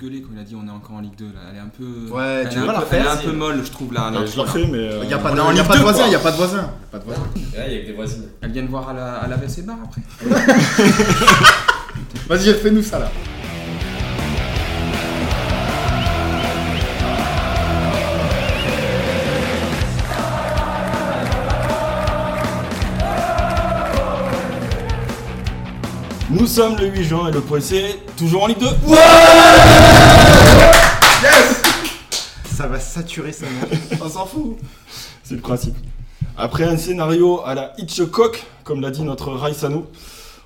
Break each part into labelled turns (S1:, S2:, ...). S1: gueulé quand il a dit on est encore en Ligue 2. Là. Elle est un peu.
S2: Ouais,
S1: elle
S2: tu
S1: est
S2: veux
S1: un
S2: pas la
S1: peu-
S2: faire,
S1: Elle est un
S2: c'est-
S1: peu molle, je trouve, là. là.
S3: je l'en fais, mais. euh,
S2: Il n'y a pas de
S1: On est en
S2: y a
S1: Ligue
S2: pas de
S1: 2,
S2: voisin,
S1: quoi.
S2: il n'y a pas de voisin. Y a pas de voisin.
S4: Là, il y a que des voisines.
S1: Elle vient de voir à la, à la VC Bar après.
S2: Vas-y, fais-nous ça là.
S3: Nous sommes le 8 juin et le point C, toujours en Ligue 2.
S2: Ça va saturer ça. On s'en fout.
S3: C'est le principe. Après un scénario à la Hitchcock, comme l'a dit notre Raisano,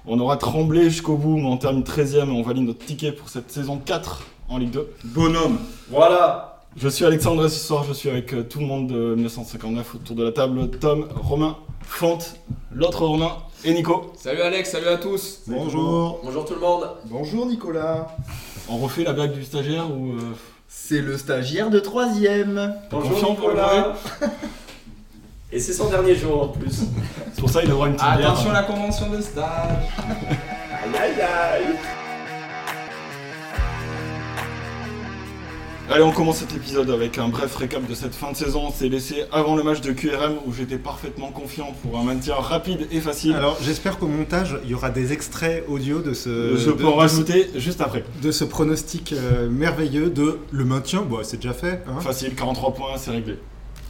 S3: on aura tremblé jusqu'au bout, mais on termine 13ème et on valide notre ticket pour cette saison 4 en Ligue 2.
S2: Bonhomme.
S4: Voilà
S3: Je suis Alexandre et ce soir, je suis avec euh, tout le monde de 1959 autour de la table. Tom, Romain, Fante, l'autre Romain et Nico.
S4: Salut Alex, salut à tous
S2: Bonjour.
S4: Bonjour tout le monde
S2: Bonjour Nicolas.
S3: On refait la blague du stagiaire ou... euh,
S2: C'est le stagiaire de troisième.
S3: confiant pour le
S4: Et c'est son dernier jour en plus.
S3: C'est pour ça il aura une petite bière.
S1: Attention à la convention de stage
S4: Aïe aïe aïe
S3: Allez, on commence cet épisode avec un bref récap de cette fin de saison. On s'est laissé avant le match de QRM où j'étais parfaitement confiant pour un maintien rapide et facile.
S5: Alors j'espère qu'au montage il y aura des extraits audio de ce,
S3: Euh, je
S5: de,
S3: peux en rajouter juste après.
S5: de ce pronostic euh, merveilleux de le maintien, bon c'est déjà fait. Hein
S3: Facile, 43 points, c'est réglé.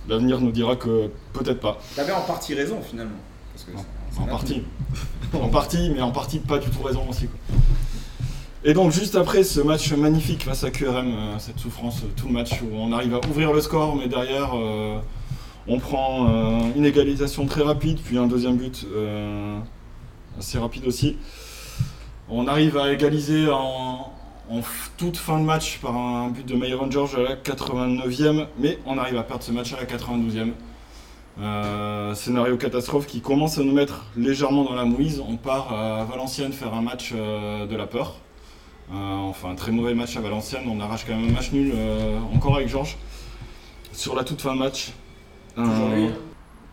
S3: L'avenir nous dira que peut-être pas.
S1: T'avais en partie raison finalement. Parce que c'est-
S3: En
S1: c'est
S3: partie. en partie, mais en partie pas du tout raison aussi. quoi. Et donc juste après ce match magnifique face à QRM, euh, cette souffrance, euh, tout le match où on arrive à ouvrir le score, mais derrière euh, on prend euh, une égalisation très rapide, puis un deuxième but euh, assez rapide aussi. On arrive à égaliser en, en f- toute fin de match par un but de Myron George à la 89e, mais on arrive à perdre ce match à la 92e. Euh, scénario catastrophe qui commence à nous mettre légèrement dans la mouise. On part à Valenciennes faire un match euh, de la peur. Euh, on fait un très mauvais match à Valenciennes. On arrache quand même un match nul euh, encore avec Georges. Sur la toute fin de match. Euh,
S4: Toujours lui.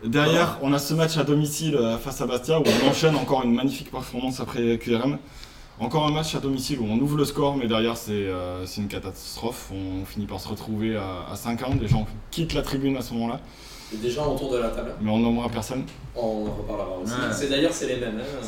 S3: Derrière, on a ce match à domicile euh, face à Bastia où on enchaîne encore une magnifique performance après QRM. Encore un match à domicile où on ouvre le score, mais derrière, c'est euh, c'est une catastrophe. On finit par se retrouver à, à 50. Les gens quittent la tribune à ce moment-là,
S4: Et des gens autour de la table,
S3: mais on nommera personne.
S4: on en reparlera aussi.
S1: Ouais.
S4: C'est d'ailleurs, c'est les mêmes. hein.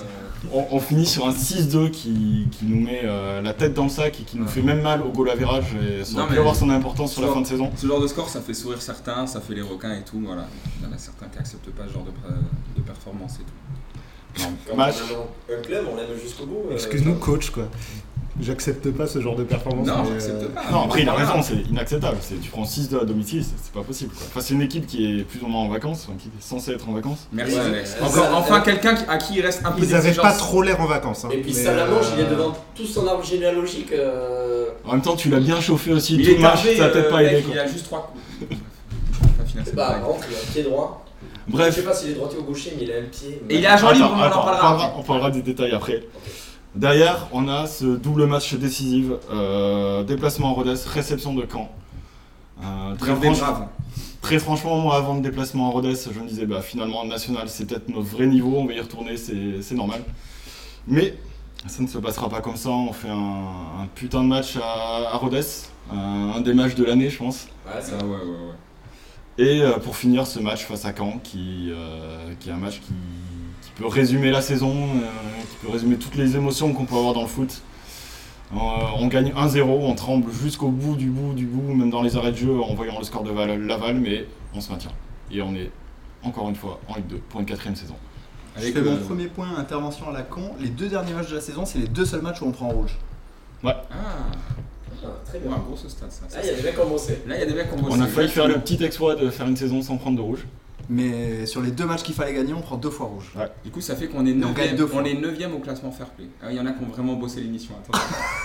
S3: On, on finit sur un 6-2 qui, qui nous met euh, la tête dans le sac et qui nous
S1: Ouais.
S3: fait même mal au goal average et ça
S1: Non,
S3: aurait pu
S1: mais-
S3: avoir son importance sur la
S1: Soit-
S3: fin de saison.
S1: Ce genre de score, ça fait sourire certains, ça fait les requins et tout. Voilà. Il y en a certains qui acceptent pas ce genre de, pre- de performance et tout.
S4: Quand
S3: Match.
S4: on aime un club, on l'aime jusqu'au bout. euh,
S5: Excuse-nous coach quoi. J'accepte pas ce genre de performance.
S1: Non,
S5: mais,
S1: j'accepte
S5: euh,
S1: pas.
S3: Non, après il a
S1: Voilà.
S3: raison, c'est inacceptable. C'est- Tu prends 6-2 à domicile, c'est c'est pas possible. Quoi. Enfin, c'est une équipe qui est plus ou moins en vacances, enfin, qui est censée être en vacances.
S1: Merci
S4: Ouais.
S1: Alex.
S4: Ouais.
S1: Encore-
S4: Ouais.
S1: enfin quelqu'un qui- à qui il reste un peu
S5: Ils avaient pas
S1: d'exigence.
S5: trop l'air en vacances. hein.
S4: Et puis
S5: Mais,
S4: Salamanche,
S5: euh,
S4: il est devant tout son arbre généalogique. euh,
S3: En même temps, tu l'as bien chauffé aussi
S1: Il
S3: tout
S1: est
S3: le match,
S1: tarvé,
S3: ça a peut-être
S1: euh,
S3: pas aidé.
S1: mec,
S3: Quoi.
S1: Il a juste trois coups. Enfin, finalement, c'est
S4: Bah,
S1: pareil.
S4: rentre, il a un pied droit. Je
S3: Bref,
S4: sais pas s'il est droitier ou gaucher, mais il a un pied.
S1: Et il est agent libre,
S3: Attends,
S1: on en
S3: attends,
S1: parlera.
S3: on parlera des détails après. Derrière, on a ce double match décisif euh, déplacement en Rodez, réception de Caen. Euh, très
S1: Genre des
S3: franche-
S1: braves.
S3: Très franchement, moi, avant le déplacement en Rodez, je me disais, bah, finalement, en national, c'est peut-être notre vrai niveau, on va y retourner, c'est c'est normal. Mais ça ne se passera pas comme ça, on fait un, un putain de match à, à Rodez, euh, un des matchs de l'année, je pense.
S4: Ouais, ça
S1: Ah ouais, ouais, ouais.
S3: Et euh, pour finir, ce match face à Caen, qui, euh, qui est un match qui, qui peut résumer la saison, euh, qui peut résumer toutes les émotions qu'on peut avoir dans le foot. Euh, on gagne 1-0, on tremble jusqu'au bout du bout du bout, même dans les arrêts de jeu, en voyant le score de Val- Laval, mais on se maintient. Et on est encore une fois en Ligue 2 pour une quatrième saison.
S6: Je
S1: Avec
S6: fais mon
S1: euh,
S6: premier point, intervention à la con. Les deux derniers matchs de la saison, c'est les deux seuls matchs où on prend rouge.
S1: Ah,
S4: Ah, Très
S1: ouais,
S4: bien.
S1: gros ce stade ça.
S4: Là, il Ah, y a des mecs en bossé.
S1: Là, il y a des mecs qui ont
S3: On a
S1: bossé.
S3: failli faire le petit exploit de faire une saison sans prendre de rouge.
S6: Mais sur les deux matchs qu'il fallait gagner, on prend deux fois rouge.
S1: Du coup, ça fait qu'on est
S6: Et on gagne deux
S1: 9
S6: fois.
S1: on est neuvième au classement fair play. Ah, il y en a qui ont vraiment bossé l'émission. Attends.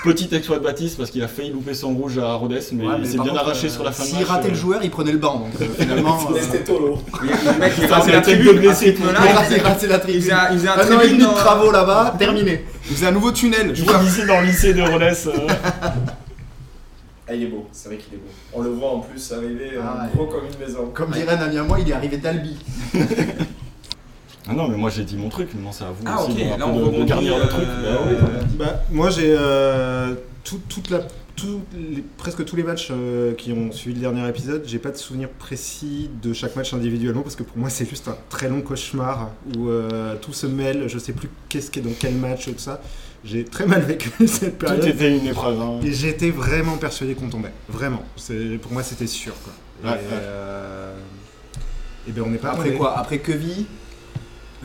S3: Petit exploit de Baptiste parce qu'il a failli louper son rouge à Rodez, mais
S6: Ouais,
S3: il s'est
S6: par
S3: bien
S6: contre,
S3: arraché
S6: euh,
S3: sur la fin de
S6: S'il
S3: match,
S6: ratait
S3: euh,
S6: le joueur, il prenait le banc. Donc euh, finalement. euh,
S4: C'était Tolo.
S1: Il y a- le mec qui est
S3: Ça,
S1: rentré
S3: c'est la
S1: la
S3: tête
S1: tribune,
S3: de
S1: à
S3: blessé, Ah,
S1: ce moment-là,
S6: il ratait- il ratait la
S1: il
S6: tribune.
S1: faisait un, il faisait un
S6: Un an et
S1: tribune
S6: demi de
S1: dans-
S6: travaux là-bas, terminé. Il faisait un nouveau tunnel.
S3: Je vous disais dans le lycée de Rodez. euh,
S4: Ah, il est beau, c'est vrai qu'il est beau. On le voit en plus arriver euh,
S6: Ah,
S4: gros comme une maison.
S6: Comme dirait un ami à moi, il est arrivé d'Albi.
S3: Ah non, mais moi j'ai dit mon truc, maintenant c'est à vous
S1: Ah
S3: aussi
S1: ok,
S3: de-
S1: là
S3: de,
S1: on euh,
S3: de
S1: rebondit.
S3: garnir
S1: euh,
S3: le truc. Bah oui.
S5: Bah, moi j'ai euh, tout- toute la tous les- presque tous les matchs euh, qui ont suivi le dernier épisode, j'ai pas de souvenir précis de chaque match individuellement parce que pour moi c'est juste un très long cauchemar où euh, tout se mêle, je sais plus qu'est-ce qui est dans quel match, tout ça. J'ai très mal vécu cette
S3: Tout
S5: période.
S3: était une épreuve. hein.
S5: Et j'étais vraiment persuadé qu'on tombait. Vraiment. C'est- Pour moi, c'était sûr. Quoi. Et,
S3: Ouais, ouais.
S5: euh, eh ben, on n'est pas
S6: Après
S5: tombé.
S6: quoi Après Queville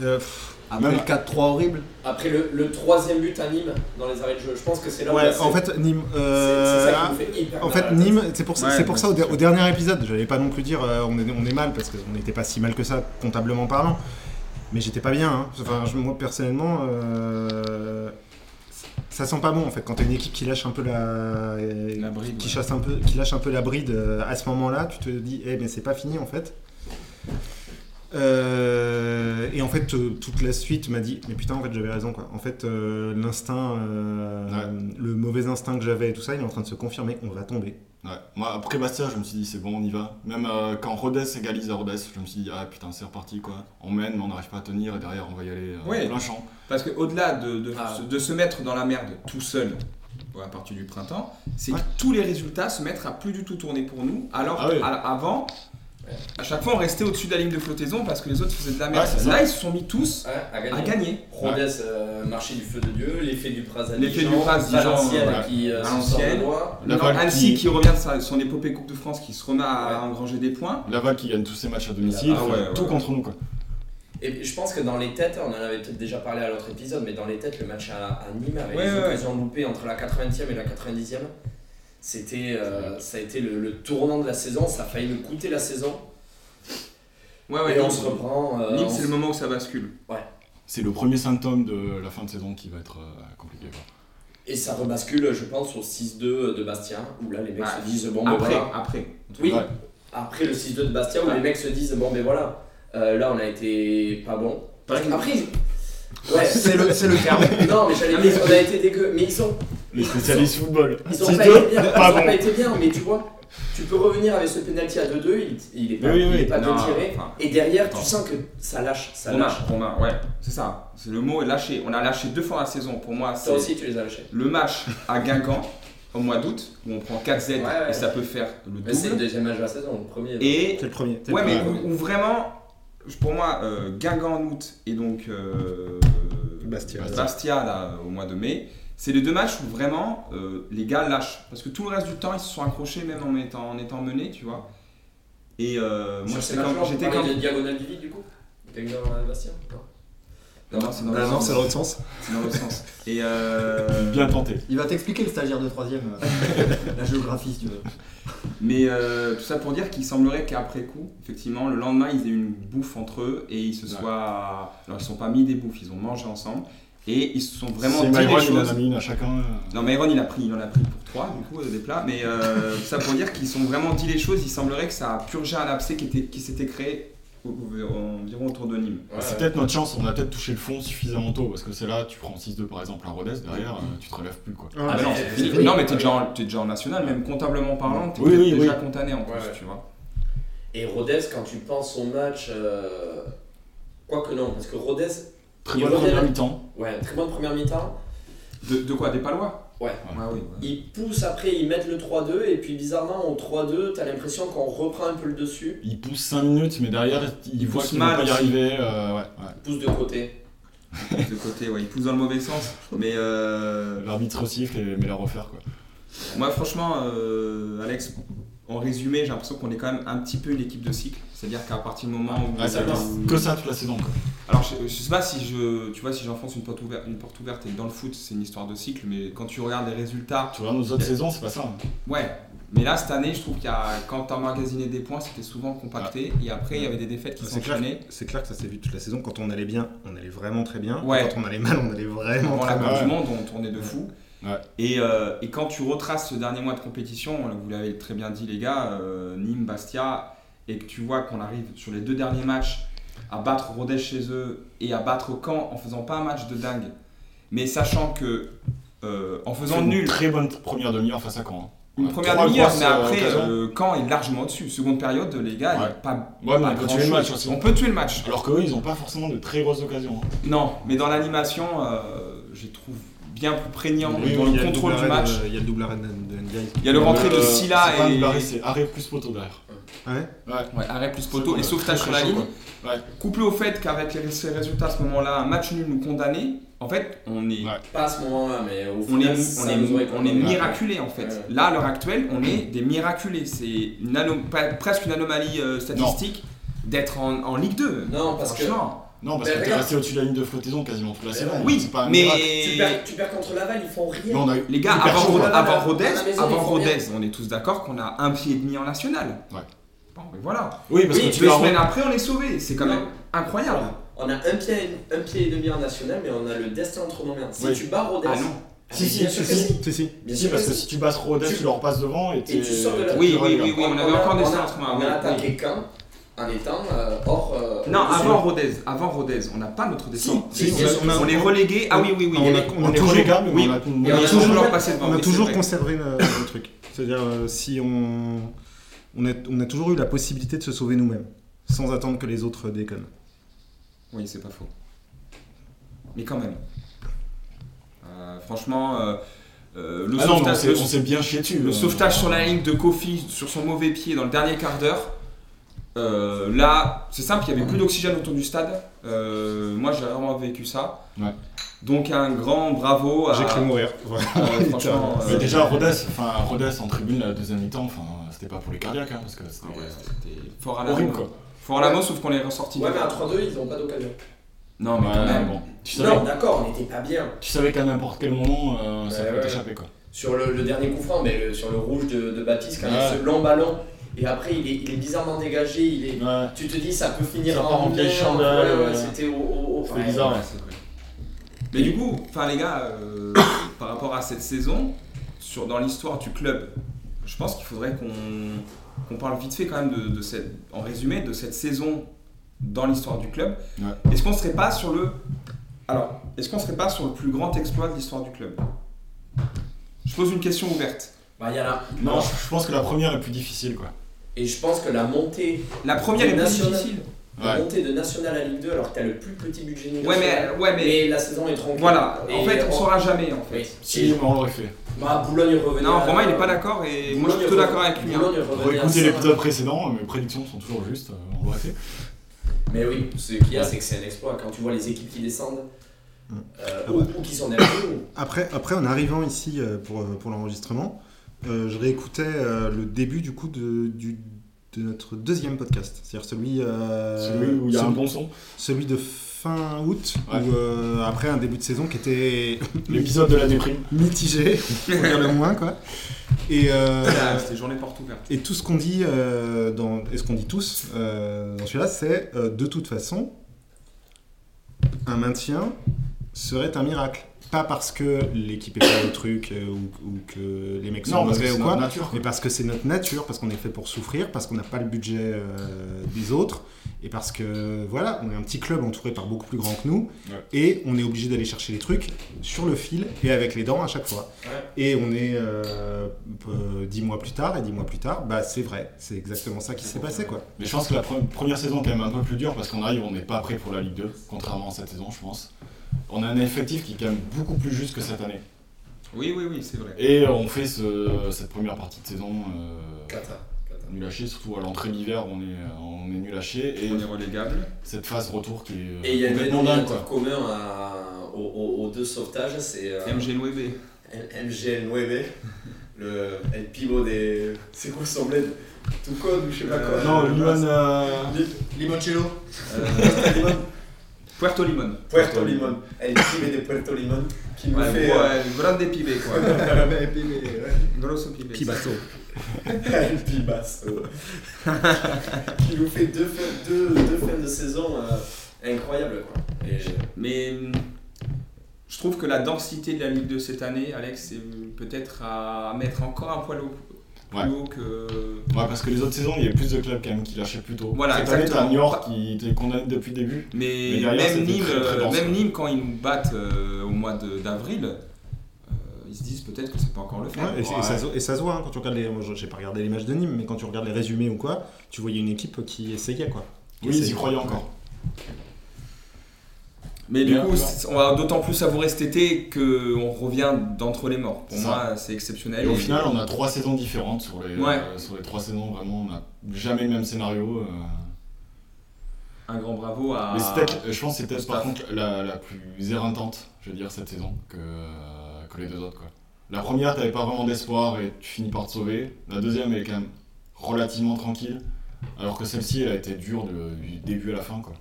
S5: Euh, pff,
S6: Après
S3: Même-
S6: le 4-3 horrible
S4: Après le, le troisième but à Nîmes dans les arrêts de jeu, je pense que c'est là où
S5: ouais,
S4: c'est-
S5: en fait, Nîmes.
S4: c'est-
S5: euh,
S4: c'est ça qui me fait hyper
S5: En
S4: mal à la
S5: fait,
S4: tête.
S5: Nîmes, c'est pour ça,
S1: Ouais,
S5: c'est pour
S1: ouais,
S5: ça au,
S1: c'est
S5: der-
S1: sûr.
S5: au dernier épisode, j'allais pas non plus dire euh, on, est, on est mal parce qu'on n'était pas si mal que ça, comptablement parlant. Mais j'étais pas bien. hein. Enfin, je- moi personnellement, euh, ça sent pas bon en fait quand t'as une équipe qui lâche un peu la,
S1: La bride,
S5: qui
S1: ouais.
S5: chasse un peu, qui lâche un peu la bride euh, à ce moment-là, tu te dis, eh mais c'est pas fini en fait. Euh, et en fait, euh, toute la suite m'a dit, mais putain, en fait, j'avais raison quoi. En fait, euh, l'instinct, euh, le mauvais instinct que j'avais et tout ça, il est en train de se confirmer. On va tomber.
S3: Ouais. Moi, après Bastia, je me suis dit, c'est bon, on y va. Même euh, quand Rodez égalise à Rodez, je me suis dit, ah putain, c'est reparti quoi. On mène, mais on n'arrive pas à tenir et derrière, on va y aller euh,
S1: Ouais.
S3: plein champ.
S1: Parce qu'au-delà de, de,
S4: Ah.
S1: de se mettre dans la merde tout seul bon, à partir du printemps, c'est
S3: Ouais.
S1: que tous les résultats se mettent à plus du tout tourner pour nous, alors
S3: Ah oui.
S1: qu'à- avant, à chaque fois on restait au-dessus de la ligne de flottaison parce que les autres faisaient de la
S3: Ouais,
S1: merde.
S3: c'est ça.
S1: Là ils se sont mis tous
S4: Ouais, à gagner.
S1: à gagner.
S4: Rodez, euh, marché du feu de Dieu, l'effet du Praz à
S1: L'effet
S4: Dijon,
S1: du Praz, Dijon,
S4: Valenciennes
S3: voilà.
S4: qui euh, s'en sort
S1: Valenciennes.
S4: de loin.
S3: La
S1: Non,
S3: Val
S1: Annecy
S3: qui-
S1: qui revient de sa- son épopée Coupe de France qui se remet à,
S4: Ouais.
S1: à engranger des points.
S3: Laval qui gagne tous ses matchs à domicile,
S1: Ah ouais,
S3: fait
S1: ouais,
S3: tout
S1: ouais.
S3: contre nous quoi.
S4: Et je pense que dans les têtes, on en avait peut-être déjà parlé à l'autre épisode, mais dans les têtes, le match à, à Nîmes avec
S1: Ouais,
S4: les
S1: ouais,
S4: occasions loupées entre la 80e et la 90e, c'était, euh, ça a été le, le tournant de la saison, ça a failli nous coûter la saison.
S1: Ouais, Ah ouais,
S4: et on
S1: Nîmes.
S4: se reprend. euh,
S1: Nîmes,
S4: on
S1: c'est
S4: se-
S1: le moment où ça bascule.
S3: C'est le premier symptôme de la fin de saison qui va être euh, compliqué quoi.
S4: Et ça rebascule, je pense, au 6-2 de Bastia, où là les mecs
S1: Ah,
S4: se disent bon, ben
S1: après,
S4: voilà.
S1: après.
S4: Oui,
S3: Ouais.
S4: après le 6-2 de Bastia, où
S1: Ouais.
S4: les mecs se disent bon, ben voilà, euh, là on a été pas bon.
S1: Parce que-
S4: Après, ouais,
S6: C'est le, c'est le terme.
S4: non, mais j'allais dire, on a été dégueu, mais ils sont.
S3: Les spécialistes football.
S4: Ils ont
S3: C'est
S4: pas,
S3: deux.
S4: été bien, ils
S3: pas
S4: ont
S3: bon.
S4: pas été bien, mais tu vois, tu peux revenir avec ce penalty à 2-2, il, il est pas,
S3: Oui, oui,
S4: il est
S3: oui.
S4: pas
S1: Non,
S4: détiré.
S1: enfin,
S4: Et derrière, tu
S1: Attends.
S4: sens que ça lâche, ça
S1: on a,
S4: lâche.
S1: on a, ouais, c'est ça. C'est le mot lâcher. On a lâché deux fois la saison. Pour moi, c'est
S4: Ça aussi, tu les as lâchés.
S1: le match à Guingamp au mois d'août où on prend 4 Z
S4: Ouais, ouais.
S1: et ça peut faire le
S4: Mais c'est le
S1: double.
S4: deuxième match de la saison, le premier.
S1: Et
S5: C'est le premier. c'est le
S1: ouais, mais
S3: premier.
S1: où, où vraiment, je- pour moi, euh, Guingamp en août et donc euh,
S5: Bastia.
S1: Bastia, là, au mois de mai, c'est les deux matchs où vraiment euh, les gars lâchent parce que tout le reste du temps ils se sont accrochés même en étant, en étant menés, tu vois. Et euh, moi
S4: Sur ces
S1: j'étais
S4: matchs-là,
S1: quand
S4: on
S1: j'étais
S4: parlait
S1: quand
S4: de diagonale du vide, du coup Guingamp à Bastia
S1: non, non, c'est dans, le
S5: Ah non,
S1: sens.
S5: c'est dans l'autre sens.
S1: C'est dans l'autre sens. Et euh,
S3: Bien tenté.
S6: Il va t'expliquer le stagiaire de 3ème, la géographie si tu veux.
S1: Mais euh, tout ça pour dire qu'il semblerait qu'après coup, effectivement, le lendemain, ils aient eu une bouffe entre eux et ils se
S3: Ouais.
S1: soient. Alors, ils sont pas mis des bouffes, ils ont mangé ensemble et ils se sont vraiment
S3: C'est
S1: dit
S3: Myron,
S1: les
S3: il en
S1: choses.
S3: a mis une à chacun. euh.
S1: Non, Myron, il, a pris, il en a pris pour trois, du coup, euh, des plats. Mais euh, tout ça pour dire qu'ils sont vraiment dit les choses. Il semblerait que ça a purgé un abcès qui, était, qui s'était créé au- au- environ autour de Nîmes.
S3: C'est peut-être notre chance, on a peut-être touché le fond suffisamment tôt parce que c'est là, tu prends 6-2 par exemple à Rodez, derrière, euh, tu te relèves plus quoi.
S5: Ah,
S1: Ah,
S5: mais
S1: non,
S5: c'est-
S1: c'est
S5: c'est
S1: fini.
S5: fini.
S1: Non, mais t'es déjà, en- t'es déjà en national, même comptablement parlant, t'es
S3: Oui,
S1: peut-être
S3: oui,
S1: déjà
S3: oui.
S1: cantané en plus,
S4: Ouais, ouais.
S1: tu vois.
S4: Et Rodez, quand tu penses au match. euh, Quoique non, parce que Rodez,
S3: Très
S4: Il
S3: bonne
S4: revient
S3: première
S4: là.
S3: mi-temps.
S4: ouais, très bonne première mi-temps.
S1: De, de quoi Des palois
S4: Ouais.
S1: Ah oui.
S4: Ils poussent après, ils mettent le 3-2, et puis bizarrement, au 3-2, t'as l'impression qu'on reprend un peu le dessus.
S3: Il pousse 5 minutes, mais derrière, il voit
S1: pousse
S3: qu'il ne
S1: mal
S3: va pas y
S1: aussi.
S3: arriver. euh, ouais, ouais.
S4: pousse de côté.
S1: de côté, ouais, il pousse dans le mauvais sens. Mais euh,
S3: L'arbitre siffle et met la refaire quoi.
S1: moi, franchement, euh, Alex, en résumé, j'ai l'impression qu'on est quand même un petit peu une équipe de cycle. C'est-à-dire qu'à partir du moment où.
S3: Ouais, ça
S4: d'accord.
S3: passe Ah, que ça toute la saison quoi.
S1: Alors, je, je sais pas si je, tu vois, si j'enfonce une porte ouverte, une porte ouverte et que dans le foot, c'est une histoire de cycle, mais quand tu regardes les résultats,
S3: Tu vois, nos autres saisons, c'est pas ça. hein.
S1: ouais. Mais là, cette année, je trouve qu'il y a, quand t'as magasiné des points, c'était souvent compacté. Et après, il y avait des défaites qui
S5: C'est clair,
S1: s'enchaînaient.
S5: c'est clair que ça s'est vu toute la saison. Quand on allait bien, on allait vraiment très bien.
S1: Ouais.
S5: Quand on allait mal, on allait vraiment
S1: avant la
S5: très mal.
S1: Coupe du
S3: Ouais.
S1: Monde, on tournait de fou.
S3: Ouais.
S1: Et, euh, et quand tu retraces ce dernier mois de compétition, vous l'avez très bien dit les gars, euh, Nîmes, Bastia, et que tu vois qu'on arrive sur les deux derniers matchs à battre Rodez chez eux et à battre Caen en faisant pas un match de dingue, mais sachant que euh, en
S3: Ils ont
S1: faisant
S3: une
S1: nul,
S3: très bonne première demi-heure face à Caen. hein.
S1: une
S3: Ouais,
S1: première
S3: trois
S1: demi-heure,
S3: grosses,
S1: mais
S3: euh,
S1: après
S3: occasions.
S1: euh, Caen est largement au-dessus. Seconde période, les gars, il y a
S3: Ouais.
S1: pas,
S3: Ouais, mais
S1: pas
S3: on peut
S1: grand
S3: tuer le match
S1: chose.
S3: aussi.
S1: On peut tuer le match.
S3: Alors qu'eux, ils n'ont pas forcément de très grosses occasions. hein.
S1: Non, mais dans l'animation, euh, je les trouve bien plus prégnant
S3: Oui,
S1: dans
S3: oui,
S1: le
S3: il y a le
S1: contrôle du match.
S5: Il y a le double arrêt de, de NBA.
S1: Il y a le rentré de
S3: Euh,
S1: Silla
S3: c'est pas
S1: et.
S3: Barry, c'est arrêt plus poteau derrière.
S5: Ouais.
S1: Ouais, arrêt plus poteau
S3: C'est,
S1: et
S3: euh,
S1: sauvetage
S3: très,
S1: sur la
S3: très chaud,
S1: ligne.
S3: quoi. Ouais.
S1: Couplé au fait qu'avec les ces résultats à ce moment-là, un match nul nous condamnait, en fait, on est,
S3: Ouais.
S4: Pas à ce moment-là, mais au
S1: on est,
S4: final,
S1: on
S4: ça
S1: est,
S4: nous aurait
S1: on est
S4: condamnés.
S1: miraculé en fait.
S4: Ouais.
S1: Là, à l'heure actuelle, on est des miraculés. C'est une anom- pas- presque une anomalie euh, statistique d'être en, en Ligue 2.
S4: Non, parce que
S1: Franchement.
S3: Non, parce
S4: Mais
S3: que t'es
S4: regarde.
S3: resté au-dessus de la ligne de flottaison quasiment toute la
S4: Mais
S3: saison.
S4: ouais.
S1: Oui,
S3: c'est pas un
S1: mais
S3: miracle.
S4: tu perds, tu perds contre Laval, ils font rien.
S3: Mais on a eu
S1: les gars,
S3: hyper
S1: avant,
S3: chaud,
S1: Rodez,
S3: quoi.
S1: avant Rodez,
S4: À la maison,
S1: avant
S4: ils font bien.
S1: Rodez, on est tous d'accord qu'on a un pied et demi en national.
S3: Ouais.
S1: Bon, mais voilà.
S3: Oui, parce
S1: Oui,
S3: que tu
S1: deux
S3: l'as
S1: semaines après, on est sauvé. C'est quand
S4: Non.
S1: même incroyable.
S4: On a un pied, un pied et demi en national, mais on a le destin entre nos mains. Si
S3: Oui.
S4: tu bats Rodez,
S1: Ah non.
S4: Ah,
S3: Si,
S4: mais
S3: si,
S4: bien
S3: si,
S4: sûr que
S3: si.
S5: Si, si.
S4: Bien
S3: Si,
S4: sûr
S3: parce que
S4: que
S3: si tu passes Rodez,
S4: Tu-
S3: tu le repasses devant et, t'es-
S4: tu sors de la-
S1: Oui,
S3: t'es
S1: oui,
S3: relégable.
S1: oui, oui, on avait encore des
S4: on a-
S1: séances, moi,
S4: On
S1: oui,
S4: a attaqué Caen en étant euh, hors. euh,
S1: Non,
S4: hors-
S1: avant Rodez, avant Rodez, on n'a pas notre descente.
S4: Si, si,
S1: on,
S4: si,
S1: est-
S4: si,
S1: on est relégué. Ah oui, oui, oui.
S5: On a-
S3: On, est
S5: toujours-
S3: relégable, mais
S1: oui.
S3: on a
S1: On
S4: Et on
S1: a
S4: a
S1: toujours
S4: toujours-
S1: leur passé devant.
S5: On a
S1: oui,
S5: toujours
S1: c'est vrai.
S5: conservé le, le truc. C'est-à-dire, euh, si on. On a, on a toujours eu la possibilité de se sauver nous-mêmes, sans attendre que les autres déconnent.
S1: Oui, c'est pas faux. Mais quand même. Euh, franchement, euh, euh, le
S3: Ah non, mais on
S1: sauvetage-
S3: s'est- on s'est bien chié dessus.
S1: Le
S3: euh.
S1: sauvetage sur la ligne de Kofi sur son mauvais pied dans le dernier quart d'heure. euh, là, c'est simple, il n'y avait plus d'oxygène autour du stade. Euh, moi, j'ai vraiment vécu ça.
S3: Ouais.
S1: Donc, un grand bravo à.
S5: J'ai cru mourir.
S1: euh, franchement,
S3: Mais
S1: euh,
S3: déjà, Rodez, enfin, Rodez en tribune la deuxième mi-temps, enfin, c'était pas pour les cardiaques, hein, parce que c'était
S1: ah ouais, c'était fort à la
S3: horrible
S1: main.
S3: quoi.
S1: Fort à la main, sauf qu'on est ressorti.
S4: Ouais, mais à 3-2, ils n'ont pas d'occasion.
S1: Non, mais quand
S3: Ouais,
S1: même.
S3: bon. Tu savais,
S4: Non, d'accord, on n'était pas bien.
S3: tu savais qu'à n'importe quel moment, euh, ça
S4: Ouais,
S3: pouvait
S4: ouais.
S3: t'échapper quoi.
S4: Sur le, le dernier coup franc, mais le- sur le rouge de, de Baptiste, quand il y a
S3: Ouais.
S4: ce long ballon, et après, il est, il est bizarrement dégagé. Il est,
S3: Ouais.
S4: Tu te dis, ça peut finir
S3: Ça part en vieille
S4: merde.
S3: chandelle,
S4: Ouais, ouais,
S3: ouais.
S4: c'était au. au, au-
S3: C'est
S4: ouais.
S3: bizarre.
S1: Ouais, c'est vrai. Mais du coup, enfin les gars, euh, par rapport à cette saison, sur, dans l'histoire du club, je pense qu'il faudrait qu'on qu'on parle vite fait quand même de, de cette, en résumé, de cette saison dans l'histoire du club.
S3: Ouais.
S1: Est-ce qu'on serait pas sur le, alors, est-ce qu'on serait pas sur le plus grand exploit de l'histoire du club Je pose une question ouverte.
S4: Bah, il y en a.
S3: Non, je, je pense que la première est plus difficile quoi.
S4: Et je pense que la montée,
S1: La première est plus
S4: National.
S1: difficile.
S4: la
S3: Ouais.
S4: montée de National à Ligue 2, alors que t'as le plus petit budget
S1: Ouais
S4: national,
S1: mais, ouais mais,
S4: et la saison est tronquée.
S1: voilà.
S4: Et
S1: En fait, on
S4: on-
S1: saura jamais en fait.
S4: Oui.
S3: Si, on l'aurait fait.
S4: Bah, Boulogne revenait.
S1: Non,
S4: à-
S1: Romain il est pas d'accord et moi je suis plutôt
S4: Boulogne
S1: d'accord avec lui. hein.
S4: Boulogne revenait à
S3: Écoutez
S4: ça.
S3: l'épisode précédent, mes prédictions sont toujours justes, euh, on l'aurait fait.
S4: Mais oui, ce qu'il y a, c'est que c'est un exploit. Quand tu vois les équipes qui descendent, euh, ou, ou qui sont derrière nous,
S5: Après, après, en arrivant ici euh, pour, euh, pour l'enregistrement, euh, je réécoutais euh, le début du coup de, du- de notre deuxième podcast, c'est-à-dire celui, euh,
S3: Celui où il y a un
S5: celui-
S3: bon son.
S5: celui de fin août,
S3: Ouais.
S5: où, euh, après un début de saison qui était
S3: L'épisode de la déprime.
S5: mitigé, pour dire le moins quoi. Et, euh,
S1: Ah, C'était journée porte ouverte.
S5: et tout ce qu'on dit euh, dans, et ce qu'on dit tous euh, dans celui-là, c'est euh, de toute façon, un maintien serait un miracle. Pas parce que l'équipe est pas au truc euh, ou, ou que les mecs sont
S3: Non, parce que
S5: mauvais
S3: c'est
S5: ou
S3: notre
S5: quoi,
S3: nature. quoi.
S5: mais parce que c'est notre nature, parce qu'on est fait pour souffrir, parce qu'on n'a pas le budget euh, des autres, et parce que voilà, on est un petit club entouré par beaucoup plus grands que nous,
S3: Ouais.
S5: et on est obligé d'aller chercher les trucs sur le fil et avec les dents à chaque fois. Et on est euh, euh, dix mois plus tard, et dix mois plus tard, bah c'est vrai, c'est exactement ça qui s'est passé quoi.
S3: Mais je pense que la pre- première saison est quand même un peu plus dure parce qu'on arrive, on n'est pas prêt pour la Ligue 2, contrairement à cette saison, je pense. On a un effectif qui est quand même beaucoup plus juste que cette année.
S1: Oui, oui, oui, c'est vrai.
S3: Et euh, on fait ce- cette première partie de saison euh,
S4: Cata.
S3: nul à chier, surtout à l'entrée d'hiver, on est, euh, on est nul à chier. Et
S1: On est relégable.
S3: cette phase retour qui est
S4: Et il y
S3: euh,
S4: a un
S3: complètement dingue.
S4: dénominateur
S3: Quoi.
S4: commun à- aux, aux- aux deux sauvetages, c'est euh,
S1: MG9B.
S4: MGL9, le El Pivot des. C'est quoi son bled Tout code ou je sais pas quoi.
S3: Non,
S4: le
S3: Luan, euh,
S6: Limoncello
S1: Puerto Limon.
S4: Puerto Limon. El Pibé de Puerto Limon qui nous
S1: Ouais,
S4: fait.
S1: gros,
S4: euh,
S1: euh, grande pibé, quoi.
S6: Ouais, puis, mais, ouais.
S1: Grosso pibé.
S4: El Pibasso. qui nous fait deux, fins- deux, deux fins de saison euh, incroyables quoi. Et,
S1: Mais hum, je trouve que la densité de la Ligue de cette année, Alex, c'est hum, peut-être à mettre encore un poil au plus
S3: Ouais.
S1: haut que.
S3: Ouais, parce que les autres saisons, il y avait plus de clubs quand même qui lâchaient plus tôt.
S1: Voilà,
S3: cette année,
S1: exactement.
S3: t'as New York qui était condamné depuis le début.
S1: Mais,
S3: Mais derrière,
S1: même,
S3: c'était
S1: Nîmes,
S3: très, très
S1: euh,
S3: dense,
S1: même
S3: ouais.
S1: Nîmes, quand ils nous battent euh, au mois de- d'avril, euh, ils se disent peut-être que c'est pas encore le fait.
S5: Ouais, et, c'est- et ça, se- et ça se voit, hein, quand tu regardes les. moi, J'ai pas regardé les matchs de Nîmes, mais quand tu regardes les résumés ou quoi, tu voyais une équipe qui essayait quoi.
S3: Oui, ils y croyaient encore.
S1: Mais du
S3: Bien,
S1: coup,
S3: bien.
S1: c'est- on va d'autant plus savourer cet été qu'on revient d'entre les morts. Pour
S3: Ça.
S1: moi, c'est exceptionnel.
S3: Et au
S1: Et-
S3: final, on a trois saisons différentes sur les,
S1: Ouais.
S3: euh, sur les trois saisons. Vraiment, on n'a jamais le même scénario. euh.
S1: un grand bravo à.
S3: Mais c'est peut-être- Ah, je pense que c'est peut-être par
S1: Staff.
S3: contre la, la plus éreintante, je veux dire, cette saison que, euh, que les deux autres. Quoi. La première, t'avais pas vraiment d'espoir et tu finis par te sauver. La deuxième, elle est quand même relativement tranquille. Alors que celle-ci, elle a été dure de- du début à la fin. Quoi.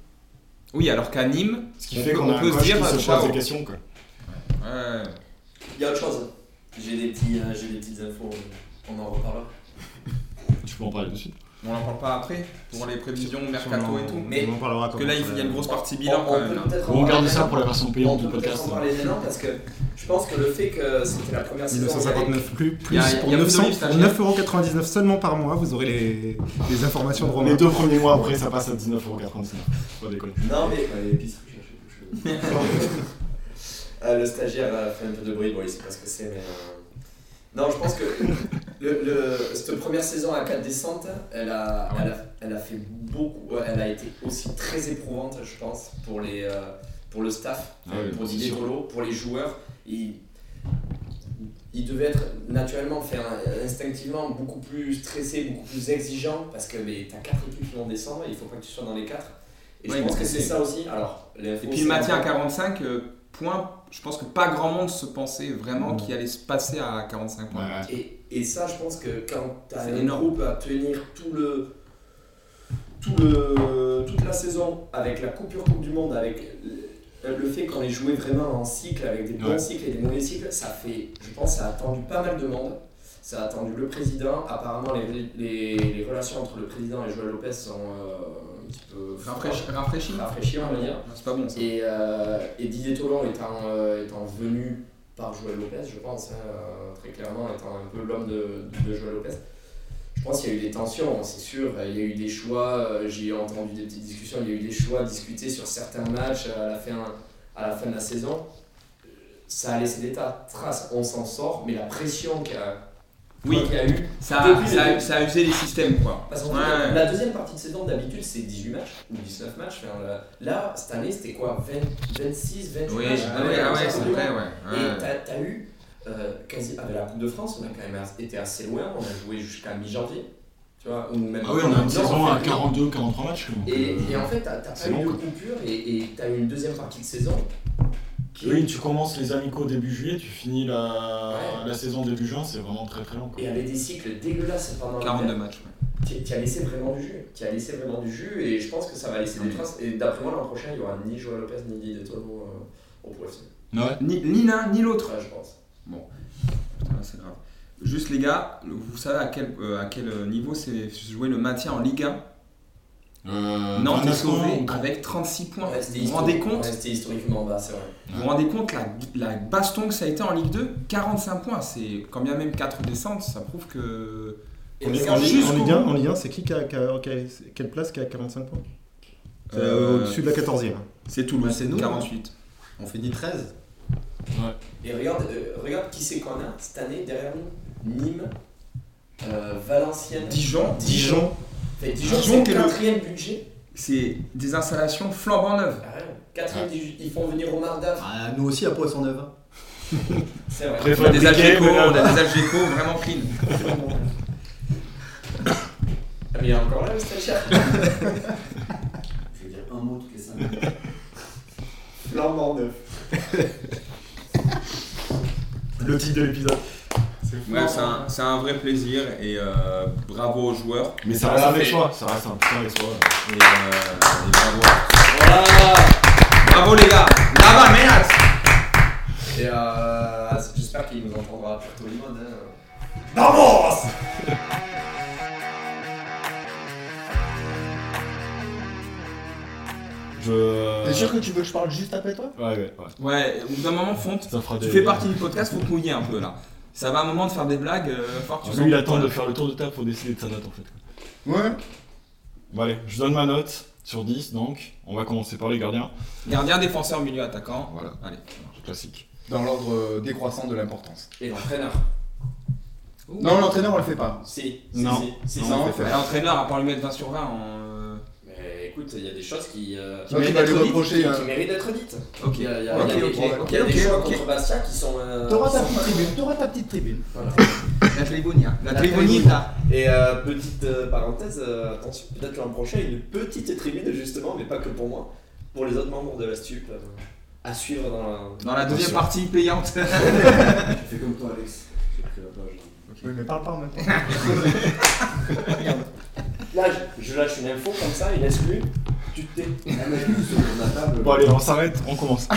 S1: Oui, alors qu'à Nîmes,
S3: Ce qui
S1: On
S3: fait
S1: peut-
S3: qu'on
S1: on
S3: a un
S1: peut se
S3: coach
S1: dire,
S3: qui se pose
S1: waouh.
S3: des questions. Quoi.
S1: ouais,
S4: Il y a autre chose. J'ai des, petits, euh, j'ai des petites infos, euh, on en reparlera.
S3: Tu peux en parler dessus.
S1: on n'en parle pas après pour les prévisions, mercato et tout.
S4: Mais-
S5: on en parlera
S1: Parce que là, il y a une grosse partie bilan
S4: On-
S1: quand
S4: on
S1: même. hein.
S4: peut
S1: là.
S4: peut-être
S3: On
S4: en parler
S3: garde ça
S4: maintenant.
S3: pour la version
S4: On
S3: payante du
S4: peut peut-être
S3: podcast.
S4: en parler maintenant parce que je pense que le fait que c'était la première saison.
S5: 1959 plus, plus
S1: Y a- y a
S5: pour
S1: plus de
S5: 900,
S1: livres, ça,
S5: pour
S1: j'ai-
S5: 9,99€ seulement par mois, vous aurez les, les informations de Romain.
S3: Les deux premiers mois après, ça passe à 19,99€. Pas déconner.
S4: Non mais. Ah, le stagiaire a fait un peu de bruit, bon il sait pas ce que c'est mais... euh, Non je pense que le, le- cette première saison à 4 descentes, elle a,
S1: Ah ouais.
S4: elle, a, elle a fait beaucoup, ouais, elle a été aussi très éprouvante je pense pour, les, euh, pour le staff,
S3: Ah oui,
S4: pour
S3: c'est
S4: Didier
S3: sûr.
S4: Colo, pour les joueurs. Il, il devait être naturellement, enfin, instinctivement beaucoup plus stressé, beaucoup plus exigeant parce que mais, t'as 4 équipes qui vont descendre et il faut pas que tu sois dans les 4. Et
S1: Ouais,
S4: je pense
S1: mais
S4: que
S1: c'est-
S4: c'est ça aussi. Alors, les
S1: Et puis le maintien à 45 euh, points, je pense que pas grand monde se pensait vraiment qu'il allait se passer à 45
S3: Ouais,
S1: points.
S3: ouais.
S4: Et, et ça, je pense que quand tu as
S1: C'est
S4: un
S1: énorme.
S4: groupe à tenir tout le, tout le, toute la saison avec la coupure Coupe du Monde, avec le, le fait qu'on ait joué vraiment en cycle, avec des bons
S3: Ouais.
S4: cycles et des mauvais cycles, ça fait, je pense, ça a attendu pas mal de monde. Ça a attendu le président. Apparemment, les, les, les relations entre le président et Joël Lopez sont euh, un petit peu
S1: Rafraîchi. Rafraîchi.
S4: rafraîchies, on va dire.
S1: C'est pas bon ça.
S4: Et, euh, et Didier Tolon étant, euh, étant venu par Joël Lopez, je pense, hein, euh, très clairement, étant un peu l'homme de, de Joël Lopez. Je pense qu'il y a eu des tensions, hein, c'est sûr. Il y a eu des choix, euh, j'ai entendu des petites discussions, il y a eu des choix discutés sur certains matchs à la fin, à la fin de la saison. Ça a laissé des tas de traces, on s'en sort, mais la pression qu'il y a,
S1: Oui,
S4: qu'il y a eu.
S1: ça,
S4: Depuis
S1: ça,
S4: le-
S1: ça a usé les systèmes quoi.
S4: Parce qu'en
S1: Ouais.
S4: fait, la deuxième partie de saison, d'habitude, c'est 18 matchs ou 19 matchs. Enfin, là- là, cette année, c'était quoi 20 26, 28
S1: Oui,
S4: matchs
S1: ah ouais, ah ouais, c'est vrai, ouais.
S4: Et
S1: ouais.
S4: t'as- t'as eu, euh, quasi avec la Coupe de France, on a quand même as- été assez loin, on a joué jusqu'à mi-janvier, tu vois, ou même.
S3: Ah oui, on a
S4: Non,
S3: une saison
S4: en fait,
S3: à 42-43 matchs. donc,
S4: Et, et
S3: euh,
S4: en fait, t'as t'as pas
S3: c'est
S4: eu
S3: long,
S4: de
S3: quoi.
S4: coupure et et t'as eu une deuxième partie de saison qui
S3: Oui, tu commences les amicaux début juillet, tu finis la,
S4: Ouais.
S3: la saison début juin, c'est vraiment très très long. Quoi.
S4: et avait des cycles dégueulasses pendant l'hiver.
S1: 42 matchs. ouais.
S4: Tu tu as laissé vraiment du jus. Tu as laissé vraiment du jus et je pense que ça va laisser des
S1: Mm.
S4: traces. Et d'après moi, l'an prochain, il y aura ni Joël Lopez ni Didier Tolo euh, au PFC.
S3: Ouais.
S1: Ni ni l'un ni l'autre.
S4: Ouais, je pense.
S1: Putain, c'est grave. Juste les gars, vous savez à quel, euh, à quel niveau c'est joué le maintien en Ligue 1
S3: Euh,
S1: Nantes est
S3: 29
S1: sauvé
S3: points, ou-
S1: avec 36 points.
S4: Ouais, c'était
S1: vous vous rendez
S4: histori-
S1: compte
S4: ouais, C'était historiquement bas, c'est vrai.
S1: Vous vous rendez compte la, la baston que ça a été en Ligue 2 45 points, c'est quand bien même 4 descentes, ça prouve que.
S4: Et
S5: En Ligue-
S4: ça,
S5: en Ligue
S1: jusqu'au
S5: en Ligue 1,
S1: bout.
S5: en Ligue 1, c'est qui qui a, qui a- qui a- quelle place qui a 45 points C'est,
S1: Euh,
S5: euh, Au-dessus de la 14e.
S1: C'est hein. Toulouse,
S6: Bah, c'est nous,
S1: 48.
S6: On finit 13.
S4: Et regarde, euh, regarde qui c'est qu'on a cette année derrière nous. Nîmes, euh, Valenciennes.
S1: Dijon,
S4: Dijon. Fait, Dijon,
S1: Dijon
S4: c'est
S1: qui est
S4: le
S1: le-
S4: quatrième budget.
S1: c'est des installations flambant neuves.
S4: Ah ouais, Quatrième budget. Ils font venir Omar Daf.
S6: Ah, nous aussi à Poisson Neuve. hein.
S4: C'est vrai.
S1: On a des
S3: Préfabriqué,
S1: Algeco,
S3: mais là-
S1: on a des Algeco vraiment clean.
S4: Ah, mais il est encore là, le stagiaire.
S7: Je veux dire un mot toutes les 5 minutes.
S4: Flambant neuf.
S3: Le titre de l'épisode.
S1: Bref, c'est un, c'est un vrai plaisir et euh, bravo aux joueurs.
S3: Mais ça
S4: Ça
S3: reste un
S4: fait-
S3: exploit, ça reste un putain d'exploit.
S1: Et, euh, et bravo.
S4: Voilà.
S1: Bravo les gars Bravo, menace
S4: Et euh, j'espère qu'il nous entendra à Puerto Limon. hein.
S3: Je.
S2: T'es sûr que tu veux que je parle juste après toi
S3: Ouais, ouais, ouais.
S1: Ouais, au bout d'un moment, Fonte,
S3: Ça fera
S1: tu
S3: des-
S1: fais partie du podcast, faut te mouiller un peu là. Ça va un moment de faire des blagues, euh, fort, tu
S3: Ah, Lui,
S1: sens
S3: il
S1: que-
S3: attend de faire le tour de table pour décider de sa note en fait.
S2: Ouais.
S3: Bon, allez, je donne ma note sur 10, donc on va commencer par les gardiens.
S1: Gardien, défenseur, milieu, attaquant.
S3: Voilà,
S1: Allez.
S3: classique.
S2: Dans l'ordre euh, décroissant de l'importance.
S4: Et l'entraîneur.
S2: Non, l'entraîneur, on le fait pas.
S4: Si. si,
S2: Non.
S4: Si, si,
S2: Non,
S4: si.
S1: Bah,
S2: on le fait
S1: L'entraîneur, à part lui mettre 20 sur 20 en. euh,
S4: Mais écoute, il y a des choses qui, euh,
S8: Ok,
S4: qui
S8: bah, lui
S4: dites,
S8: reprocher,
S4: qui-
S8: hein.
S4: qui méritent d'être dites.
S6: Ok.
S4: Il y a, il y a- il y a
S1: Ok,
S4: des-
S1: ok,
S4: il y a-
S1: ok,
S4: il y a des
S1: ok,
S4: choix
S1: ok.
S4: contre Bastia qui sont. euh,
S6: T'auras
S4: qui
S6: ta
S4: sont
S6: petite
S4: pas-
S6: tribune, t'auras ta petite tribune.
S4: Voilà.
S6: La Trivonia.
S4: La Tribunita. Et euh, petite euh, parenthèse, euh, attention, peut-être l'an prochain, une petite tribune justement, mais pas que pour moi, pour les autres membres de la STUP, euh, à suivre dans la.
S1: Dans la deuxième
S3: Attention.
S1: partie payante.
S7: Fais comme toi, Alex. J'ai pris la page.
S6: Oui, mais parle pas en même temps.
S4: Là, je, je lâche une info comme ça, il exclu, tu te tais.
S7: Ah, mais je suis sur la table.
S3: Bon allez, on s'arrête, on commence.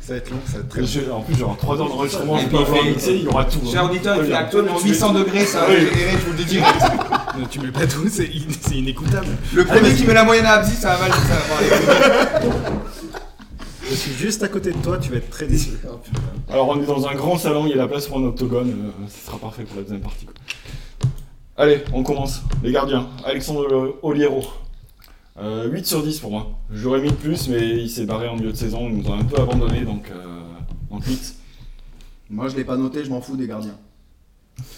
S2: Ça va être long, ça va être très long.
S3: Je- en plus, j'aurai 3 heures d'enregistrement,
S1: Et
S3: je
S1: puis,
S3: peux avoir
S1: fait-
S3: mixé, il y aura tout.
S1: Cher
S3: hein.
S1: auditeur, il fait
S3: Très bien.
S1: actuellement 800 degrés, ça va
S3: Oui.
S1: générer, je vous le dis direct.
S2: Non, tu mets pas tout, c'est in- c'est inécoutable.
S1: Le premier qui met la moyenne à Abzi, ça va mal. Ça va mal.
S5: Je suis juste à côté de toi, tu vas être très déçu.
S3: Alors on est dans un grand salon, il y a la place pour un octogone, euh, ce sera parfait pour la deuxième partie. quoi. Allez, on commence. Les gardiens, Alexandre Oliero. Euh, 8 sur 10 pour moi. J'aurais mis de plus, mais il s'est barré en milieu de saison, il nous a un peu abandonné, donc, euh, donc 8.
S6: Moi, je l'ai pas noté, je m'en fous des gardiens.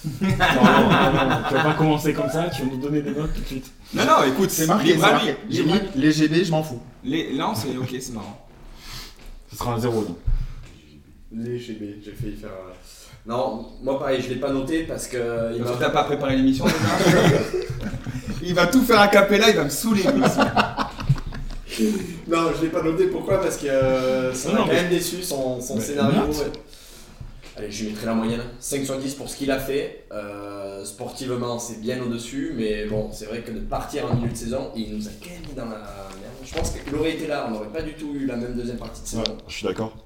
S3: Non, non, non, non, euh, tu vas pas commencer comme ça, tu vas nous donner des notes tout de suite.
S1: Non, non, écoute, c'est marqué.
S6: J'ai mis les GB, je m'en fous.
S1: Les... Non, c'est ok, c'est marrant.
S3: Ce sera un 0 donc.
S4: Les GB, j'ai failli faire. euh, Non, moi pareil, je l'ai pas noté parce que euh, il
S1: Parce que
S4: m'a
S1: t'as pas préparé l'émission déjà. Il va tout faire à capella, il va me saouler. lui aussi.
S4: Non, je l'ai pas noté. Pourquoi Parce que euh, ça
S3: Non,
S4: m'a
S3: non,
S4: quand
S3: mais-
S4: même déçu son, son
S3: Mais
S4: scénario.
S3: note.
S4: ouais. Allez, je lui mettrai la moyenne. 5 sur 10 pour ce qu'il a fait. Euh, sportivement, c'est bien au-dessus. Mais bon, c'est vrai que de partir en milieu de saison, il nous a quand même mis dans la merde. Je pense qu'il aurait été là, on n'aurait pas du tout eu la même deuxième partie de saison.
S3: je suis d'accord.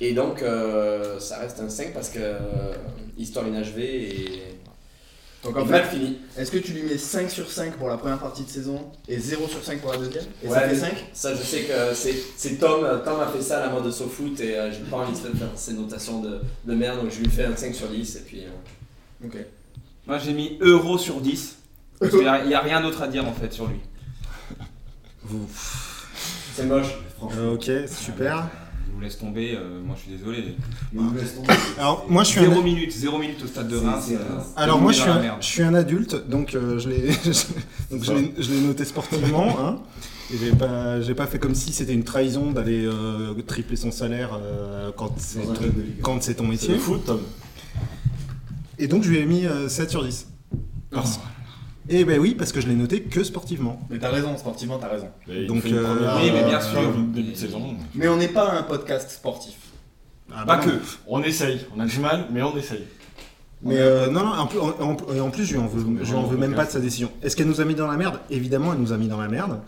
S4: Et donc, euh, ça reste un 5 parce que euh, histoire inachevée et.
S6: Donc
S4: et
S6: en
S4: mal
S6: fait,
S4: fini.
S6: est-ce que tu lui mets 5 sur 5 pour la première partie de saison et 0 sur 5 pour la deuxième Et
S4: Ouais,
S6: ça fait
S4: mais
S6: 5
S4: Ça, je sais que c'est c'est Tom. euh, Tom a fait ça à la mode de foot et euh, j'ai pas envie de faire ces notations de, de merde. Donc, je lui fais un 5 sur 10. Et puis, euh,
S6: Ok.
S1: Moi, j'ai mis euro sur 10. Parce qu'il y a- il y a rien d'autre à dire en fait sur lui.
S4: c'est moche.
S7: Franchement,
S5: Euh, ok, super.
S1: Je vous laisse tomber, euh, moi je suis désolé.
S7: mais nous laisse tomber.
S5: Alors, moi, je suis un...
S1: Zéro minute, zéro minute au stade de
S7: C'est-
S1: Reims.
S7: c'est-
S1: euh,
S5: Alors moi je
S1: dans
S5: suis,
S1: la
S5: un,
S1: merde.
S5: je suis un adulte, donc euh, je l'ai donc je l'ai- je l'ai noté sportivement. Hein, et j'ai pas, j'ai pas fait comme si c'était une trahison d'aller euh, tripler son salaire euh, quand c'est
S7: Dans un
S5: ton,
S7: club de Ligue un.
S5: quand c'est ton
S3: C'est le
S5: métier.
S3: foot, Tom.
S5: Et donc je lui ai mis euh, 7 sur 10.
S1: Oh.
S5: Parce- Et ben oui, parce que je l'ai noté que sportivement.
S6: Mais t'as raison, sportivement, t'as raison.
S3: Mais il
S5: Donc,
S3: fait une
S5: euh,
S3: première,
S5: oui, mais bien
S3: euh,
S1: sûr.
S3: début de saison.
S6: Mais on n'est pas un podcast sportif.
S5: Ah,
S1: Pas
S5: bah
S1: que.
S5: non.
S3: On essaye, on a du mal, mais on essaye.
S5: Mais euh, non, non, en plus, en, en- et en plus je lui en veux, je lui en veux même pas de sa décision. Est-ce qu'elle nous a mis dans la merde Évidemment, elle nous a mis dans la merde.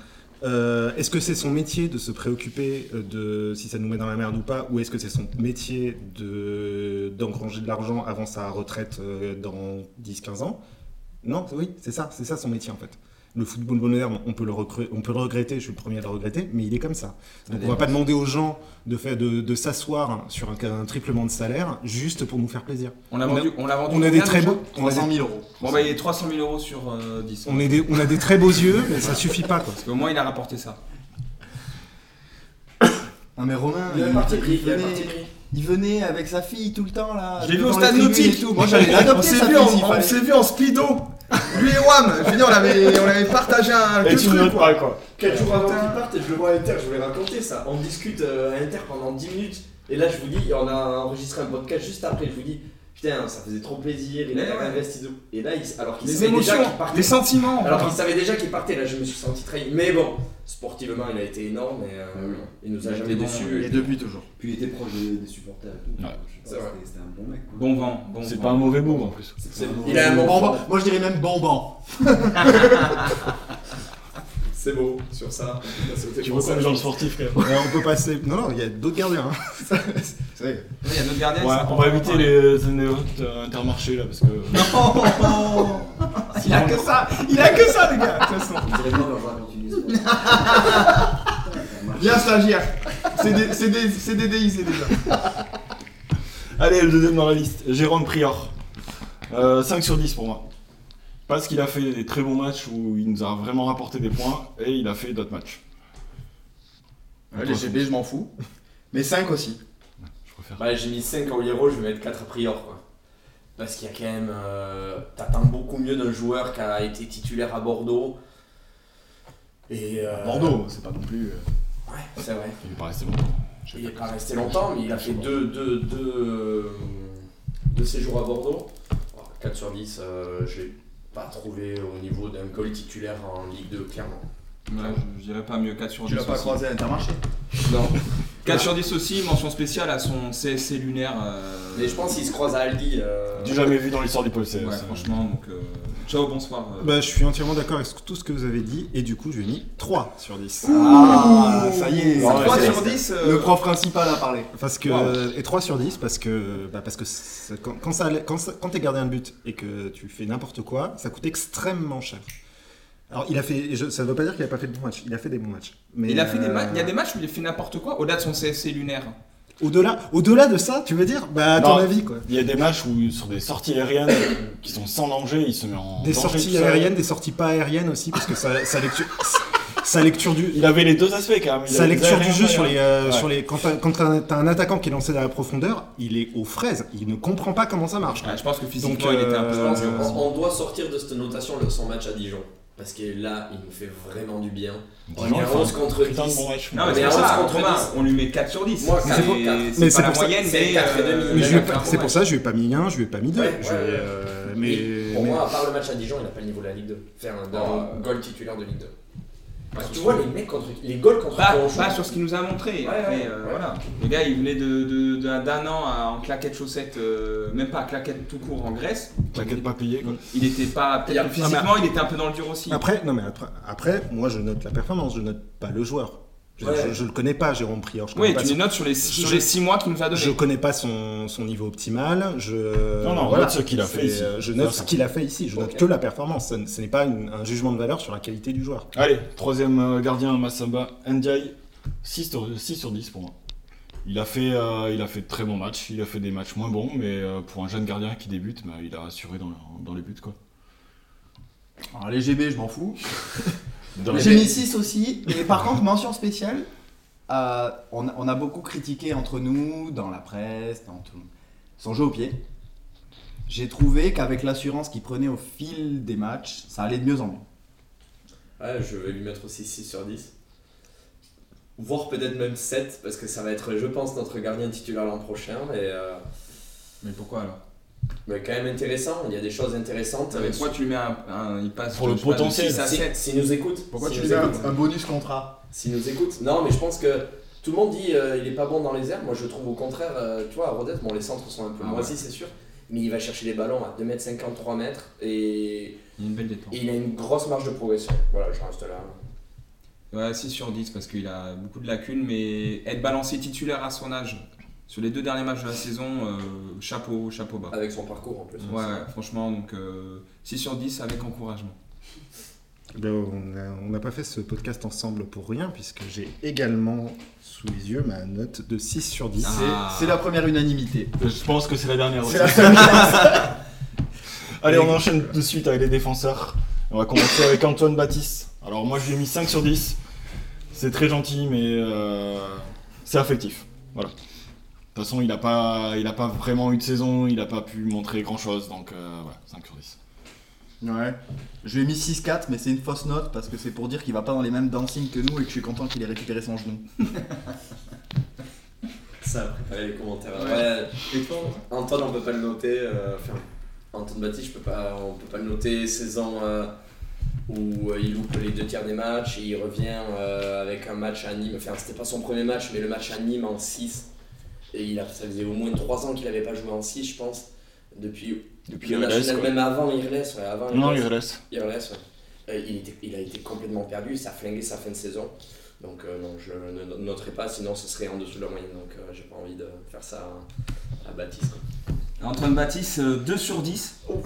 S5: Euh, est-ce que c'est son métier de se préoccuper euh, de si ça nous met dans la merde ou pas Ou est-ce que c'est son métier de, d'engranger de l'argent avant sa retraite euh, dans 10-15 ans Non, oui, c'est ça, c'est ça son métier en fait. Le football moderne, on peut le, recru- on peut le regretter, je suis le premier à le regretter, mais il est comme ça. Donc on va pas demander aux gens de, faire, de, de s'asseoir sur un, un triplement de salaire juste pour nous faire plaisir.
S1: On l'a
S5: On a-
S1: vendu, on l'a vendu.
S5: On a des
S1: combien,
S5: très
S1: déjà
S5: beaux. On a
S6: 300
S5: des,
S6: 000 euros.
S1: Bon bah il est 300 000 euros sur euh, 10.
S5: on est des- on a des très beaux yeux, mais ça suffit pas quoi.
S1: Parce qu'au moins il a rapporté ça.
S6: Non mais Romain,
S4: Il a un parti pris. Il a un parti
S6: venait-
S4: pris.
S6: il venait avec sa fille tout le temps là.
S1: Je l'ai vu
S6: devant
S1: au
S6: les
S1: stade
S6: tribunes
S1: nautique.
S6: et tout. Moi j'allais l'adopter
S1: On s'est
S6: sa
S1: vu,
S6: fille
S1: en-
S6: s'il
S1: on
S6: fallait.
S1: s'est vu en speedo. Lui et Wam. Je veux dire, on avait, on avait partagé un
S3: Et
S1: que
S3: tu ne
S1: truc.
S3: notes
S1: Quoi.
S3: pas quoi.
S4: 4
S1: Ah,
S4: jours avant qu'il parte, et je le vois à Inter, je voulais raconter ça. On discute euh, à Inter pendant 10 minutes. Et là, je vous dis, et on a enregistré un podcast juste après. Je vous dis, putain, ça faisait trop plaisir. Il
S1: Mais
S4: a
S1: ouais.
S4: investi de. Et là, il- alors qu'il
S1: Les
S4: savait déjà
S1: émotions,
S4: qu'il partait.
S1: les sentiments.
S4: Alors qu'il savait déjà qu'il partait, là je me suis senti trahi. Mais bon, sportivement il a été énorme et euh, il nous a
S1: Ah Il
S4: jamais
S1: était bon,
S4: déçus.
S6: Et depuis toujours.
S7: Puis il était proche des, des supporters et tout.
S3: Ouais.
S7: Je
S4: C'est
S7: sais pas,
S4: vrai.
S7: c'était- c'était un bon mec. quoi.
S1: Bon vent, bon
S3: C'est
S1: vent.
S3: pas un mauvais move en plus.
S4: C'est-
S7: un bon
S4: Il a un
S7: mec.
S4: bon
S6: Bonbon. Moi je dirais même bonbon.
S4: C'est beau sur ça. on a sauté
S3: Tu
S4: pour
S3: vois
S4: ça.
S3: comme genre de sportif quand même.
S5: Euh, on peut passer. Non, non, il y a d'autres gardiens. hein.
S1: Ouais, Il y a notre gardien.
S3: Ouais,
S1: c'est
S3: on va
S1: important.
S3: éviter les notes intermarché là parce que. euh,
S1: Il a que ça, il a que ça, les gars. De toute façon.
S7: Je dirais moi quand je raconte une histoire. Ça marche.
S1: Viens stagiaire. C'est des, c'est des, c'est des DI, c'est déjà.
S3: Allez, le deuxième dans la liste, Jérôme Prior. Euh, 5 sur 10 pour moi. Parce qu'il a fait des très bons matchs où il nous a vraiment rapporté des points et il a fait d'autres matchs.
S6: Ouais, Euh, les GB je m'en fous. Mais 5 aussi.
S3: Je préfère.
S4: Ouais, j'ai mis 5 en Oliero, je vais mettre 4 à Prior quoi. Parce qu'il y a quand même. euh, T'attends beaucoup mieux d'un joueur qui a été titulaire à Bordeaux. Et, euh,
S3: Bordeaux, c'est pas non plus. euh,
S4: Ouais, c'est vrai.
S3: Il est pas resté longtemps. Je
S4: Il n'est
S3: sais
S4: pas resté longtemps, mais il a fait deux, deux, deux, euh, deux séjours à Bordeaux. Alors, 4 sur 10, euh, je l'ai pas trouvé au niveau d'un goal titulaire en Ligue 2, clairement.
S1: Ouais, je, je dirais pas mieux 4 sur 10.
S6: Tu l'as pas
S1: aussi.
S6: croisé à l'intermarché
S1: Non. 4 sur 10 aussi, mention spéciale à son CSC lunaire. euh,
S4: Mais je pense qu'il se croise à Aldi. euh,
S3: Du jamais vu dans l'histoire du pôle CS.
S1: Ouais, franchement, donc. euh, Ciao, bonsoir. euh.
S5: Bah, je suis entièrement d'accord avec tout ce que vous avez dit, et du coup, je lui ai mis 3 sur 10.
S6: Ah, ça y est.
S3: Ah ouais,
S6: c'est-
S1: 3 sur 10 euh,
S6: Le prof principal a parlé.
S5: Parce que, Et 3 sur 10, parce que, bah, parce que ça- quand, quand, ça, allait- quand, ça- quand t'es gardien de but et que tu fais n'importe quoi, ça coûte extrêmement cher. Alors, il a fait, et je- ça ne veut pas dire qu'il a pas fait de bons matchs, il a fait des bons matchs. Mais
S1: Il a fait des
S5: euh,
S1: matchs. Il y a des matchs où il a fait n'importe quoi au-delà de son CSC lunaire.
S5: euh, Au-delà au -delà de ça, tu veux dire Bah, à ton
S3: Non.
S5: avis, quoi.
S3: Il y a des matchs où sur des sorties aériennes qui sont sans danger, il se met en
S5: Des
S3: danger
S5: sorties
S3: tout seul.
S5: aériennes, des sorties pas aériennes aussi, parce que sa, sa lecture, sa lecture du,
S3: Il avait les deux aspects quand même. Il
S5: Sa
S3: avait les
S5: lecture du
S3: aériens,
S5: jeu
S3: pas
S5: sur les, euh,
S3: Ouais.
S5: sur les quand t'as quand t'as un, t'as un attaquant qui est lancé dans la profondeur, il est aux fraises, il ne comprend pas comment ça marche.
S1: Ouais, je pense que physiquement,
S5: Donc, euh,
S1: il était un peu.
S4: je pense qu'on-
S5: euh,
S4: on, doit sortir de cette notation de son match à Dijon. Parce que là, il nous fait vraiment du bien. On
S3: Dijon,
S4: est à
S3: ils font
S4: 11 contre
S3: un Putain de
S4: 10.
S3: bon match.
S1: Non, mais
S4: Mais
S1: c'est
S4: un
S1: pour ça,
S4: 11 contre
S1: Romain,
S4: 10.
S1: on lui met 4 sur 10.
S4: Moi,
S1: C'est-
S4: quatre sur quatre. Mais
S1: c'est
S5: c'est
S1: pas la
S5: pour ça-
S1: moyenne,
S4: c'est
S1: mais.
S4: quatre et
S1: euh,
S4: demi.
S5: Mais je lui ai
S4: d'accord,
S5: pas- c'est pour
S4: ouais.
S5: ça je lui ai pas mis 1, je lui ai pas mis 2.
S4: Ouais,
S5: je,
S4: ouais, ouais.
S5: euh, mais,
S4: Et pour
S5: mais-
S4: moi, à part le match à Dijon, il n'a pas le niveau de la Ligue 2. Faire un,
S1: Oh.
S4: un goal titulaire de Ligue 2. Parce que tu vois, les mecs contre, les goals contre
S1: Pas,
S4: qui on joue,
S1: pas Bah, sur ce qu'il nous a montré.
S4: Ouais,
S1: Après,
S4: ouais,
S1: euh,
S4: ouais.
S1: voilà. Le gars, il venait de, de- de- d'un an à- en claquette chaussette, euh, même pas claquette tout court en Grèce.
S3: T'inquiète pas payé quoi.
S1: Il était pas.
S4: Il y a-
S1: Peut-être que physiquement, il était un peu dans le dur aussi.
S5: après non mais après, après, moi je note la performance, je note pas le joueur. Je,
S4: Ouais.
S5: je- je le connais pas Jérôme Prieur, je connais
S1: Oui,
S5: pas
S1: tu les
S5: son,
S1: notes sur les
S5: Je-
S1: 6 mois qu'il nous a donné.
S5: je connais pas son, son niveau optimal, je
S3: Non, non, on note ce qu'il a fait
S5: C'est,
S3: ici.
S5: euh, Je note
S3: Ça,
S5: ce
S3: ça.
S5: qu'il a fait ici, je note
S4: Ok.
S5: que la performance, ça ne- ce n'est pas une- un jugement de valeur sur la qualité du joueur.
S3: Allez, troisième euh, gardien Massamba, Ndiaye, 6 sur, 6 sur 10 pour moi. Il a, fait, euh, il a fait de très bons matchs, il a fait des matchs moins bons, mais euh, pour un jeune gardien qui débute, bah, il a assuré dans, dans les buts quoi.
S6: Alors, Ah, les GB, je m'en fous.
S3: Dans les-
S6: J'ai mis 6 aussi. Et par contre, mention spéciale, euh, on, on a beaucoup critiqué entre nous, dans la presse, dans tout. Son jeu au pied. J'ai trouvé qu'avec l'assurance qu'il prenait au fil des matchs, ça allait de mieux en mieux.
S4: Ouais, je vais lui mettre aussi 6 sur 10. Voire peut-être même 7, parce que ça va être, je pense, notre gardien titulaire l'an prochain. Et, euh,
S1: Mais pourquoi alors
S4: mais quand même intéressant, il y a des choses intéressantes. Euh,
S1: Mais pourquoi tu lui mets un. un- il passe
S3: Pour
S1: de-
S3: le
S1: je sais pas, de
S3: potentiel.
S1: six à
S4: S'il
S1: sept.
S4: s'il nous écoute,
S1: Pourquoi
S4: s'il
S1: tu
S4: nous
S1: les as-
S4: écoute,
S6: un bonus contrat
S4: s'il nous écoute. Non, mais je pense que tout le monde dit euh, il est pas bon dans les airs. Moi, je trouve au contraire, euh, tu vois, à Rodette, bon, les centres sont un peu
S1: Ah
S4: moisis, c'est sûr. Mais il va chercher les ballons à 2m53 mètres et,
S1: Il y a une belle détente.
S4: et il a une grosse marge de progression. Voilà, je reste là.
S1: Ouais, 6 sur 10 parce qu'il a beaucoup de lacunes, mais être balancé titulaire à son âge, sur les deux derniers matchs de la saison, euh, chapeau, chapeau bas.
S4: Avec son parcours en plus.
S1: Ouais, ouais, franchement, donc euh, 6 sur 10 avec encouragement.
S5: Ben, on a- on n'a pas fait ce podcast ensemble pour rien, puisque j'ai également sous les yeux ma note de 6 sur 10.
S1: Ah.
S6: C'est la première unanimité.
S3: Je pense que c'est la dernière aussi.
S6: C'est la seule
S3: Allez, on enchaîne de suite avec les défenseurs. On va commencer avec Antoine Baptiste. Alors moi, je lui ai mis 5 sur 10. C'est très gentil, mais euh, c'est affectif. Voilà. De toute façon, il n'a pas, il a pas vraiment eu de saison, il n'a pas pu montrer grand-chose, donc euh, voilà, 5 sur 10.
S6: Ouais. Je lui ai mis 6-4, mais c'est une fausse note parce que c'est pour dire qu'il va pas dans les mêmes dancing que nous et que je suis content qu'il ait récupéré son genou.
S4: Ça a préparé les commentaires.
S1: Ouais.
S4: Ouais.
S5: hein
S4: Antoine, on peut pas le noter. euh, enfin, Antoine Baptiste, je peux pas, on peut pas le noter. Saison euh, où euh, il loupe les deux tiers des matchs et il revient euh, avec un match à Nîmes. Enfin, c'était pas son premier match, mais le match à Nîmes en 6. Et il a, ça faisait au moins 3 ans qu'il avait pas joué en 6, je pense. Depuis, le national, même avant Irles. Ouais, avant
S3: Non,
S4: Irles.
S3: il laisse.
S4: Irles, ouais. Euh, il, était- il a été complètement perdu, ça a flingué sa fin de saison. Donc euh, non, je ne no- noterai pas, sinon ce serait en dessous de la moyenne. Donc euh, j'ai pas envie de faire ça à, à Baptiste. quoi.
S1: Antoine Baptiste, euh, 2 sur 10.
S4: Oh.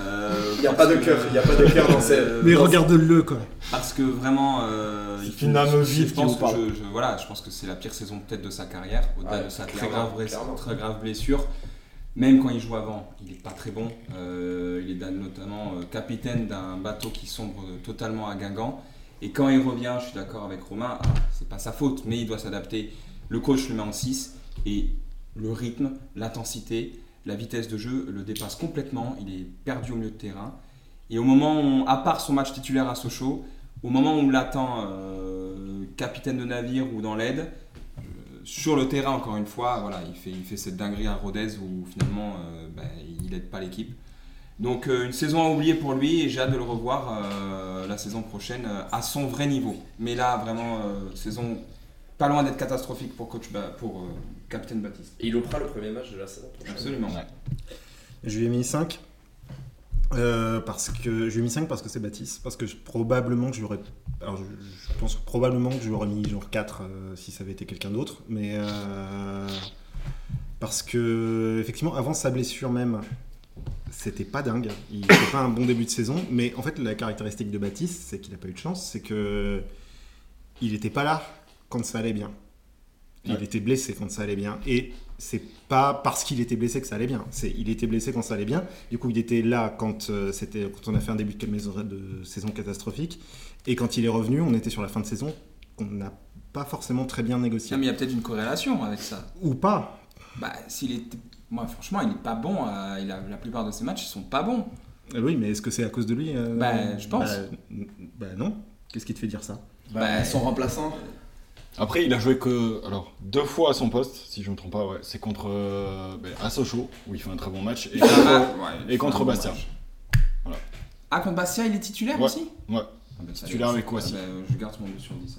S1: Euh,
S4: Il n'y a
S1: parce
S4: pas de
S1: que-
S4: cœur, il n'y a pas de cœur dans ces.
S1: Euh,
S5: Mais
S4: dans-
S5: regarde-le, quoi.
S1: Parce que vraiment, euh,
S3: C'est
S1: il
S3: une âme
S1: je-
S3: vive
S1: je
S3: qui
S1: pense
S3: vous
S1: que
S3: parle.
S1: je, je- voilà, je pense que c'est la pire saison peut-être de sa carrière, au-delà
S4: Ouais,
S1: de sa très
S4: clairement,
S1: grave, bless-
S4: clairement.
S1: très grave blessure. Même quand il joue avant, il n'est pas très bon. Euh, il est notamment euh, capitaine d'un bateau qui sombre euh, totalement à Guingamp. Et quand il revient, je suis d'accord avec Romain, ah, c'est pas sa faute, mais il doit s'adapter. Le coach le met en 6 et le rythme, l'intensité, la vitesse de jeu le dépasse complètement. Il est perdu au milieu de terrain. Et au moment, où- à part son match titulaire à Sochaux, au moment où l'attend euh, capitaine de navire ou dans l'aide, euh, sur le terrain encore une fois, voilà, il fait, il fait cette dinguerie à Rodez où finalement euh, ben, il n'aide pas l'équipe. Donc euh, une saison à oublier pour lui et j'ai hâte de le revoir euh, la saison prochaine euh, à son vrai niveau. Mais là vraiment euh, saison pas loin d'être catastrophique pour coach Ba- pour euh, capitaine Baptiste.
S4: Et il opera le premier match de la saison prochaine.
S1: Absolument.
S5: Je lui ai mis 5. parce que je lui ai mis 5 parce que c'est Baptiste. Parce que je- probablement que je l'aurais. Alors je, je pense probablement que je l'aurais mis genre 4 si ça avait été quelqu'un d'autre. Mais euh, parce que effectivement avant sa blessure même, c'était pas dingue. Il fait pas un bon début de saison. Mais en fait la caractéristique de Baptiste, c'est qu'il n'a pas eu de chance, c'est que il n'était pas là quand ça allait bien. Il
S3: Ouais.
S5: était blessé quand ça allait bien. Et c'est pas parce qu'il était blessé que ça allait bien. C'est il était blessé quand ça allait bien. Du coup, il était là quand euh, c'était quand on a fait un début de, maison- de saison catastrophique. Et quand il est revenu, on était sur la fin de saison qu'on n'a pas forcément très bien négocié.
S1: Tiens mais il y a peut-être une corrélation avec ça.
S5: Ou pas.
S1: Bah, s'il est. Moi, franchement, il est pas bon. euh, il a- La plupart de ses matchs, ils sont pas bons.
S5: Euh, Oui, mais est-ce que c'est à cause de lui euh,
S1: Bah, je pense.
S5: Bah, n- bah non. Qu'est-ce qui te fait dire ça
S1: Bah,
S6: son remplaçant.
S3: Après, il a joué que alors deux fois à son poste, si je me trompe pas. Ouais, c'est contre euh, ben, à Sochaux où il fait un très bon match et contre,
S1: Ah, ouais,
S3: et contre
S1: c'est un bon
S3: Bastia.
S1: match.
S3: Voilà.
S1: Ah, contre Bastia, il est titulaire
S3: Ouais.
S1: aussi
S3: Ouais.
S1: Ah, bah, ça,
S3: Titulaire
S1: c'est-
S3: avec quoi, si
S1: bah, euh, Je garde mon 2 sur 10.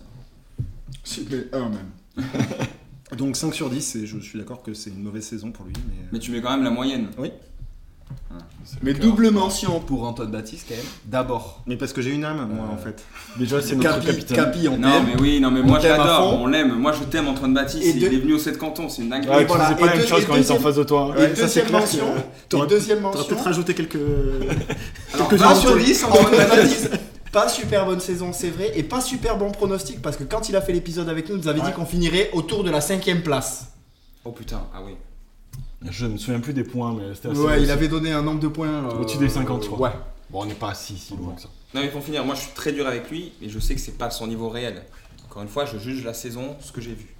S1: alors.
S7: un même.
S5: Donc 5 sur 10, et je suis d'accord que c'est une mauvaise saison pour lui. Mais,
S1: Mais tu mets quand même la moyenne.
S3: C'est
S6: Mais
S3: le
S6: double mention pour Antoine Baptiste, quand même. D'abord,
S5: mais parce que j'ai une âme, moi,
S6: Euh,
S5: en fait.
S3: cœur. Déjà, c'est notre
S6: Capi,
S3: capitaine.
S6: Capi, on
S1: Non,
S6: t'aime.
S1: mais oui, non, mais
S6: On
S1: moi je
S6: t'aime à
S1: l'adore,
S6: fond.
S1: on l'aime. Moi je t'aime, Antoine Baptiste.
S6: Et
S1: Il
S6: de-
S1: est venu au 7 cantons, c'est une dinguerie.
S3: Ouais,
S6: Et voilà,
S3: tu faisais pas la
S6: et
S3: même
S6: deux-
S3: chose
S6: et
S3: quand il est en
S6: deuxième-
S3: face de toi.
S5: Ouais, ça,
S6: et
S5: c'est
S6: deuxième
S5: clair
S6: mention.
S5: que euh,
S6: Et
S5: T'aurais
S6: deuxième
S5: t'aurais
S6: mention.
S5: peut-être rajouté quelques.
S1: Alors,
S5: quelques
S6: Pas
S5: inventions.
S6: sur 10, Antoine Baptiste. Pas super bonne saison, c'est vrai, et pas super bon pronostic parce que quand il a fait l'épisode avec nous, il nous avait dit qu'on finirait autour de la cinquième place.
S1: Oh putain, ah oui.
S3: Je me souviens plus des points, mais c'était assez.
S6: Ouais, il avait donné un nombre de points euh,
S3: Au-dessus des 50, je crois.
S6: Ouais.
S3: Bon, on n'est pas si si loin que ça.
S1: Non, mais pour finir, moi je suis très dur avec lui, mais je sais que c'est pas son niveau réel. Encore une fois, je juge la saison, ce que j'ai vu.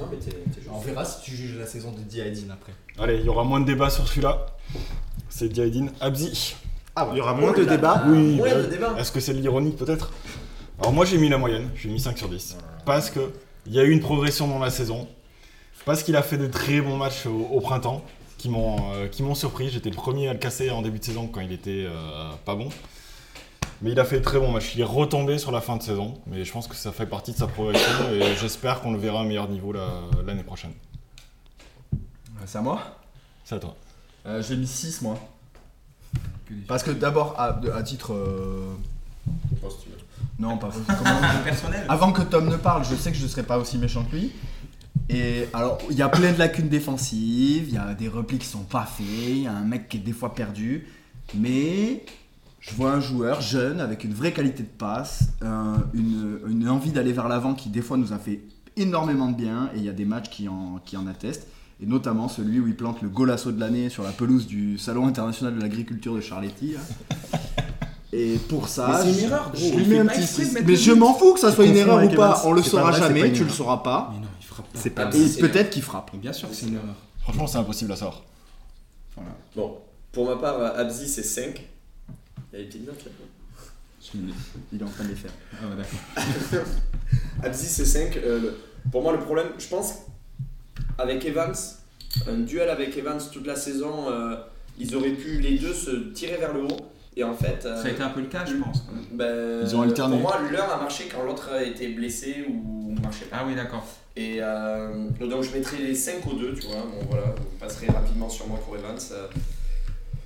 S4: Non, mais t'es t'es juste.
S6: On verra si tu juges la saison de Diadine après.
S3: Allez, il y aura moins de débat sur celui-là. C'est Diaidine Abzi.
S5: Il y aura moins de
S4: Oh là
S5: débats.
S4: là,
S6: Ah,
S3: Oui,
S4: moins
S3: bah
S4: de
S3: oui.
S4: débat.
S3: Est-ce que c'est de l'ironie peut-être Alors moi j'ai mis la moyenne, j'ai mis 5 sur 10. Parce que il y a eu une progression dans la saison. Parce qu'il a fait des très bons matchs au, au printemps qui m'ont euh, qui m'ont surpris. J'étais le premier à le casser en début de saison quand il était euh, pas bon. Mais il a fait des très bons matchs. Il est retombé sur la fin de saison. Mais je pense que ça fait partie de sa progression et j'espère qu'on le verra à un meilleur niveau la- l'année prochaine.
S6: C'est à moi
S3: C'est à toi.
S6: Euh, J'ai mis 6 moi. Parce que d'abord, à, de- à titre. euh,
S4: Posthume.
S6: Non, pas. comment-
S1: Personnel
S6: Avant que Tom ne parle, je sais que je ne serai pas aussi méchant que lui. Et alors, il y a plein de lacunes défensives, il y a des replis qui sont pas faits, il y a un mec qui est des fois perdu. Mais je vois un joueur jeune avec une vraie qualité de passe, un- une, une envie d'aller vers l'avant qui, des fois, nous a fait énormément de bien. Et il y a des matchs qui en, qui en attestent. Et notamment celui où il plante le golasso de l'année sur la pelouse du Salon international de l'agriculture de Charletti. là. Et pour
S1: Mais
S6: ça,
S1: c'est une
S6: je-
S1: erreur, gros.
S6: je lui
S1: Il
S6: mets
S1: fait
S6: un
S1: pas
S6: petit
S1: exprès de
S6: six.
S1: mettre
S6: Mais
S1: le
S6: je
S1: but.
S6: m'en fous que ça soit une
S5: Confond
S6: erreur ou
S5: avec
S6: pas,
S5: Evans.
S6: on le
S5: C'est pas
S6: saura
S5: vrai, c'est pas
S6: jamais,
S5: une
S6: tu le
S5: erreur.
S6: sauras pas.
S1: Mais non, il frappe pas.
S5: C'est
S4: Ah,
S5: pas.
S4: mais
S6: Et
S4: c'est-
S6: peut-être qu'il frappe.
S1: Mais bien sûr que c'est une erreur.
S3: Franchement c'est impossible à savoir.
S4: Bon, pour ma part, euh, Abzi c'est 5. Il y a des petites notes là.
S6: Il est en train de les faire.
S1: Ah, ouais, d'accord.
S4: Abzi c'est 5. pour moi, le problème, je pense, avec Evans, un duel avec Evans toute la saison, euh, ils auraient pu les deux se tirer vers le haut. Et en fait. euh,
S1: Ça a été un peu le cas, je pense. quand même.
S4: ben,
S3: Ils ont alterné.
S4: Pour moi, l'un a marché quand l'autre était blessé ou marchait pas.
S1: Ah oui, d'accord.
S4: Et euh, donc je mettrai les 5 aux 2, tu vois. Bon voilà, vous passerez rapidement sur moi pour Evans. euh,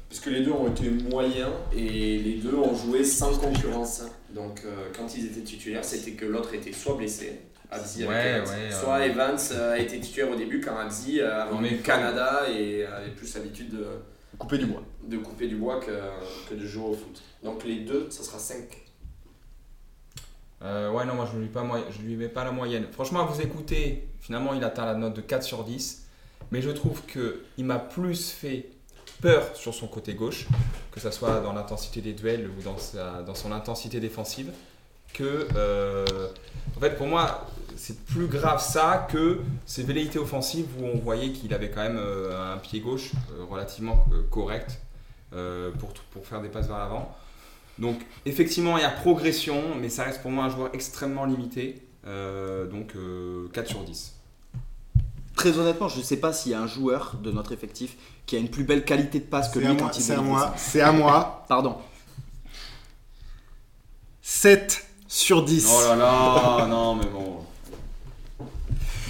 S4: parce que les deux ont été moyens et les deux ont joué sans concurrence. Donc euh, quand ils étaient titulaires, c'était que l'autre était soit blessé, Abzi avec
S1: Ouais,
S4: Evans,
S1: ouais,
S4: soit
S1: euh.
S4: Evans euh, a été titulaire au début quand Abzi euh,
S1: Non,
S4: avait
S1: mais-
S4: le Canada et avait plus l'habitude de,
S6: Couper du bois.
S4: de couper du bois que, que de jouer au foot. Donc les deux, ça sera 5.
S1: Euh, ouais, non, moi je lui, mets pas moy- je lui mets pas la moyenne. Franchement, à vous écouter, finalement il atteint la note de 4 sur 10. Mais je trouve que il m'a plus fait peur sur son côté gauche, que ce soit dans l'intensité des duels ou dans, sa- dans son intensité défensive, que. euh, en fait, pour moi, c'est plus grave ça que ces velléités offensives où on voyait qu'il avait quand même euh, un pied gauche euh, relativement euh, correct euh, pour, tout- pour faire des passes vers l'avant. Donc effectivement, il y a progression, mais ça reste pour moi un joueur extrêmement limité. Euh, donc euh, 4 sur 10.
S8: Très honnêtement, je ne sais pas s'il y a un joueur de notre effectif qui a une plus belle qualité de passe que
S5: C'est
S8: lui
S5: à
S8: quand
S5: moi,
S8: il
S5: c'est à
S8: délivre
S5: moi,
S8: ça.
S5: c'est à moi.
S8: Pardon.
S5: 7 sur 10.
S1: Oh là là, non mais bon.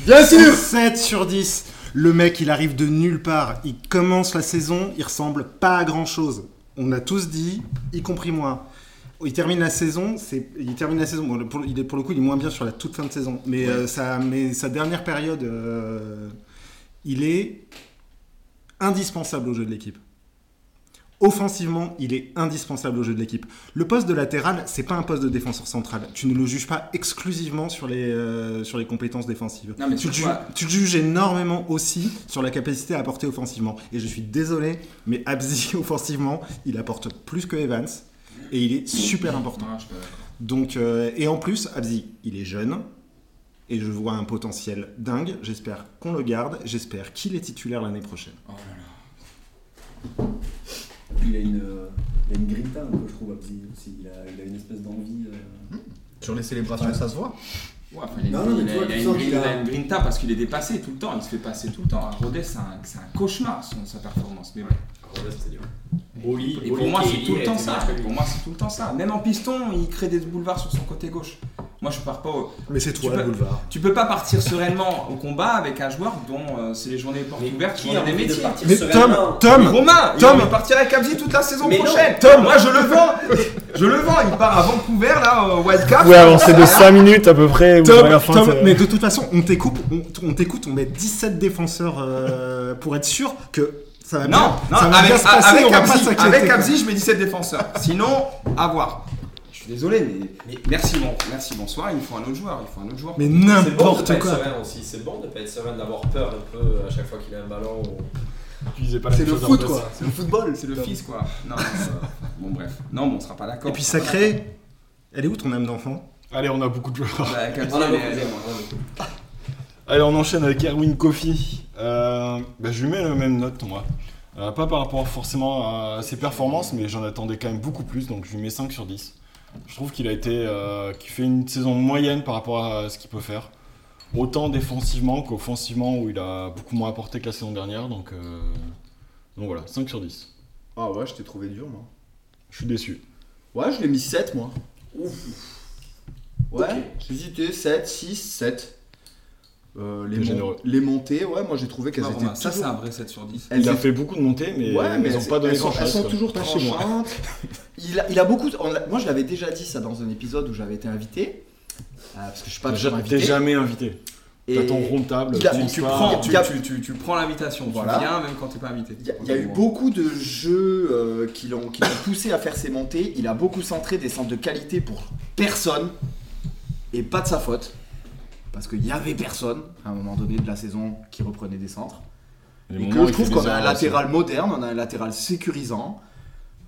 S5: Bien sûr 7 sur 10. Le mec, il arrive de nulle part. Il commence la saison, il ressemble pas à grand-chose. On a tous dit, y compris moi. Il termine la saison, c'est il termine la saison. Bon, le- pour, il est, pour le coup, il est moins bien sur la toute fin de saison, mais euh, sa- mais sa dernière période, euh, il est indispensable au jeu de l'équipe. Offensivement, il est indispensable au jeu de l'équipe. Le poste de latéral, c'est pas un poste de défenseur central. Tu ne le juges pas exclusivement sur les, euh, sur les compétences défensives.
S1: Non, mais
S5: tu, le
S1: tu
S5: ju-
S1: vois-
S5: tu le juges énormément aussi sur la capacité à apporter offensivement. Et je suis désolé, mais Abzi, offensivement, il apporte plus que Evans. Et il est super important.
S1: Non, je suis pas d'accord.
S5: Donc, euh, et en plus, Abzi, il est jeune. Et je vois un potentiel dingue. J'espère qu'on le garde. J'espère qu'il est titulaire l'année prochaine.
S1: Oh là là.
S7: Il a une, euh, il a une grinta un peu, je trouve, Abzi aussi. Il a, il a une espèce d'envie. euh,
S2: Sur les célébrations, ça se voit.
S1: Ouais, enfin, il, a-
S7: Non, non, mais
S1: il a-
S7: tu vois,
S1: il
S7: tout
S1: a une
S7: ça,
S1: green-
S7: il a-
S1: il a une grinta parce qu'il est dépassé tout le temps, il se fait passer tout le temps. À Rodez, c'est un, c'est un cauchemar son, sa performance. Mais bon.
S4: Oli,
S1: Et pour moi, c'est tout le temps ça. Pour moi, c'est tout le temps ça. Même en piston, il crée des boulevards sur son côté gauche. Moi, je pars pas au-
S5: Mais c'est
S1: toi,
S5: toi,
S1: le
S5: le boulevard.
S1: Tu peux pas partir sereinement au combat avec un joueur dont euh, c'est les journées portes
S4: Mais
S1: ouvertes,
S4: qui a
S1: journées des
S4: envie de
S1: métiers.
S4: partir
S5: Mais Tom,
S4: sereinement
S5: Tom,
S1: Romain, il
S5: Tom.
S1: va partir avec Abzi toute la saison
S4: Mais non.
S1: prochaine.
S5: Tom.
S1: moi je le vends, je le vends. Il part à Vancouver là, au Wildcard.
S9: Vous pouvez avancer de 5 minutes à peu près. ou à la
S5: Tom,
S9: fin,
S5: Tom,
S9: ça-
S5: mais de toute façon, on t'écoute, on, on t'écoute, on met 17 défenseurs euh, pour être sûr que ça va
S1: Euh, Non,
S5: bien,
S1: non,
S5: ça va
S1: avec,
S5: bien se passer,
S1: avec
S5: on va pas
S1: Abzi-
S5: s'inquiéter.
S1: avec Abzi, je mets 17 défenseurs. Sinon, à voir. Je suis désolé, mais, merci, bon, merci, bonsoir. Il faut un autre joueur, il faut un autre joueur.
S5: Mais
S4: C'est bon de pas
S5: n'importe
S4: être
S5: quoi.
S4: serein aussi, c'est bon de pas être serein, d'avoir peur un peu à chaque fois qu'il a un ballon. ou-
S3: Utilisez pas la
S6: C'est
S3: même
S6: le
S3: chose en
S6: foot
S3: face.
S6: quoi, c'est le football.
S1: C'est le fils, quoi. Non, euh, bon, bref. Non, mais on sera pas d'accord.
S5: Et puis sacré, elle est où ton âme d'enfant
S3: Allez, on a beaucoup de joueurs.
S1: Bah, Kabzi,
S4: On a
S1: elle
S4: beaucoup
S1: est-
S4: de
S6: euh,
S1: elle est-
S4: joueurs, on a beaucoup.
S3: Allez, on enchaîne avec Erwin Kofi. Euh, bah, je lui mets la même note, moi. Euh, pas par rapport forcément à ses performances, mais j'en attendais quand même beaucoup plus, donc je lui mets 5 sur 10. Je trouve qu'il a été. euh, qu'il fait une saison moyenne par rapport à ce qu'il peut faire. Autant défensivement qu'offensivement, où il a beaucoup moins apporté que la saison dernière, donc. euh, donc voilà, 5 sur 10.
S6: Ah ouais, je t'ai trouvé dur, moi.
S3: Je suis déçu.
S6: Ouais, je l'ai mis 7, moi. Ouf. Ouais, j'hésitais, 7, 6, 7. Euh, les,
S3: T'es
S6: mon-
S3: généreux.
S6: les montées, ouais, moi j'ai trouvé qu'elles
S1: Bah,
S6: étaient.
S1: Romain, ça, c'est
S6: toujours-
S1: un vrai 7 sur 10.
S6: elles
S3: il a
S6: étaient-
S3: fait beaucoup de montées, mais,
S6: ouais, mais
S3: ils n'ont
S6: elles-
S3: pas donné
S6: elles sont,
S3: grand-chose.
S6: elles sont
S3: quoi.
S6: toujours hein.
S5: Pas chez moi.
S6: tranchantes. Il a, il a beaucoup. de- on l'a- moi, je l'avais déjà dit ça dans un épisode où j'avais été invité. euh, parce que je suis pas
S3: T'es
S6: toujours
S3: t'es
S6: invité.
S3: jamais invité. T'as
S6: Et
S3: ton round table,
S6: il a-
S3: ton
S6: tu
S3: spa.
S1: Prends,
S6: il
S1: tu,
S6: y a-
S1: tu- tu- tu prends l'invitation,
S6: Voilà.
S1: tu viens même quand t'es pas invité.
S6: Il y a, il y a eu beaucoup de jeux euh, qui l'ont qui l'ont poussé à faire ses montées. Il a beaucoup centré des centres de qualité pour personne. Et pas de sa faute. Parce qu'il y avait personne à un moment donné de la saison qui reprenait des centres.
S3: Les
S6: Et
S3: moments,
S6: que
S3: il
S6: je trouve
S3: fait
S6: qu'on
S3: des
S6: a un
S3: erreurs aussi.
S6: latéral moderne, on a un latéral sécurisant.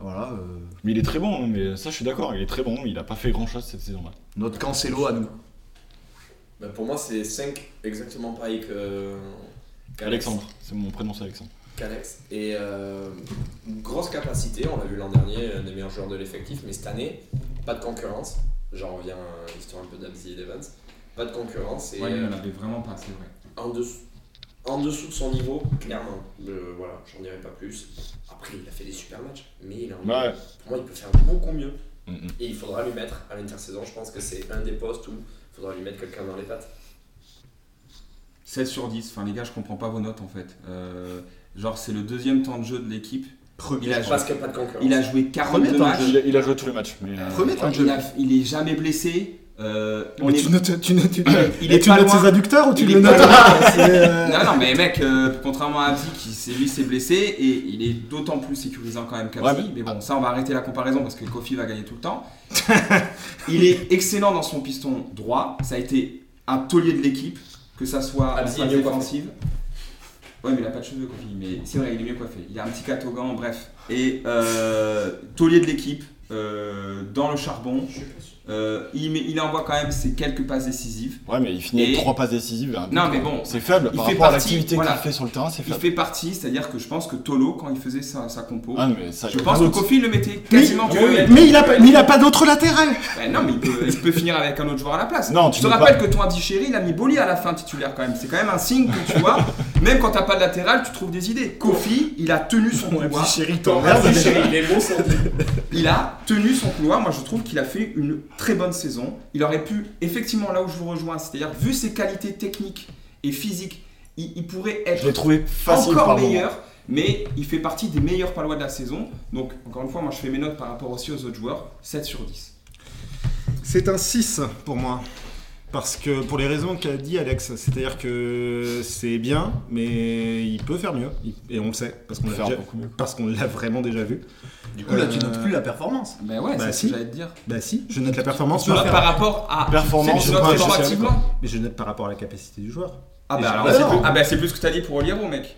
S6: Voilà, euh,
S3: Mais il est très bon, hein, mais ça je suis d'accord, il est très bon, mais il a pas fait grand chose cette saison-là.
S6: notre Cancelo à nous.
S4: Bah, pour moi, c'est 5 exactement pareil que. qu'Alex.
S3: Alexandre, c'est mon prénom, c'est Alexandre.
S4: Calex. Et euh, une grosse capacité, on l'a vu l'an dernier, un des meilleurs joueurs de l'effectif, mais cette année, pas de concurrence. J'en reviens à l'histoire un peu d'Abzi et d'Evans. Pas de concurrence et
S1: Ouais, il
S4: euh,
S1: en avait vraiment pas, c'est vrai.
S4: en, dessous, en dessous de son niveau, clairement. Euh, voilà, j'en dirai pas plus. Après, il a fait des super matchs, mais il a un-
S3: Ouais.
S4: pour moi, il peut faire beaucoup mieux.
S3: Mhm.
S4: Et il faudra lui mettre à l'intersaison, je pense que c'est un des postes où il faudra lui mettre quelqu'un dans les pattes.
S1: 7 sur 10, enfin les gars, je comprends pas vos notes en fait. Euh, genre, c'est le deuxième temps de jeu de l'équipe. Il a,
S4: Parce qu'il n'y a pas de concurrence.
S1: il a joué
S6: Premier
S1: 42
S6: temps de
S1: matchs.
S3: Il a, il a joué tous les matchs, mais. euh,
S6: Premier temps de jeu.
S1: Il, a- il est jamais blessé. Euh, on
S5: Mais
S1: est-
S5: tu notes, tu notes, tu
S1: Il
S5: et
S1: est
S5: tu
S1: pas
S5: notes
S1: loin.
S5: ses adducteurs ou tu
S1: Il
S5: le
S1: est pas
S5: notes
S1: loin.
S5: C'est, euh,
S1: Non, non, mais mec, euh, contrairement à Abdi, qui s'est- lui s'est blessé et il est d'autant plus sécurisant quand même qu'Abdi.
S3: Ouais, mais-
S1: mais... bon, ça, on va arrêter la comparaison parce que Kofi va gagner tout le temps. il est excellent dans son piston droit. Ça a été un taulier de l'équipe, que ça soit en
S4: Abdi est
S1: phase
S4: mieux coiffé.
S1: défensive. Ouais, mais il a pas de cheveux, Kofi. Mais c'est vrai, il est mieux coiffé. Il a un petit catogan, bref. Et euh, taulier de l'équipe, euh, dans le charbon. Euh, il, met- il envoie quand même ses quelques passes décisives.
S3: Ouais, mais il finit
S1: Et-
S3: avec 3 passes décisives. vers un but.
S1: Non, mais bon,
S3: C'est faible
S1: il
S3: par
S1: fait
S3: rapport à
S1: partie,
S3: l'activité
S1: voilà.
S3: qu'il fait sur le terrain, c'est
S1: il
S3: faible.
S1: fait partie, c'est-à-dire que je pense que Tolo, quand il faisait sa, sa compo,
S3: Ah, mais ça,
S1: je
S3: j'ai
S1: pense que
S3: aucun doute.
S1: Kofi le mettait quasiment
S3: oui,
S1: que-
S3: oui.
S5: Mais il a pas, mais il a pas d'autre latéral
S1: Bah non, mais il peut, il peut finir avec un autre joueur à la place.
S3: Non,
S1: Je
S3: tu
S1: te
S3: peux pas.
S1: rappelle que ton Andy Chéri, il a mis Boli à la fin titulaire quand même. C'est quand même un signe que tu vois, même quand t'as pas de latéral, tu trouves des idées. Kofi, il a tenu son couloir.
S5: Chéri,
S4: Attends, vas-y, chérie, les mots sont dits.
S1: Il a tenu son couloir. Moi, je trouve qu'il a fait une très bonne saison. Il aurait pu, effectivement, là où je vous rejoins, c'est-à-dire, vu ses qualités techniques et physiques, il, il pourrait
S3: Je
S1: être
S3: l'ai trouvé facile
S1: encore
S3: par moment.
S1: meilleur. Mais il fait partie des meilleurs palois de la saison. Donc, encore une fois, moi, je fais mes notes par rapport aussi aux autres joueurs. 7 sur 10.
S5: C'est un 6 pour moi. Parce que pour les raisons qu'a dit Alex, c'est-à-dire que c'est bien, mais il peut faire mieux. Il- Et on le sait, parce qu'on l'a
S3: Faire
S5: déjà-
S3: beaucoup mieux.
S5: parce qu'on l'a vraiment déjà vu.
S6: Du coup, là, tu
S5: Euh,
S6: notes plus la performance.
S1: Ben ouais,
S5: Bah,
S1: c'est
S5: si.
S1: ce que j'allais te dire.
S5: Bah si, je note la performance,
S1: Tu notes
S5: mais-
S1: par rapport à.
S3: Performance,
S1: tu
S3: c'est pas
S1: notes
S3: un social,
S1: rétroactivement
S5: mais je note par rapport à la capacité du joueur.
S1: Ah
S5: Et
S1: bah, alors,
S5: j'ai-
S1: c'est
S6: bah
S1: plus,
S6: non.
S1: ah bah, c'est plus ce que t'as dit pour Oliero, mec.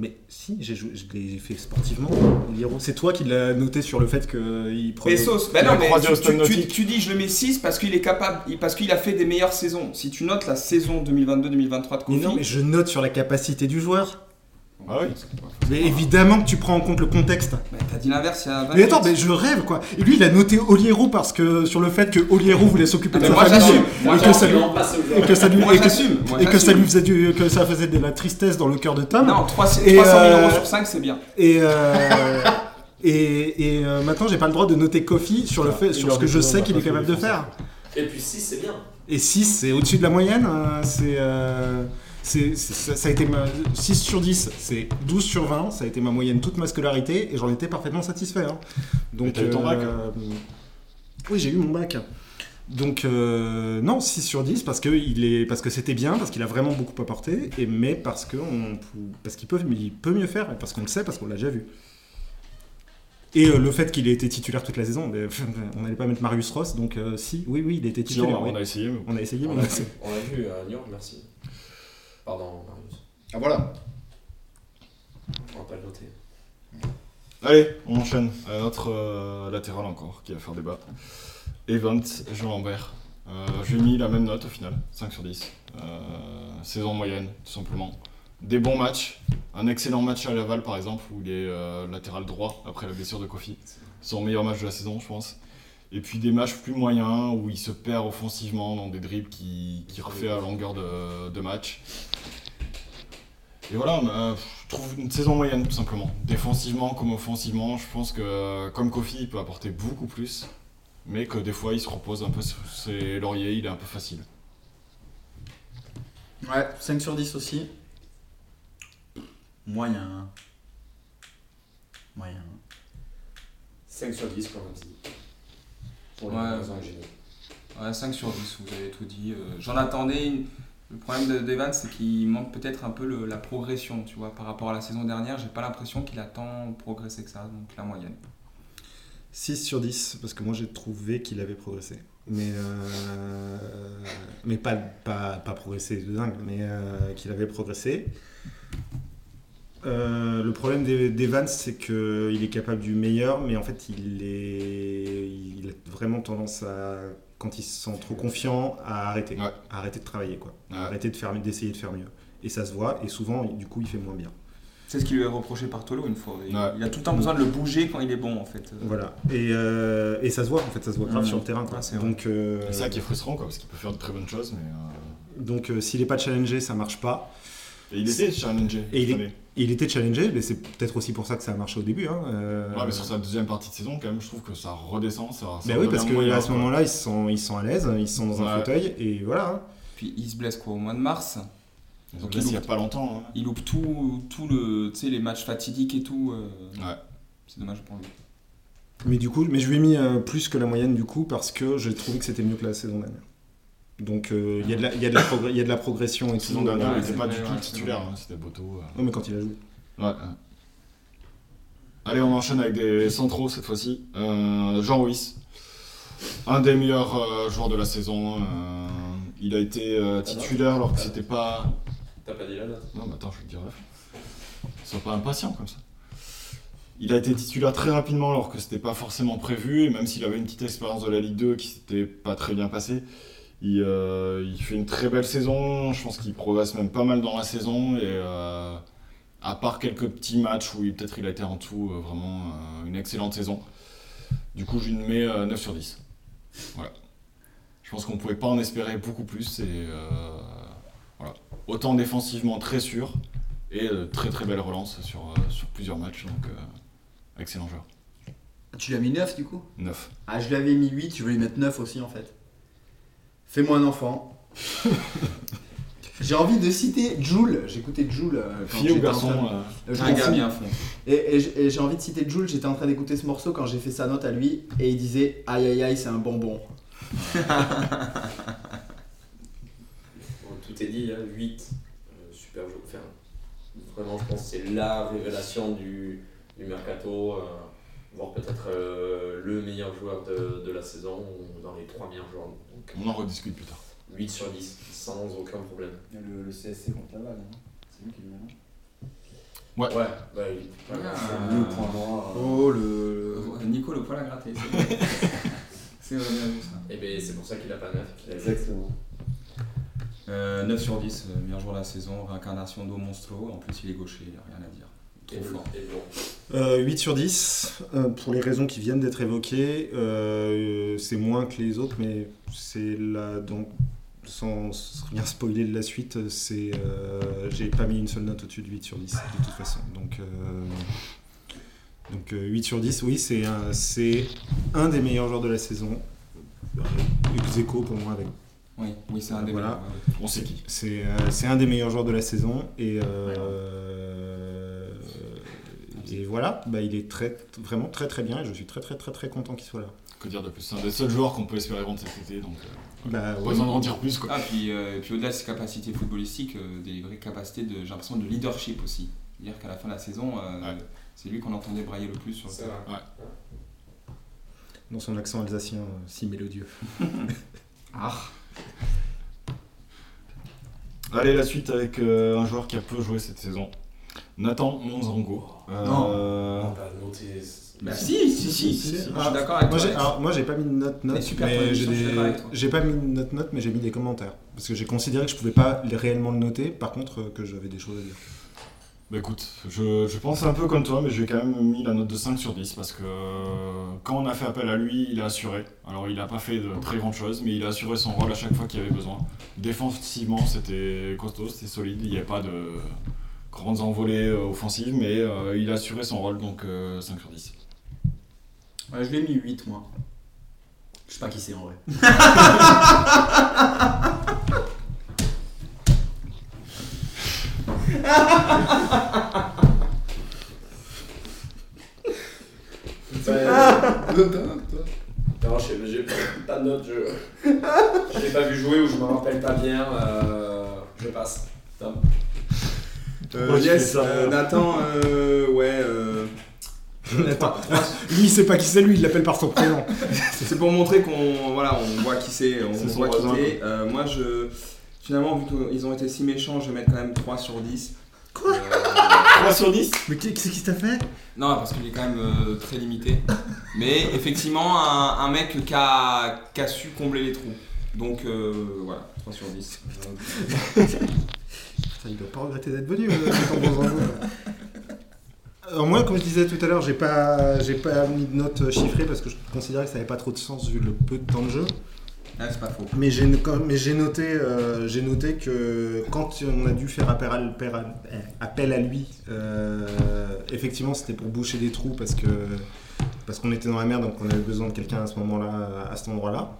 S5: Mais si, j'ai joué, je l'ai fait sportivement. Oliero, c'est toi qui l'as noté sur le fait qu'il prenait.
S1: Pesos, bah non,
S3: a
S1: mais
S3: croisé
S1: tu-
S3: au
S1: tu,
S3: Stade
S1: tu-
S3: Nautique.
S1: tu dis je le mets 6 parce qu'il est capable, il- parce qu'il a fait des meilleures saisons. Si tu notes la saison 2022-2023 de
S5: Mais
S1: Kofi,
S5: non, mais je note sur la capacité du joueur.
S3: Ah oui.
S5: Mais évidemment que tu prends en compte le contexte.
S1: bah, t'as dit l'inverse il y a 20
S5: Mais attends, mais
S1: minutes.
S5: je rêve quoi. Et lui, il a noté Oliero parce que sur le fait que Oliero voulait s'occuper de
S1: Ah, Mais
S5: sa
S1: moi
S5: famille
S1: j'assume,
S4: Moi,
S5: et que
S4: j'en-
S5: ça
S4: je
S5: lui,
S4: l'en passe aux gens.
S5: et que ça lui,
S1: moi
S5: et que,
S1: j'assume, moi
S5: et que ça
S1: j'assume.
S5: lui faisait du, que ça faisait de la tristesse dans le cœur de Tom.
S1: Non, 300
S5: Et,
S1: 300 000
S5: euh,
S1: euros sur 5 c'est bien.
S5: Et, euh, et, et euh, maintenant, j'ai pas le droit de noter Kofi sur le fait, sur ce que je sais qu'il est capable de faire.
S4: Et puis 6, c'est bien.
S5: Et 6, c'est au-dessus de la moyenne. hein, c'est, euh, c'est- c'est- ça, ça a été ma, 6 sur 10, c'est 12 sur 20. Ça a été ma moyenne toute ma scolarité et j'en étais parfaitement satisfait. hein.
S3: Mais
S5: Donc, euh,
S3: t'as eu ton bac
S5: Oui, j'ai eu mon bac. Donc, euh, non, 6 sur 10 parce que, il est, parce que c'était bien, parce qu'il a vraiment beaucoup apporté, et, mais parce, que on, pou- parce qu'il peut, il peut mieux faire, et parce qu'on le sait, parce qu'on l'a déjà vu. Et euh, le fait qu'il ait été titulaire toute la saison, mais, on n'allait pas mettre Marius Ross, donc euh, si, oui, oui, il était
S3: Si, on a-
S5: titulaire. oui.
S3: on a essayé. mais-
S5: On a essayé, mais
S4: On
S5: on
S4: l'a
S5: a
S4: vu, on l'a vu à Lyon, merci. Pardon, Marius.
S6: Ah, voilà.
S4: On va pas le noter.
S3: Allez, on enchaîne. À notre euh, latéral encore, qui va faire débat. Event, Jean Lambert. Euh, J'ai mis la même note au final, 5 sur 10. Euh, saison moyenne, tout simplement. Des bons matchs. Un excellent match à Laval, par exemple, où il est euh, latéral droit après la blessure de Kofi. Son meilleur match de la saison, je pense. Et puis des matchs plus moyens, où il se perd offensivement dans des dribbles qui, qui refait à longueur de, de match. Et voilà, bah, je trouve une saison moyenne tout simplement. Défensivement comme offensivement, je pense que comme Kofi, il peut apporter beaucoup plus, mais que des fois il se repose un peu sur ses lauriers, il est un peu facile.
S6: Ouais, 5 sur 10 aussi. Moyen. Moyen.
S4: 5 sur 10 pour Ramsey. Pour
S1: Ouais.
S4: la raison que j'ai dit.
S1: Ouais, 5 sur 10, vous avez tout dit. Euh, J'en attendais une. Le problème de- d'Evans, c'est qu'il manque peut-être un peu le- la progression, tu vois, par rapport à la saison dernière. J'ai pas l'impression qu'il a tant progressé que ça, donc la moyenne.
S5: 6 sur 10, parce que moi j'ai trouvé qu'il avait progressé. Mais, euh, mais pas, pas, pas progressé de dingue, mais euh, qu'il avait progressé. Euh, le problème des, des Vans, c'est qu'il est capable du meilleur, mais en fait, il, est, il a vraiment tendance à, quand il se sent trop confiant, à arrêter.
S3: Ouais.
S5: À arrêter de travailler, quoi. À
S3: Ouais.
S5: arrêter de faire mieux- d'essayer de faire mieux. Et ça se voit, et souvent, il- du coup, il fait moins bien.
S1: C'est ce qu'il lui est reproché par Tolo une fois. Il,
S3: Ouais.
S1: il a tout le temps besoin de le bouger quand il est bon, en fait. Euh,
S5: Voilà. Et, euh, et ça se voit, en fait, ça se voit grave sur le terrain. Quoi.
S1: Ah, c'est vrai.
S5: Donc, euh,
S3: Mmh. C'est ça qui est frustrant quoi, parce qu'il peut faire de très bonnes choses, mais. euh,
S5: Donc euh, s'il n'est pas challengé, ça marche pas.
S3: Et il était challengé.
S5: Et il est-
S3: cette année.
S5: Il était challengé, mais c'est peut-être aussi pour ça que ça a marché au début. hein, euh,
S3: Ouais, mais sur sa deuxième partie de saison, quand même, je trouve que ça redescend. Ça, ça
S5: Bah oui,
S3: redevient
S5: parce que
S3: moyen,
S5: à ce
S3: quoi.
S5: moment-là, ils sont, ils sont à l'aise, ils sont dans un
S3: Ouais.
S5: fauteuil, et voilà. hein.
S1: Puis il se blesse quoi, au mois de mars
S3: Ils ont blessé il y a pas longtemps. hein.
S1: Il loupe tout, tout le, tu sais, les matchs fatidiques et tout. euh,
S3: Ouais.
S1: C'est dommage pour lui.
S5: Mais du coup, mais je lui ai mis euh, plus que la moyenne du coup parce que j'ai trouvé que c'était mieux que la saison dernière. Donc euh, il y a de la- il y, a de la progr- il y a de la progression et
S3: La saison
S5: tout.
S3: dernière,
S1: ouais,
S3: il
S1: c'est
S3: était pas
S1: vrai,
S3: du tout
S1: ouais, c'est
S3: titulaire,
S1: vrai.
S3: hein, c'était Boto. euh,
S5: Non, mais quand il a joué.
S3: Ouais. ouais. Allez, on enchaîne avec des centraux cette fois-ci. Euh, Jean Ruiz, un des meilleurs euh, joueurs de la saison. euh, il a été euh, titulaire alors que c'était pas.
S4: T'as pas dit la note
S3: Non, mais attends, je vais te dire. Sois pas impatient comme ça. Il a été titulaire très rapidement alors que c'était pas forcément prévu, et même s'il avait une petite expérience de la Ligue 2 qui s'était pas très bien passée, il, euh, il fait une très belle saison, je pense qu'il progresse même pas mal dans la saison, et euh, à part quelques petits matchs où il- peut-être il a été en tout euh, vraiment euh, une excellente saison, du coup je lui mets euh, 9 sur 10. Voilà. Je pense qu'on pouvait pas en espérer beaucoup plus, et euh, voilà. autant défensivement très sûr, et euh, très très belle relance sur, euh, sur plusieurs matchs, donc euh, excellent joueur.
S6: Tu lui as mis 9 du coup
S3: 9.
S6: Ah, je lui avais mis 8, je voulais lui mettre 9 aussi en fait. Fais-moi un enfant. J'ai envie de citer Joule. J'écoutais Joule euh, quand
S3: Fille ou
S6: j'étais en
S3: garçon
S6: train de-
S3: euh,
S6: Euh, je
S1: Un
S6: m'en
S1: gars
S6: fous.
S1: bien à fond.
S6: Et, et j- et j'ai envie de citer Jules, j'étais en train d'écouter ce morceau quand j'ai fait sa note à lui et il disait Aïe aïe aïe, c'est un bonbon.
S4: Bon, tout est dit, hein, 8, euh, super jeu. Enfin, vraiment, je pense que c'est la révélation du, du mercato, euh, voire peut-être euh, le meilleur joueur de, de la saison, ou dans les trois meilleurs joueurs. Donc
S3: On en rediscute plus tard.
S4: 8 sur 10, sans aucun problème.
S7: Il y a Le, le CSC contre Laval, hein. c'est lui qui le met là.
S3: Ouais.
S4: Ouais, bah, il-
S1: Ah.
S7: Lui, au point noir. euh,
S1: Oh le. Nico le poil à gratter. C'est vrai, bien vu ça.
S4: Et ben, c'est pour ça qu'il a pas 9, qu'il a huit.
S7: Exactement.
S1: Euh, 9 sur 10, euh, meilleur joueur de la saison, réincarnation d'eau monstro. En plus, il est gaucher, il a rien à dire.
S4: Et
S1: Trop fort.
S4: et bon.
S5: Euh, 8 sur 10, euh, pour les raisons qui viennent d'être évoquées, euh, c'est moins que les autres, mais c'est là, donc, sans rien spoiler de la suite, c'est, euh, j'ai pas mis une seule note au-dessus de 8 sur 10, de toute façon. Donc, euh, donc euh, 8 sur 10, oui, c'est un, c'est un des meilleurs joueurs de la saison. Euh, Ex aequo pour moi avec
S1: Oui, oui c'est un des
S5: Voilà.
S1: meilleurs. ouais.
S3: On sait qui.
S5: c'est euh, c'est un des meilleurs joueurs de la saison et, euh, et voilà, bah, il est très, vraiment très très bien et je suis très très très très content qu'il soit là.
S3: Que dire de plus C'est un des seuls joueurs qu'on peut espérer vendre cet été, donc euh,
S5: Bah,
S3: pas
S5: ouais.
S3: besoin d'en dire plus quoi.
S1: Ah, puis, euh, puis au-delà de ses capacités footballistiques, euh, des vraies capacités, de, j'ai l'impression, de leadership aussi. C'est-à-dire qu'à la fin de la saison, euh,
S3: Ouais.
S1: c'est lui qu'on entendait brailler le plus sur le
S4: C'est
S1: terrain.
S4: vrai.
S5: Dans son accent alsacien euh, si mélodieux.
S3: Allez, la suite avec euh, un joueur qui a peu joué cette saison. Nathan Monzango. Euh,
S4: Ah, On va noter.
S1: Bah si, si, si,
S5: Si, si.
S1: je
S5: Ah,
S1: suis d'accord avec toi.
S5: Moi j'ai,
S1: Alex.
S5: alors, moi j'ai pas mis de note
S1: Mais
S5: note,
S1: super
S5: mais j'ai,
S1: proposition, je suis
S5: des-
S1: d'accord avec toi.
S5: j'ai pas mis de note note mais j'ai mis des commentaires parce que j'ai considéré que je pouvais pas les- réellement le noter, par contre euh, que j'avais des choses à dire.
S3: Bah écoute, je, je pense un peu comme toi, mais j'ai quand même mis la note de 5 sur 10 parce que euh, quand on a fait appel à lui, il a assuré. Alors il n'a pas fait de très grande chose, mais il a assuré son rôle à chaque fois qu'il y avait besoin. Défensivement, c'était costaud, c'était solide, il n'y a pas de grandes envolées euh, offensives, mais euh, il a assuré son rôle, donc euh, 5 sur 10.
S6: Ouais, je lui ai mis 8 moi. Je sais pas qui c'est en vrai.
S4: hein, Non, je sais- j'ai pas, pas de note, je. Je l'ai pas vu jouer ou je me rappelle pas bien, euh, je passe. Tom.
S3: Pourquoi tu fais
S2: yes,
S3: ça,
S2: euh,
S3: alors
S2: Nathan, euh, ouais. euh,
S5: Lui il sait pas qui c'est lui, il l'appelle par son prénom.
S2: C'est pour montrer qu'on voilà, on voit qui c'est, on
S3: C'est son
S2: voit qui
S3: voisin,
S2: c'est. Euh, moi, je finalement, vu qu'ils ont été si méchants, je vais mettre quand même 3 sur 10.
S3: 3 sur 10
S5: mais qui, c'est qui t'a fait
S1: Euh, Non, parce qu'il est quand même euh, très limité. Mais effectivement, un, un mec qui a, qui a su combler les trous. Donc euh, voilà, 3 sur Euh, 10.
S5: Putain, il doit pas regretter d'être venu, euh, Nathan Bonzango. Alors Euh, moi, comme je disais tout à l'heure, j'ai pas, j'ai pas mis de notes euh, chiffrées parce que je considérais que ça avait pas trop de sens vu le peu de temps de jeu.
S1: Ah, c'est pas faux.
S5: Mais j'ai, quand- mais j'ai noté, euh, j'ai noté que quand on a dû faire appel à, appel à- appel à lui, euh, effectivement, c'était pour boucher des trous parce que parce qu'on était dans la merde, donc on avait besoin de quelqu'un à ce moment-là, à cet endroit-là.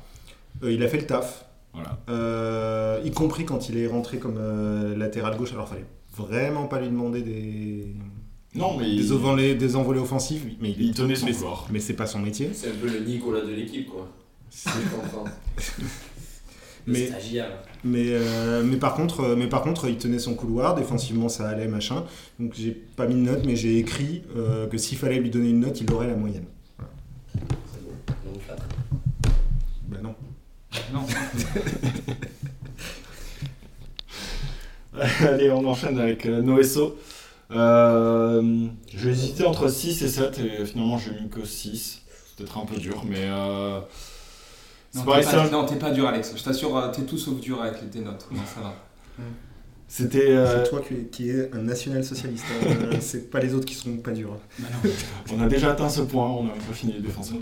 S5: Euh, il a fait le taf.
S3: Voilà.
S5: Euh, y compris quand il est rentré comme euh, latéral gauche. Alors, fallait vraiment pas lui demander des,
S3: Non, mais
S5: des,
S3: il,
S5: envolées, des envolées offensives. oui, Mais, il est-
S3: il tenait son
S5: mais-
S3: couloir.
S5: mais c'est pas son métier.
S4: C'est un peu le Nicolas de l'équipe, quoi. Je comprends. Le
S5: Mais-
S4: stagiaire.
S5: Mais, euh, mais, par contre, euh, mais par contre, il tenait son couloir. Défensivement, ça allait, machin. Donc, j'ai pas mis de note, mais j'ai écrit euh, que s'il fallait lui donner une note, il aurait la moyenne.
S4: C'est bon. Donc, quatre.
S5: Bah non.
S1: Non.
S3: Allez, on enchaîne avec euh, Noesso. Euh, J'ai hésité entre 6 et 7 et finalement j'ai mis que 6. C'est peut-être un peu dur, mais. euh, c'est
S1: Non,
S3: pareil,
S1: t'es
S3: c'est un-
S1: pas, non, t'es pas dur, Alex. Je t'assure, euh, t'es tout sauf dur avec les- tes notes. Non, ça va.
S3: C'était. euh,
S5: C'est toi qui, qui es un national-socialiste. hein. c'est pas les autres qui seront pas durs. hein.
S3: On a déjà atteint ce point, on n'a même pas fini les défenseurs.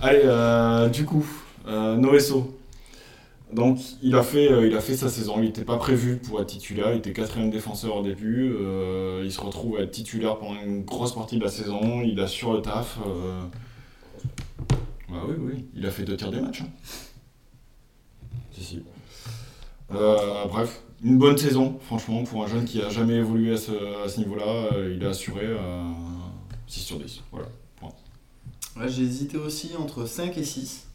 S3: Allez, euh, du coup, euh, Noesso. Donc, il a, fait, euh, il a fait sa saison. Il n'était pas prévu pour être titulaire. Il était quatrième défenseur au début. Euh, il se retrouve à être titulaire pendant une grosse partie de la saison. Il assure le taf. euh. Bah oui, oui. Il a fait deux tiers des matchs. hein. Si, si. Euh, bref, une bonne saison, franchement, pour un jeune qui a jamais évolué à ce, à ce niveau-là. euh, il a assuré euh, 6 sur 10. Voilà.
S6: Ouais, j'ai hésité aussi entre 5 et 6.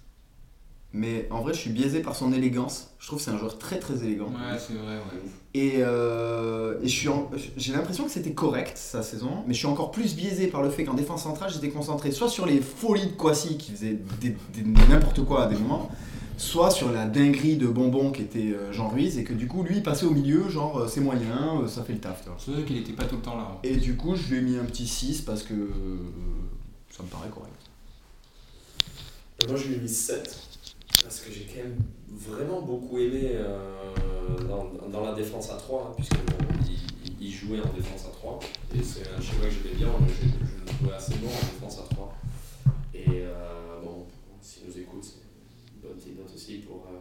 S6: Mais en vrai, je suis biaisé par son élégance. Je trouve que c'est un joueur très très élégant.
S1: Ouais, c'est vrai, ouais.
S6: Et, euh, et je suis en- j'ai l'impression que c'était correct sa saison, mais je suis encore plus biaisé par le fait qu'en défense centrale, j'étais concentré soit sur les folies de Kwasi qui faisait des- des- n'importe quoi à des moments, soit sur la dinguerie de Bonbon qui était euh, Jean Ruiz, et que du coup, lui, il passait au milieu, genre, euh, c'est moyen, euh, ça fait le taf, tu vois.
S1: C'est vrai qu'il était pas tout le temps là. hein.
S6: Et du coup, je lui ai mis un petit 6 parce que euh, ça me paraît correct.
S4: Moi, je lui ai mis 7 parce que j'ai quand même vraiment beaucoup aimé euh, dans, dans la défense à 3, puisque bon, il, il- il jouait en défense à 3. Et c'est un schéma que j'aimais bien, mais je, je le trouvais assez bon en défense à 3. Et euh, bon, s'il nous écoute, c'est une bonne petite note aussi pour euh,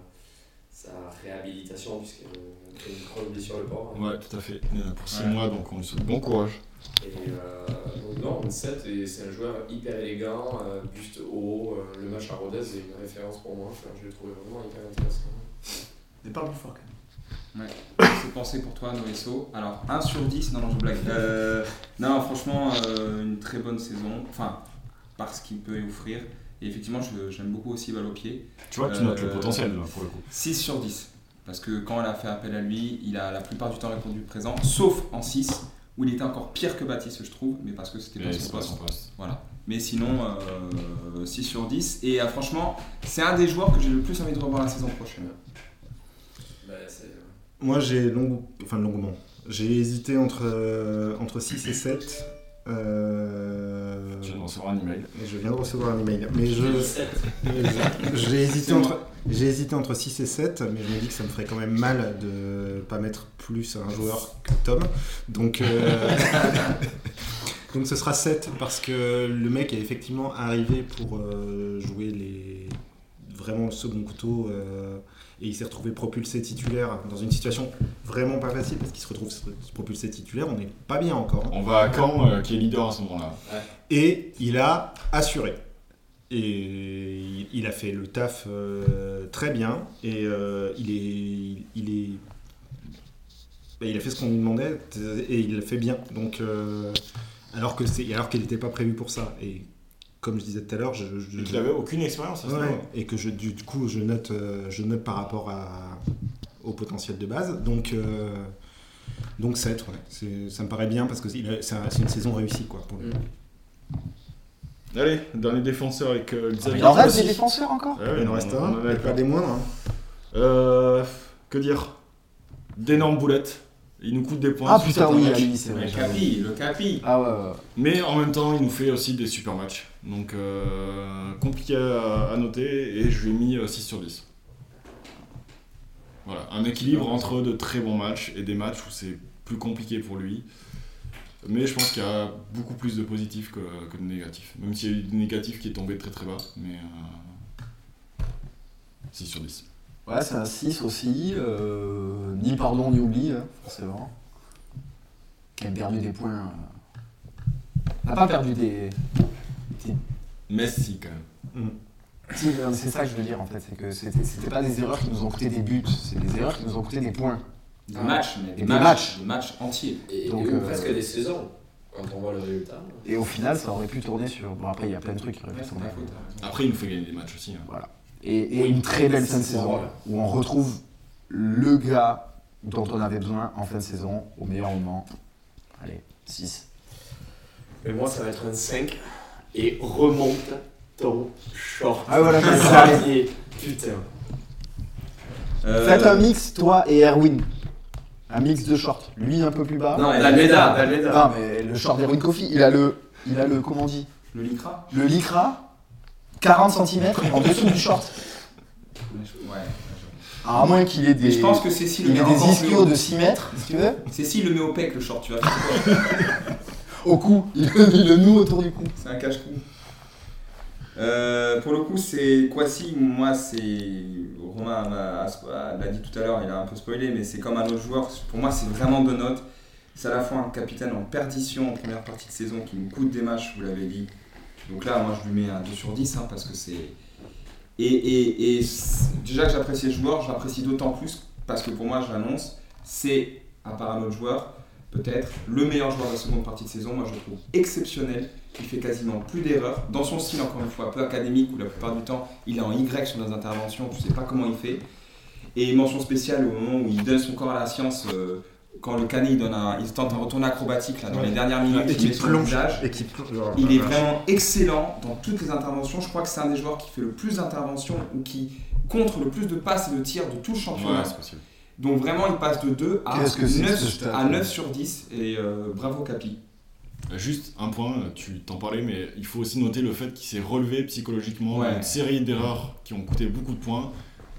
S4: sa réhabilitation, puisqu'il a une grosse blessure le port. hein.
S3: Ouais, tout à fait. Il y en a pour 6 mois, donc on lui souhaite bon courage.
S4: Et euh, donc non, mais Seth, et c'est un joueur hyper élégant, euh, buste haut. euh, le match à Rodez est une référence pour moi. Enfin, je l'ai trouvé vraiment hyper intéressant.
S6: Mais parle plus fort quand même.
S1: C'est pensé pour toi, Noesso. Alors, 1 sur 10, non, non, je blague. Euh, non, franchement, euh, une très bonne saison. Enfin, parce qu'il peut offrir. Et effectivement, je- j'aime beaucoup aussi balle au pied.
S3: Tu vois, tu
S1: Euh,
S3: notes le potentiel là, pour le coup.
S1: 6 sur 10. Parce que quand elle a fait appel à lui, il a la plupart du temps répondu présent, sauf en 6, où il était encore pire que Baptiste, je trouve, mais parce que c'était pas
S3: Mais
S1: son
S3: c'est pas
S1: poste.
S3: son poste.
S1: Voilà. Mais sinon, euh, 6 sur 10. Et euh, franchement, c'est un des joueurs que j'ai le plus envie de revoir la saison prochaine.
S4: Bah, c'est,
S5: Moi, j'ai long... enfin, longuement. J'ai hésité entre, euh, entre 6 et 7. euh,
S3: Tu viens de recevoir un email.
S5: Et je viens de recevoir un email. Mais je.
S4: Le Seth,
S5: J'ai hésité, entre... j'ai hésité entre 6 et 7, mais je me dis que ça me ferait quand même mal de pas mettre plus à un joueur que Tom. Donc, euh, Donc ce sera 7, parce que le mec est effectivement arrivé pour euh, jouer les... vraiment le second couteau, euh, et il s'est retrouvé propulsé titulaire dans une situation vraiment pas facile, parce qu'il se retrouve propulsé titulaire, on n'est pas bien encore. hein.
S3: On va à Caen, euh, qui est leader à ce moment-là.
S5: Et il a assuré. Et il- il a fait le taf euh, très bien. Et euh, il est. Il est ben, il a fait ce qu'on lui demandait et il le fait bien. Donc, euh, alors que c'est, alors qu'il n'était pas prévu pour ça. Et comme je disais tout à l'heure, je, je-
S3: Et qu'il avait aucune expérience à ce
S5: Ouais,
S3: moment-là.
S5: et que je, du coup je note, euh, je note par rapport à, au potentiel de base. Donc, euh, donc 7, ouais. C'est- ça me paraît bien parce que c'est, il a- c'est un- c'est une saison réussie quoi, pour lui.
S3: Allez, dernier défenseur avec euh, Xavier.
S6: Il en reste
S3: Rossi.
S6: des défenseurs encore
S3: Ouais,
S5: Il en
S3: on-
S5: reste
S3: on en
S5: un,
S3: avait
S5: et pas
S3: peur.
S5: des moindres. hein.
S3: Euh, que dire D'énormes boulettes. Il nous coûte des points.
S6: Ah
S3: sur
S6: putain,
S3: certains
S6: oui,
S3: matchs.
S6: Ali, c'est vrai.
S1: Le capi, le capi.
S6: Ah ouais, ouais, ouais.
S3: Mais en même temps, il nous fait aussi des super matchs. Donc, euh, compliqué à, à noter. Et je lui ai mis euh, 6 sur 10. Voilà, un équilibre entre de très bons matchs et des matchs où c'est plus compliqué pour lui. Mais je pense qu'il y a beaucoup plus de positifs que, que de négatifs. Même s'il y a eu du négatif qui est tombé très très bas. Mais euh, 6 sur 10.
S6: Ouais, c'est un 6 aussi. euh, ni pardon ni oubli, hein, forcément. Qui a perdu des points. euh, N'a pas perdu des.
S3: Messi quand même.
S6: Si, non, C'est ça que je veux dire en fait. C'est que c'était c'était pas des erreurs qui nous ont coûté des buts, c'est des erreurs qui nous ont coûté des points.
S1: Des
S4: Ah.
S1: matchs, mais des,
S6: Des
S1: matchs,
S6: matchs.
S1: Des matchs entiers.
S4: et,
S6: Donc,
S4: et
S6: euh,
S4: presque des saisons, quand on voit le résultat.
S6: Et au final, ça aurait pu tourner sur. Bon, après, il y a plein de trucs qui auraient
S1: Ouais,
S6: pu
S1: c'est
S6: tourner.
S1: ta faute, t'as raison.
S3: Après, il nous fait gagner des matchs aussi. hein.
S6: Et, et une très belle fin de saison où on retrouve le gars dont on avait besoin en fin de saison au meilleur moment. Allez, 6.
S4: Mais moi, ça va être un 5. Et remonte ton short.
S6: Ah voilà, c'est ça.
S4: Xavier. Putain.
S1: Euh,
S6: Faites un mix, toi et Erwin. Un mix de shorts. Lui un peu plus bas.
S1: Non, Dalmeda,
S6: Non, mais le short d'Heroin Coffee, il a le, il a le, comment on dit
S1: Le Lycra
S6: Le lycra, 40 cm en dessous du short.
S1: Ouais, je- ouais.
S6: À moins qu'il ait des,
S1: Mais je pense que Cécile le
S6: il
S1: met
S6: ait des
S1: encore plus
S6: ischios
S1: haut.
S6: de 6 mètres, si tu veux,
S1: Cécile le met au pec le short, tu vas faire quoi
S6: au cou. Il, il le noue autour du cou.
S1: C'est un cache-cou. Euh, pour le coup, c'est Kwasi. Moi, c'est. Romain m'a- a- l'a dit tout à l'heure, il a un peu spoilé, mais c'est comme un autre joueur. Pour moi, c'est vraiment de note. C'est à la fois un capitaine en perdition en première partie de saison qui nous coûte des matchs, vous l'avez dit. Donc là, moi, je lui mets un 2 sur 10 hein, parce que c'est. Et, et- et c'est- déjà que j'apprécie le joueur, je l'apprécie d'autant plus parce que pour moi, je l'annonce, c'est, à part un autre joueur, peut-être le meilleur joueur de la seconde partie de saison. Moi, je le trouve exceptionnel il fait quasiment plus d'erreurs, dans son style encore une fois, peu académique, où la plupart du temps il est en Y sur nos interventions, tu sais pas comment il fait. Et mention spéciale au moment où il donne son corps à la science, euh, quand le canet il, donne un, il tente un retourné acrobatique là, dans les dernières minutes,
S5: Et
S1: il
S5: qui
S1: met son
S5: plonge.
S1: visage.
S5: Et qui plonge. genre,
S1: Il est
S5: voilà.
S1: vraiment excellent dans toutes les interventions. Je crois que c'est un des joueurs qui fait le plus d'interventions ou qui contre le plus de passes et de tirs de tout le championnat.
S3: Ouais, c'est possible.
S1: Donc vraiment, il passe de 2 à,
S6: Qu'est-ce que c'est que ce
S1: 9,
S6: stat,
S1: à
S6: ouais.
S1: 9 sur 10. Et euh, bravo Capi.
S3: Euh, Juste un point, euh, tu t'en parlais, mais il faut aussi noter le fait qu'il s'est relevé psychologiquement
S1: Ouais.
S3: d'une série d'erreurs qui ont coûté beaucoup de points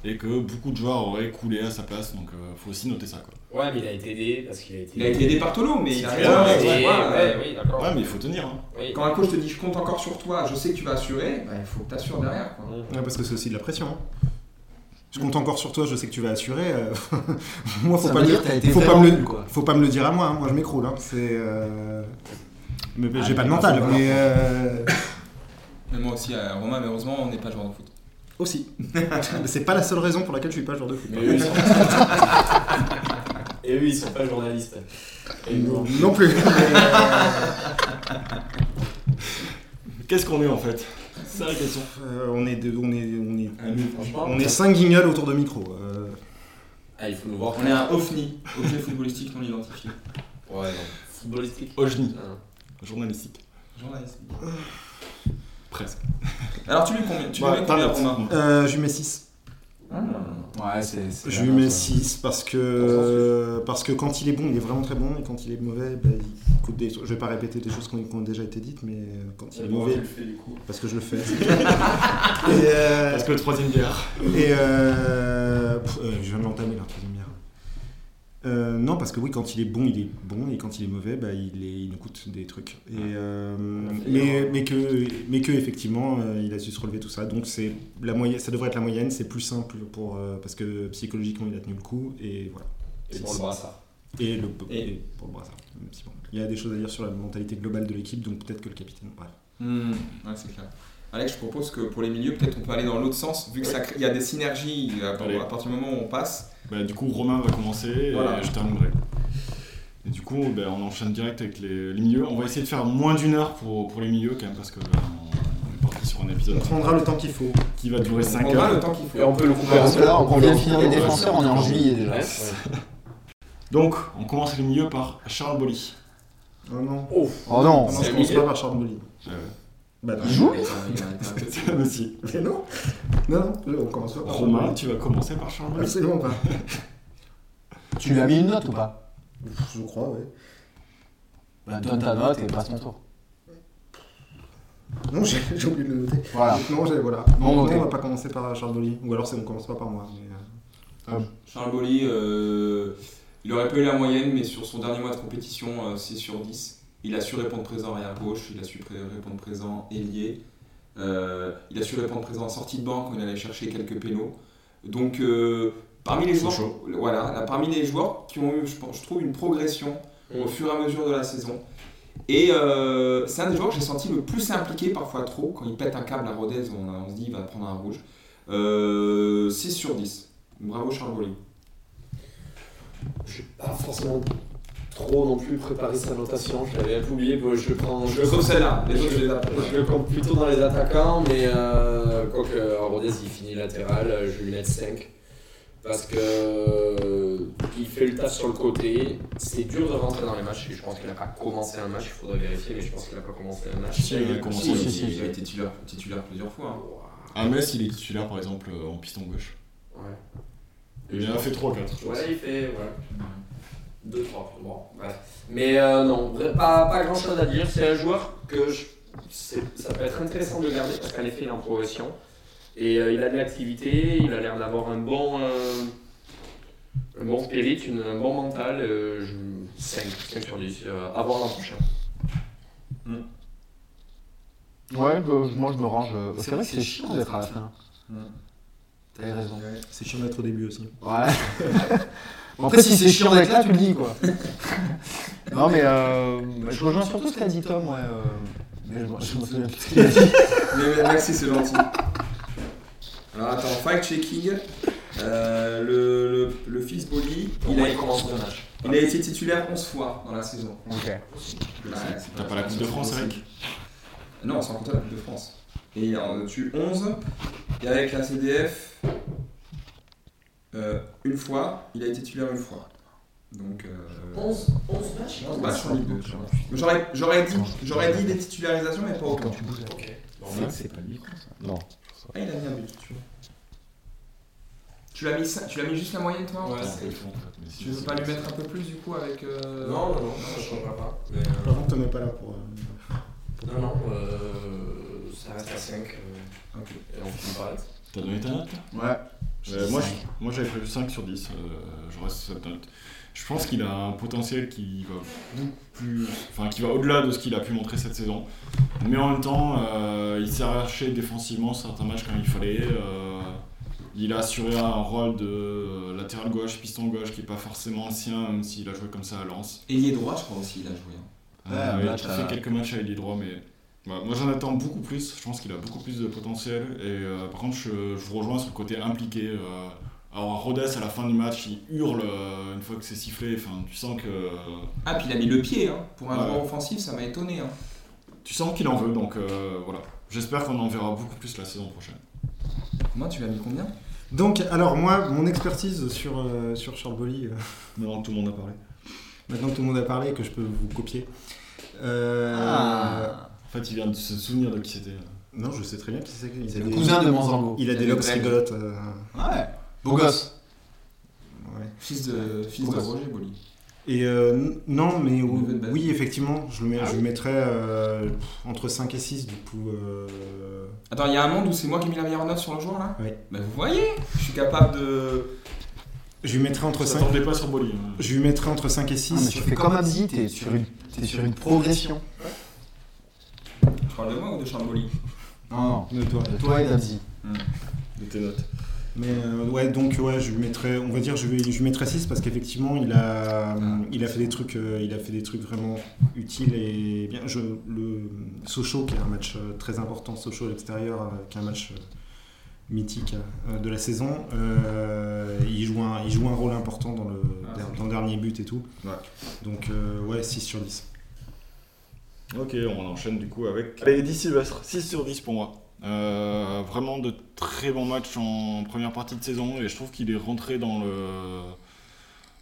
S3: et que beaucoup de joueurs auraient coulé à sa place, donc euh, faut aussi noter ça. Quoi.
S4: Ouais, mais il a été aidé parce qu'il a été.
S1: Il a été aidé par Tolo, mais il a
S4: Ouais,
S1: raison,
S3: ouais,
S1: tu
S4: ouais,
S1: vois, euh,
S4: ouais, oui, d'accord.
S3: Ouais, mais il faut tenir. Hein.
S4: Oui.
S1: Quand un coach te dit je compte encore sur toi, je sais que tu vas assurer, bah, il faut que tu assures derrière. Quoi.
S5: Ouais, parce que c'est aussi de la pression. hein. Je compte encore sur toi, je sais que tu vas assurer. euh, moi, faut
S6: Ça
S5: pas,
S6: veut
S5: me,
S6: dire que t'as été
S5: faut, pas
S6: vraiment
S5: me,
S6: nul,
S5: le-
S6: quoi.
S5: faut pas me le dire à moi, hein. moi je m'écroule. hein. C'est. euh, mais
S6: Ah,
S5: J'ai pas de
S6: mais
S5: mental,
S6: voilà.
S5: mais. euh,
S1: Mais moi aussi, euh, Romain, malheureusement, on n'est pas joueur de foot.
S5: Aussi. c'est pas la seule raison pour laquelle je suis pas joueur de foot.
S4: Mais eux, ils sont. Et eux, ils sont pas journalistes. Et nous, on-
S5: Non plus.
S3: Qu'est-ce qu'on est en fait C'est la question.
S5: Euh, on est, deux- on est, on est,
S1: Ah, nous, franchement,
S5: on est cinq guignols autour de micro. euh.
S4: Ah, il faut nous voir.
S1: on est un OFNI, objet footballistique non identifié.
S4: Ouais, non. Footballistique.
S3: Ojni,
S4: Non.
S3: journalistique.
S1: Journaliste.
S3: Presque.
S1: Alors tu lui combien Tu lui
S3: Ouais,
S1: mets
S3: t'as
S1: combien,
S3: raison.
S1: Romain
S5: Euh, je lui mets 6.
S1: Ah,
S6: Ouais, c'est. c'est
S5: Je
S6: la
S5: lui
S6: même
S5: mets
S6: chose.
S5: 6 parce que, parce que quand il est bon, il est vraiment très bon. Et quand il est mauvais, bah, il coûte des. Je vais pas répéter des choses qui ont, qui ont déjà été dites, mais euh,
S4: Ah,
S5: quand il est mauvais, parce que je le fais. et euh,
S3: Parce que le troisième bière.
S5: et, euh, pff, euh, je viens de l'entamer, la troisième bière. Euh, non, parce que oui, quand il est bon, il est bon, et quand il est mauvais, bah, il, est, il nous coûte des trucs. Et, euh, mais, mais, que, mais que, effectivement, euh, il a su se relever tout ça. Donc, c'est la moyenne, ça devrait être la moyenne, c'est plus simple pour, euh, parce que psychologiquement, il a tenu le coup, et voilà.
S4: Et pour le brassard.
S5: Et, le,
S1: Et-
S5: et pour le brassard. même si bon, Il y a des choses à dire sur la mentalité globale de l'équipe, donc peut-être que le capitaine. Bref.
S1: Hmm, Ouais, c'est clair. Alex, je propose que pour les milieux, peut-être on peut aller dans l'autre sens, vu que ça crée- il y a des synergies à,
S3: Allez.
S1: à partir du moment où on passe.
S3: Bah, du coup, Romain va commencer et
S1: Voilà.
S3: je terminerai. Et du coup, bah, on enchaîne direct avec les, les milieux. On va essayer de faire moins d'une heure pour, pour les milieux quand même, parce que là, on, on est parti sur un
S5: On
S3: épisode
S5: prendra le temps qu'il faut.
S3: qui va durer
S1: On
S3: 5
S1: prendra
S3: heures.
S1: le temps qu'il faut.
S4: Et on peut le couper
S6: Parce que là, on vient de finir les
S4: Ouais,
S6: défenseurs, on est en juillet déjà.
S4: Ouais.
S3: Donc, on commence les milieux par Charles Bolly.
S5: Oh non.
S4: Oh.
S6: Oh non
S5: Oh non,
S4: C'est
S5: je commence
S4: humilié.
S5: pas par Charles Molly. Bah, non.
S6: Il joue
S3: C'est un aussi.
S5: Mais non Non, non, on commence pas par
S3: Romain, tu vas commencer par Charles Bolly.
S5: Absolument pas.
S6: Tu lui as mis une note ou pas
S5: Je crois, ouais.
S6: Bah, Donne ta note et passe ton tour.
S5: Non, j'ai j'ai oublié de le noter.
S6: Voilà.
S5: Donc Non, j'ai- voilà.
S6: Bon,
S5: non,
S6: ok.
S5: on va pas commencer par Charles Dolly. Ou alors c'est on commence pas par moi. mais, euh,
S1: Charles Bolly, euh, il aurait pas eu la moyenne, mais sur son dernier mois de compétition, euh, 6 sur 10. Il a su répondre présent arrière gauche, il a su pré- répondre présent ailier, euh, il a su répondre présent en sortie de banque, on allait chercher quelques pénaux. Donc, euh, parmi les joueurs,
S3: chaud.
S1: voilà, là, parmi les joueurs qui ont eu, je, pense- je trouve, une progression
S4: Mm.
S1: au fur et à mesure de la saison. Et euh, c'est un des joueurs que j'ai senti le plus impliqué, parfois trop, quand il pète un câble à Rodez, on, a- on se dit il va prendre un rouge. Euh, 6 sur 10. Bravo Charles Bolly.
S4: Je n'ai pas forcément trop non plus préparé sa notation, je l'avais un peu oublié, bon, je le prends. Je le
S1: Sauf
S4: prends-
S1: celle-là, les autres je les apprends.
S4: Je le compte plutôt dans les attaquants, mais euh, quoique euh, Rodez il finit latéral, euh, je lui mets 5. Parce que euh, il fait le taf sur le côté, c'est dur de rentrer dans les matchs, et je pense qu'il n'a pas commencé un match, il faudrait vérifier, mais je pense qu'il n'a pas commencé un match.
S3: Si, il a commencé.
S1: Si, si,
S6: Si, si,
S1: il a été titulaire, titulaire plusieurs fois.
S3: À Ah, Metz, il est titulaire par exemple euh, en piston gauche.
S4: Ouais.
S3: Il en a fait 3-4.
S4: Ouais, il fait, ouais. 2-3. Bon, bref. Mais euh, non, vrai- pas, pas grand chose à dire. C'est un joueur que je- c'est- ça peut être intéressant de garder parce qu'en effet, il est en progression. Et euh, il a de l'activité, il a l'air d'avoir un bon. euh, un bon spirit, une- un bon mental, euh, je, 5, sur 10, euh, à voir l'an prochain.
S10: Ouais, bah, moi je me range. euh,
S4: C'est
S10: C'est
S4: vrai
S10: vrai
S4: que
S10: que
S4: c'est
S10: c'est chiant Mm.
S4: chiant,
S10: d'être à la
S4: ça.
S10: fin. T'avais raison.
S5: C'est chiant d'être au début aussi.
S10: Ouais. Bon, après, si c'est chiant d'être là, tu le dis quoi. non, mais euh, je rejoins surtout ce qu'a dit Tom, ouais. euh, mais je, je m'en souviens plus ce qu'il a dit.
S3: hein.
S1: Mais merci, c'est gentil. Alors attends, fact-checking. Euh, le, le, le fils Boli, il a, il a été titulaire 11 fois dans la saison.
S10: Ok.
S3: T'as pas la Coupe de France avec
S1: Non, sans compter la Coupe de France. Et il en a tué 11. Et avec la CDF, euh, une fois, il a été titulaire une fois. Donc. Euh,
S4: 11, 11 matchs
S1: 11 matchs en Ligue 2. J'aurais, j'aurais, dit, j'aurais dit des titularisations, mais pas autant.
S4: Ok.
S1: c'est pas lui.
S10: Non.
S1: Ah, il a mis un but, tu vois. Tu l'as mis, ça- tu l'as mis juste la moyenne, toi
S3: Ah,
S4: Ouais,
S1: Parce que- Tu veux pas lui mettre un peu plus, du coup, avec. euh,
S4: Non, non, non, ça changera pas. Mais, euh,
S5: Par contre, t'en es pas là pour. euh,
S4: Non, non, euh, ça reste à 5.
S1: Ok.
S4: Et on finit par là.
S3: T'as donné ta note
S6: Ouais.
S3: Euh, moi, je- moi, j'avais prévu 5 sur 10. euh, je reste sur cette note. Je pense qu'il a un potentiel qui va beaucoup plus, enfin, qui va au-delà de ce qu'il a pu montrer cette saison. Mais en même temps, euh, il s'est arraché défensivement certains matchs quand il fallait. euh, il a assuré un rôle de euh, latéral gauche, piston gauche, qui n'est pas forcément le sien, même s'il a joué comme ça à Lens.
S1: Et il est droit, je crois aussi, il a joué. hein.
S3: Euh,
S6: Ouais,
S3: il
S6: bah,
S3: a
S6: t'as-
S3: fait quelques matchs avec les droits, mais bah, moi j'en attends beaucoup plus. Je pense qu'il a beaucoup plus de potentiel. Et euh, par contre, je, je vous rejoins sur le côté impliqué. euh, alors, Rodez, à la fin du match, il hurle euh, une fois que c'est sifflé. Enfin, tu sens que
S1: Ah, puis il a mis le pied, hein. Pour un
S3: Ouais.
S1: joueur offensif, ça m'a étonné, hein.
S3: tu sens qu'il en veut. Donc euh, voilà. J'espère qu'on en verra beaucoup plus la saison prochaine.
S1: Moi, tu l'as mis combien
S5: Donc, alors moi, mon expertise sur, euh, sur Charles Bolly, euh,
S3: Maintenant que tout le monde a parlé.
S5: maintenant que tout le monde a parlé et que je peux vous copier. Euh,
S6: Ah.
S3: En fait, il vient de se souvenir de qui c'était. euh.
S5: Non, je sais très bien qui c'est. Il a
S6: C'est le
S5: des-
S6: cousin de Manzango.
S5: Il a des lobes rigolotes. euh,
S6: Ouais. Beau gosse.
S5: ouais.
S1: Fils de, fils de
S5: Pourquoi
S1: Roger Boli.
S5: Et euh, n- non, mais ou-
S1: neveu de Baz.
S5: oui, effectivement, je le, mets,
S3: Ah
S5: je
S3: oui.
S5: le mettrais euh, entre 5 et 6, du coup. euh,
S1: Attends, il y a un monde où c'est moi qui ai mis la meilleure note sur le joueur, là
S5: Oui.
S1: Bah, vous voyez Je suis capable de.
S5: je lui mettrais entre
S3: Je
S5: 5.
S3: s'attendait pas sur Boli. hein.
S5: Je lui mettrais entre 5 et
S10: Ah,
S5: 6.
S10: mais tu fais comme Abdi, t'es sur une, t'es sur une progression.
S1: Tu parles de moi ou de Charles Boli
S6: Non,
S5: de toi.
S6: non. De toi et d'Abzi.
S3: De tes notes.
S5: Mais euh, ouais, donc ouais, je lui mettrais, on va dire, je, vais, je lui mettrais 6 parce qu'effectivement, il
S1: Ah.
S5: a, il a fait des trucs, euh, il a fait des trucs vraiment utiles et bien. Je, le Sochaux, qui est un match euh, très important, Sochaux à l'extérieur, euh, qui est un match euh, mythique euh, de la saison. euh, il joue un, il joue un rôle important dans le,
S1: Ah, c'est
S5: dans le dernier but et tout.
S3: Ouais.
S5: Donc euh, ouais, 6 sur 10.
S3: Ok, on enchaîne du coup avec. Allez, 10 Sylvestre, 6 sur 10 pour moi. Euh, vraiment de très bons matchs en première partie de saison et je trouve qu'il est rentré dans le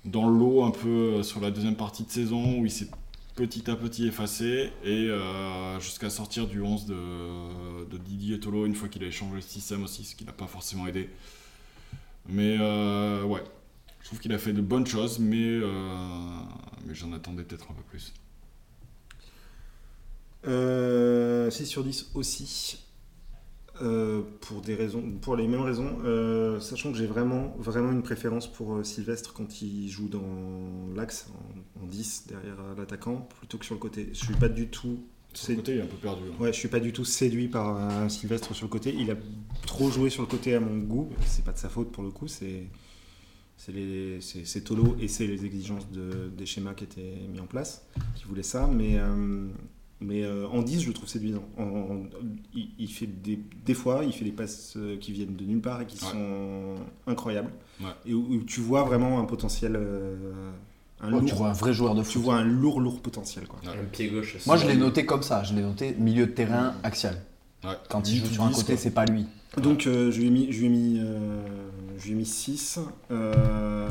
S3: dans l'eau un peu euh, sur la deuxième partie de saison où il s'est petit à petit effacé et euh, jusqu'à sortir du 11 de, de Didier Tolo une fois qu'il a changé le système aussi, ce qui n'a pas forcément aidé. Mais euh, ouais, je trouve qu'il a fait de bonnes choses, mais, euh, mais j'en attendais peut-être un peu plus.
S5: 6 Euh, sur 10 aussi. euh, pour des raisons, pour les mêmes raisons, euh, sachant que j'ai vraiment, vraiment une préférence pour euh, Sylvestre quand il joue dans l'axe en, en 10 derrière euh, l'attaquant plutôt que sur le côté. Je suis pas du tout,
S3: Sur le
S5: C'est-
S3: côté, il est un peu perdu. hein.
S5: ouais, je suis pas du tout séduit par euh, Sylvestre sur le côté. Il a trop joué sur le côté à mon goût. C'est pas de sa faute pour le coup. C'est c'est les- c'est- c'est Tolo et c'est les exigences de- des schémas qui étaient mis en place qui voulaient ça. Mais euh, mais euh, en 10, je le trouve séduisant. En- en- il, il fait des, des fois, il fait des passes euh, qui viennent de nulle part et qui
S3: Ouais.
S5: sont incroyables.
S3: Ouais.
S5: Et où, où tu vois vraiment un potentiel, euh, un
S10: Oh,
S5: lourd,
S10: tu vois un vrai joueur de foot.
S5: tu vois un lourd, lourd potentiel quoi.
S4: Un pied gauche aussi.
S6: Moi, je l'ai noté comme ça. Je l'ai noté milieu de terrain axial.
S3: Ouais.
S6: Quand il
S3: Huit
S6: joue
S3: ou
S6: sur un
S3: 10,
S6: côté,
S3: quoi.
S6: c'est pas lui.
S5: Donc euh, je lui ai mis, je lui ai mis, euh, je lui ai mis 6, euh,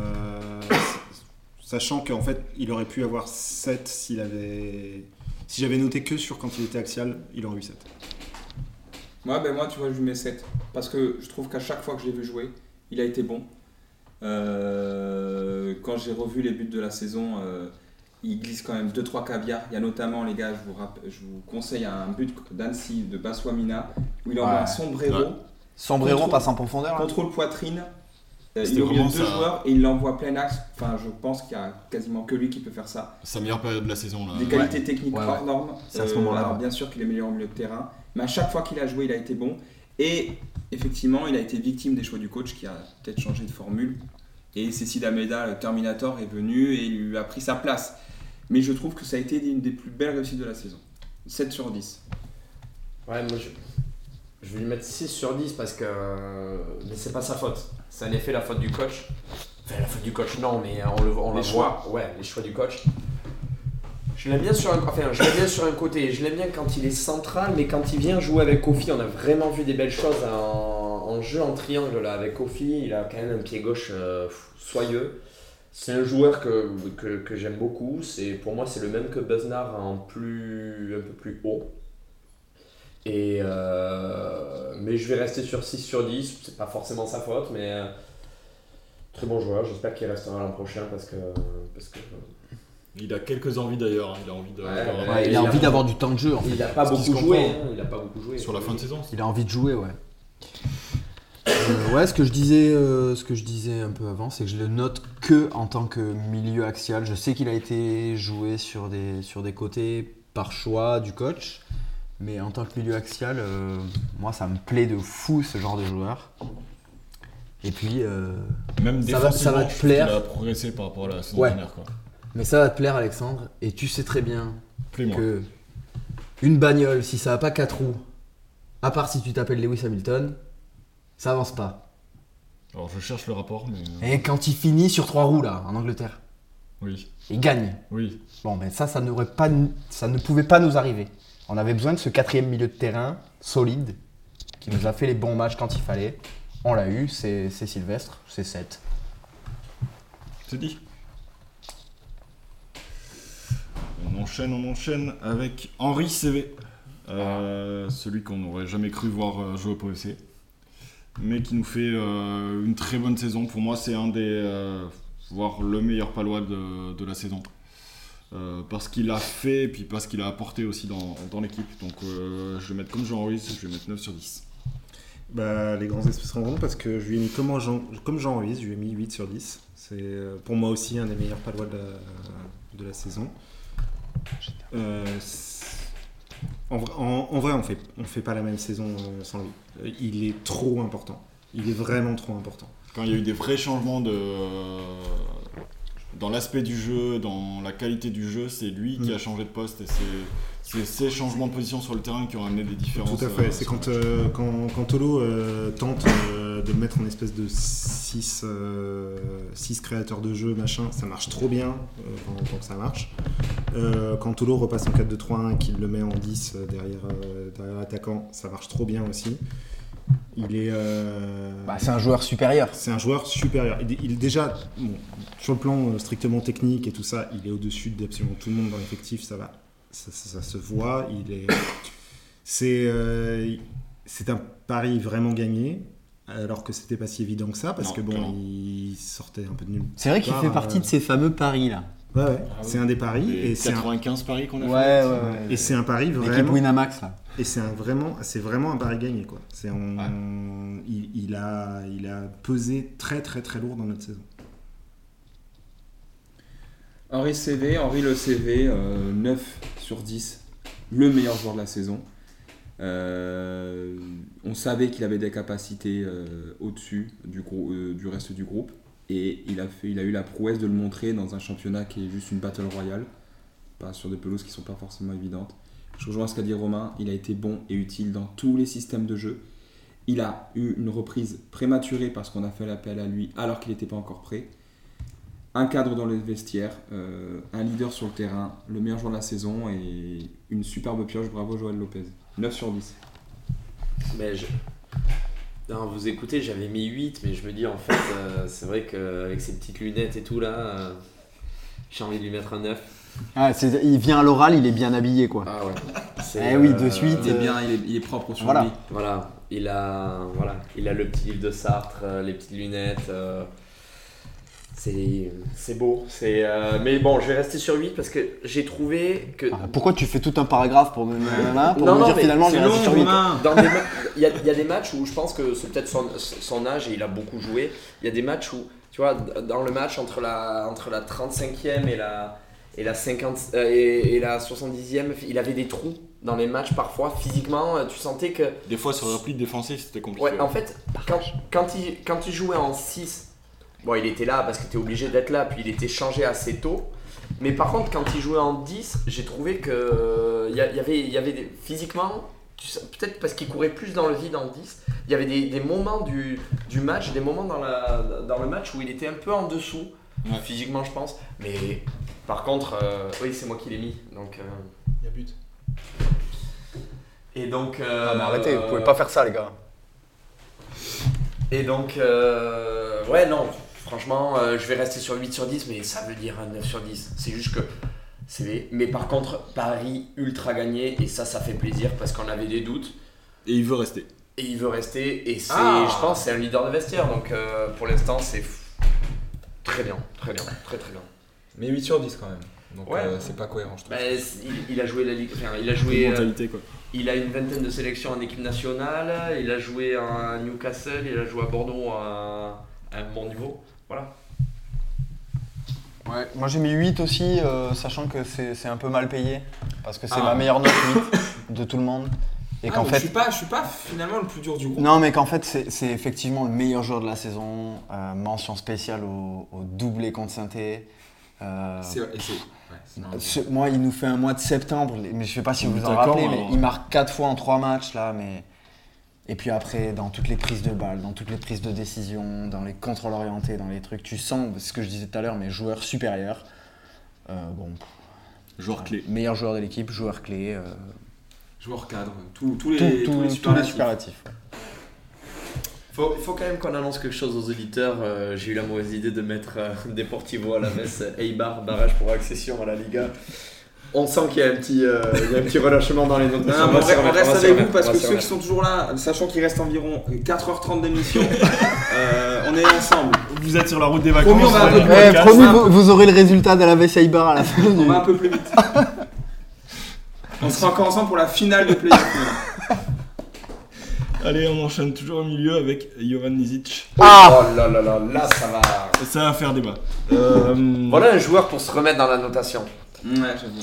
S5: sachant qu'en fait il aurait pu avoir 7 s'il avait, si j'avais noté que sur quand il était axial, il aurait eu 7.
S1: Moi, ben moi, tu vois, je lui mets 7. Parce que je trouve qu'à chaque fois que je l'ai vu jouer, il a été bon. Euh, quand j'ai revu les buts de la saison, euh, il glisse quand même 2-3 caviar. Il y a notamment, les gars, je vous, rapp- je vous conseille un but d'Annecy de Baswamina où il envoie
S11: Ouais.
S1: un sombrero.
S11: Ouais. Sombrero
S1: Contrôle-
S11: passe en profondeur, hein. là.
S1: Contrôle poitrine. Euh,
S3: C'était
S1: il est au milieu de
S3: vraiment
S1: deux
S11: hein
S3: ça.
S1: joueurs et il l'envoie plein axe. Enfin, je pense qu'il y a quasiment que lui qui peut faire ça.
S3: Sa meilleure période de la saison là.
S1: Des qualités techniques
S3: euh, Ouais, ouais.
S1: hors normes. Euh,
S3: C'est à ce moment-là,
S1: alors,
S3: ouais.
S1: bien sûr qu'il est meilleur au milieu de terrain, mais à chaque fois qu'il a joué, il a été bon. Et effectivement, il a été victime des choix du coach qui a peut-être changé de formule. Et Cécile Ameda, le Terminator, est venu et lui a pris sa place. Mais je trouve que ça a été une des plus belles réussites de la saison. 7 sur 10.
S4: Ouais, moi je, je vais lui mettre 6 sur 10 parce que. euh, Mais c'est pas sa faute. C'est en effet la faute du coach. Enfin, la faute du coach, non, mais euh, on le voit- on la
S1: Les
S4: voit. Ouais, les choix du coach. Je l'aime bien sur un, enfin, je l'aime bien sur un côté. Je l'aime bien quand il est central, mais quand il vient jouer avec Kofi, on a vraiment vu des belles choses en, en jeu en triangle là avec Kofi. Il a quand même un pied gauche euh, pff, soyeux. C'est un joueur que, que, que j'aime beaucoup. C'est pour moi c'est le même que Besnard en plus un peu plus haut. Et euh, mais je vais rester sur 6 sur 10, c'est pas forcément sa faute, mais euh, très bon joueur, j'espère qu'il restera l'an prochain parce que. Parce que
S3: Il a quelques envies d'ailleurs. hein. Il a envie de.
S4: Ouais,
S3: d'avoir
S4: ouais,
S3: un-
S4: il a envie
S6: d'avoir du temps de jeu, en
S4: il
S6: fait.
S4: a pas
S6: Ce qui se
S4: beaucoup joué,
S6: comprend.
S4: hein, il a pas beaucoup joué.
S3: Sur la fin de saison.
S6: Il a envie de jouer, ouais. Euh, ouais, ce que je disais, euh, ce que je disais un peu avant, c'est que je le note que en tant que milieu axial. Je sais qu'il a été joué sur des sur des côtés par choix du coach, mais en tant que milieu axial, euh, moi ça me plaît de fou ce genre de joueur. Et puis euh,
S3: Même
S6: ça va,
S3: défensivement,
S6: ça va
S3: je
S6: te
S3: trouve qu'il
S6: plaire.
S3: a progressé par rapport à la saison
S6: Ouais.
S3: dernière. Quoi.
S6: Mais ça va te plaire, Alexandre, et tu sais très bien
S3: Plus-moi.
S6: que une bagnole, si ça a pas quatre roues, à part si tu t'appelles Lewis Hamilton, ça avance pas.
S3: Alors je cherche le rapport, mais. euh,
S6: Et quand il finit sur trois roues là, en Angleterre,
S3: Oui.
S6: il gagne.
S3: Oui.
S6: Bon, mais ça, ça, n'aurait pas, ça ne pouvait pas nous arriver. On avait besoin de ce quatrième milieu de terrain solide qui nous a fait les bons matchs quand il fallait. On l'a eu, c'est c'est Sylvestre, c'est 7.
S3: C'est dit. On enchaîne, on enchaîne avec Henri CV, euh, celui qu'on n'aurait jamais cru voir euh, jouer au POC, mais qui nous fait euh, une très bonne saison. Pour moi, c'est un des, euh, voire le meilleur palois de, de la saison. Euh, parce qu'il a fait et puis parce qu'il a apporté aussi dans, dans l'équipe. Donc euh, je vais mettre comme Jean-Henri, je vais mettre 9 sur 10.
S5: Bah, les grands esprits seront bons parce que je lui ai mis comme Jean, comme Jean Ruiz, je lui ai mis 8 sur 10. C'est euh, pour moi aussi un des meilleurs palois de la, de la saison. Euh, c'est- en, vrai- en- en vrai, on fait, on fait pas la même saison euh, sans lui. Euh, Il est trop important. Il est vraiment trop important.
S3: quand il y a eu des vrais changements de dans l'aspect du jeu, dans la qualité du jeu, c'est lui qui a changé de poste et c'est- c'est ces changements de position sur le terrain qui ont amené des différences.
S5: Tout à fait.
S3: euh,
S5: c'est
S3: sur-
S5: quand, euh, quand, quand Tolo euh, tente euh, de le mettre en espèce de 6 créateurs de jeu, machin, ça marche trop bien euh, pendant tant que ça marche. Euh, quand Tolo repasse en 4-2-3-1 et qu'il le met en 10 euh, derrière, euh, derrière l'attaquant, ça marche trop bien aussi. Il est. euh,
S6: Bah, c'est un joueur supérieur.
S5: C'est un joueur supérieur. Il, il- déjà, bon, sur le plan euh, strictement technique et tout ça, il est au-dessus d'absolument tout le monde dans l'effectif, ça va. Ça, ça- ça se voit. Il est. C'est. euh, c'est un pari vraiment gagné, alors que c'était pas si évident que ça, parce
S3: Non,
S5: que bon,
S3: clairement.
S5: il sortait un peu de nulle
S6: C'est vrai qu'il
S5: part,
S6: fait partie
S5: euh,
S6: de ces fameux paris là.
S5: Ouais, ouais. c'est un des paris.
S3: les
S5: Et c'est un
S3: 95 paris qu'on a
S6: Ouais,
S3: fait.
S6: ouais, ouais.
S5: et c'est un pari
S6: L'équipe
S5: vraiment.
S6: Winamax là.
S5: Et c'est un vraiment, c'est vraiment un pari gagné quoi. C'est on- il, il a, il a pesé très très très lourd dans notre saison.
S1: Henri CV, Henri Le CV, euh, 9 sur 10, le meilleur joueur de la saison. Euh, on savait qu'il avait des capacités euh, au-dessus du, grou- euh, du reste du groupe et il a, fait, il a eu la prouesse de le montrer dans un championnat qui est juste une battle royale, pas sur des pelouses qui sont pas forcément évidentes. Je rejoins ce qu'a dit Romain, il a été bon et utile dans tous les systèmes de jeu. Il a eu une reprise prématurée parce qu'on a fait l'appel à lui alors qu'il n'était pas encore prêt un cadre dans le vestiaire, euh, un leader sur le terrain, le meilleur joueur de la saison et une superbe pioche. Bravo Joël Lopez. 9 sur 10.
S4: Mais je... Non, vous écoutez, j'avais mis 8, mais je me dis en fait, euh, c'est vrai qu'avec ses petites lunettes et tout là, euh, j'ai envie de lui mettre un 9.
S6: Ah, c'est- il vient à l'oral, il est bien habillé quoi.
S4: Ah ouais.
S6: Eh oui, de suite.
S4: euh,
S1: Il est bien, il est, il est propre sur
S6: Voilà.
S1: lui.
S4: Voilà, il a, voilà, il a le petit livre de Sartre, euh, les petites lunettes. euh, C'est c'est beau. C'est, euh, mais bon, je vais rester sur 8 parce que j'ai trouvé que.
S6: Ah, Pourquoi tu fais tout un paragraphe pour me, nanana, pour me dire
S4: mais
S6: finalement
S4: c'est
S6: j'ai resté
S4: long,
S6: sur huit
S4: Romain. Dans des ma- Il y, a- il y a des matchs où je pense que c'est peut-être son, son âge et il a beaucoup joué. Il y a des matchs où, tu vois, d- dans le match entre la, entre la 35e et la, et, la 50, euh, et, et la 70e, il avait des trous dans les matchs parfois. Physiquement, euh, tu sentais que.
S3: Des fois, sur le repli défensif, c'était compliqué.
S4: Ouais, en fait, quand, quand, il, quand il jouait en 6, bon, il était là parce que tu obligé d'être là, puis il était changé assez tôt. Mais par contre, quand il jouait en 10, j'ai trouvé que euh, il y, a- il y avait, il y avait des- physiquement, tu sais, peut-être parce qu'il courait plus dans le vide en 10, il y avait des, des moments du, du match, des moments dans, la, dans le match où il était un peu en dessous, physiquement, je pense. Mais par contre, euh, oui, c'est moi qui l'ai mis. Donc, euh,
S12: Il y a but.
S4: Et donc. euh,
S12: Ah, mais
S13: arrêtez, vous pouvez pas faire ça, les gars.
S4: et donc, euh, ouais, non, franchement, euh, je vais rester sur 8 sur 10, mais ça veut dire un 9 sur 10. C'est juste que. c'est Mais par contre, Paris ultra gagné, et ça, ça fait plaisir parce qu'on avait des doutes.
S3: Et il veut rester.
S4: Et il veut rester, et c'est,
S14: Ah.
S4: je pense, c'est un leader de vestiaire. Donc euh, pour l'instant, c'est f- très bien, très bien, très très bien.
S1: Mais 8 sur 10 quand même. Donc
S4: Ouais.
S1: euh, c'est pas cohérent, je trouve.
S4: Bah, c'est- il, il a joué la Ligue. enfin, il a joué.
S1: Une mentalité,
S4: euh,
S1: quoi.
S4: Il a une vingtaine de sélections en équipe nationale. Il a joué à Newcastle. Il a joué à Bordeaux à, à un bon niveau. Voilà.
S6: Ouais, moi j'ai mis 8 aussi, euh, sachant que c'est c'est un peu mal payé, parce que c'est
S1: Ah.
S6: ma meilleure note 8 de tout le monde. Et
S1: Ah,
S6: qu'en
S1: donc
S6: fait.
S1: je suis pas, je suis pas finalement le plus dur du groupe.
S6: Non, mais qu'en fait, c'est c'est effectivement le meilleur joueur de la saison. euh, mention spéciale au, au doublé contre saint
S1: C'est- et c'est- ouais, c'est normal.
S6: moi, il nous fait un mois de septembre, les- mais je sais pas si
S1: On
S6: vous
S1: est
S6: vous en
S1: d'accord, hein.
S6: rappelez, mais
S1: alors.
S6: il marque 4 fois en 3 matchs là, mais. Et puis après, dans toutes les prises de balles, dans toutes les prises de décision, dans les contrôles orientés, dans les trucs, tu sens, c'est ce que je disais tout à l'heure, mais joueur supérieur. Euh, bon.
S3: Joueur clé.
S6: Meilleur joueur de l'équipe, joueur clé. euh,
S1: Joueur cadre, tout- tous les,
S6: tout-
S1: tous
S6: tout-
S1: les superlatifs.
S6: superlatifs.
S4: Faut, faut quand même qu'on annonce quelque chose aux auditeurs. Euh, J'ai eu la mauvaise idée de mettre euh, Deportivo à la messe, Eibar, barrage pour accession à la Liga. On sent qu'il y a un petit, euh, il y a un petit relâchement dans les
S1: Non,
S4: notes.
S1: mais on, reste- on reste avec vous parce que ceux qui sont toujours là, sachant qu'il reste environ 4h30 d'émission, euh, on est ensemble.
S3: Vous êtes sur la route des vacances.
S1: Promis, on va un peu plus
S6: Ouais,
S1: vite.
S6: Eh,
S1: On
S6: promis,
S1: va un
S6: vous, vous aurez le résultat de la VCI Bar à la fin.
S1: peu- On va un peu plus vite. on sera encore ensemble pour la finale de playoff.
S3: Allez, on enchaîne toujours au milieu avec Jovan Nizic.
S4: Ah Oh là là là, là, ça va.
S3: Ça va faire débat. Euh,
S4: Voilà un joueur pour se remettre dans la notation.
S1: Ouais, j'avoue.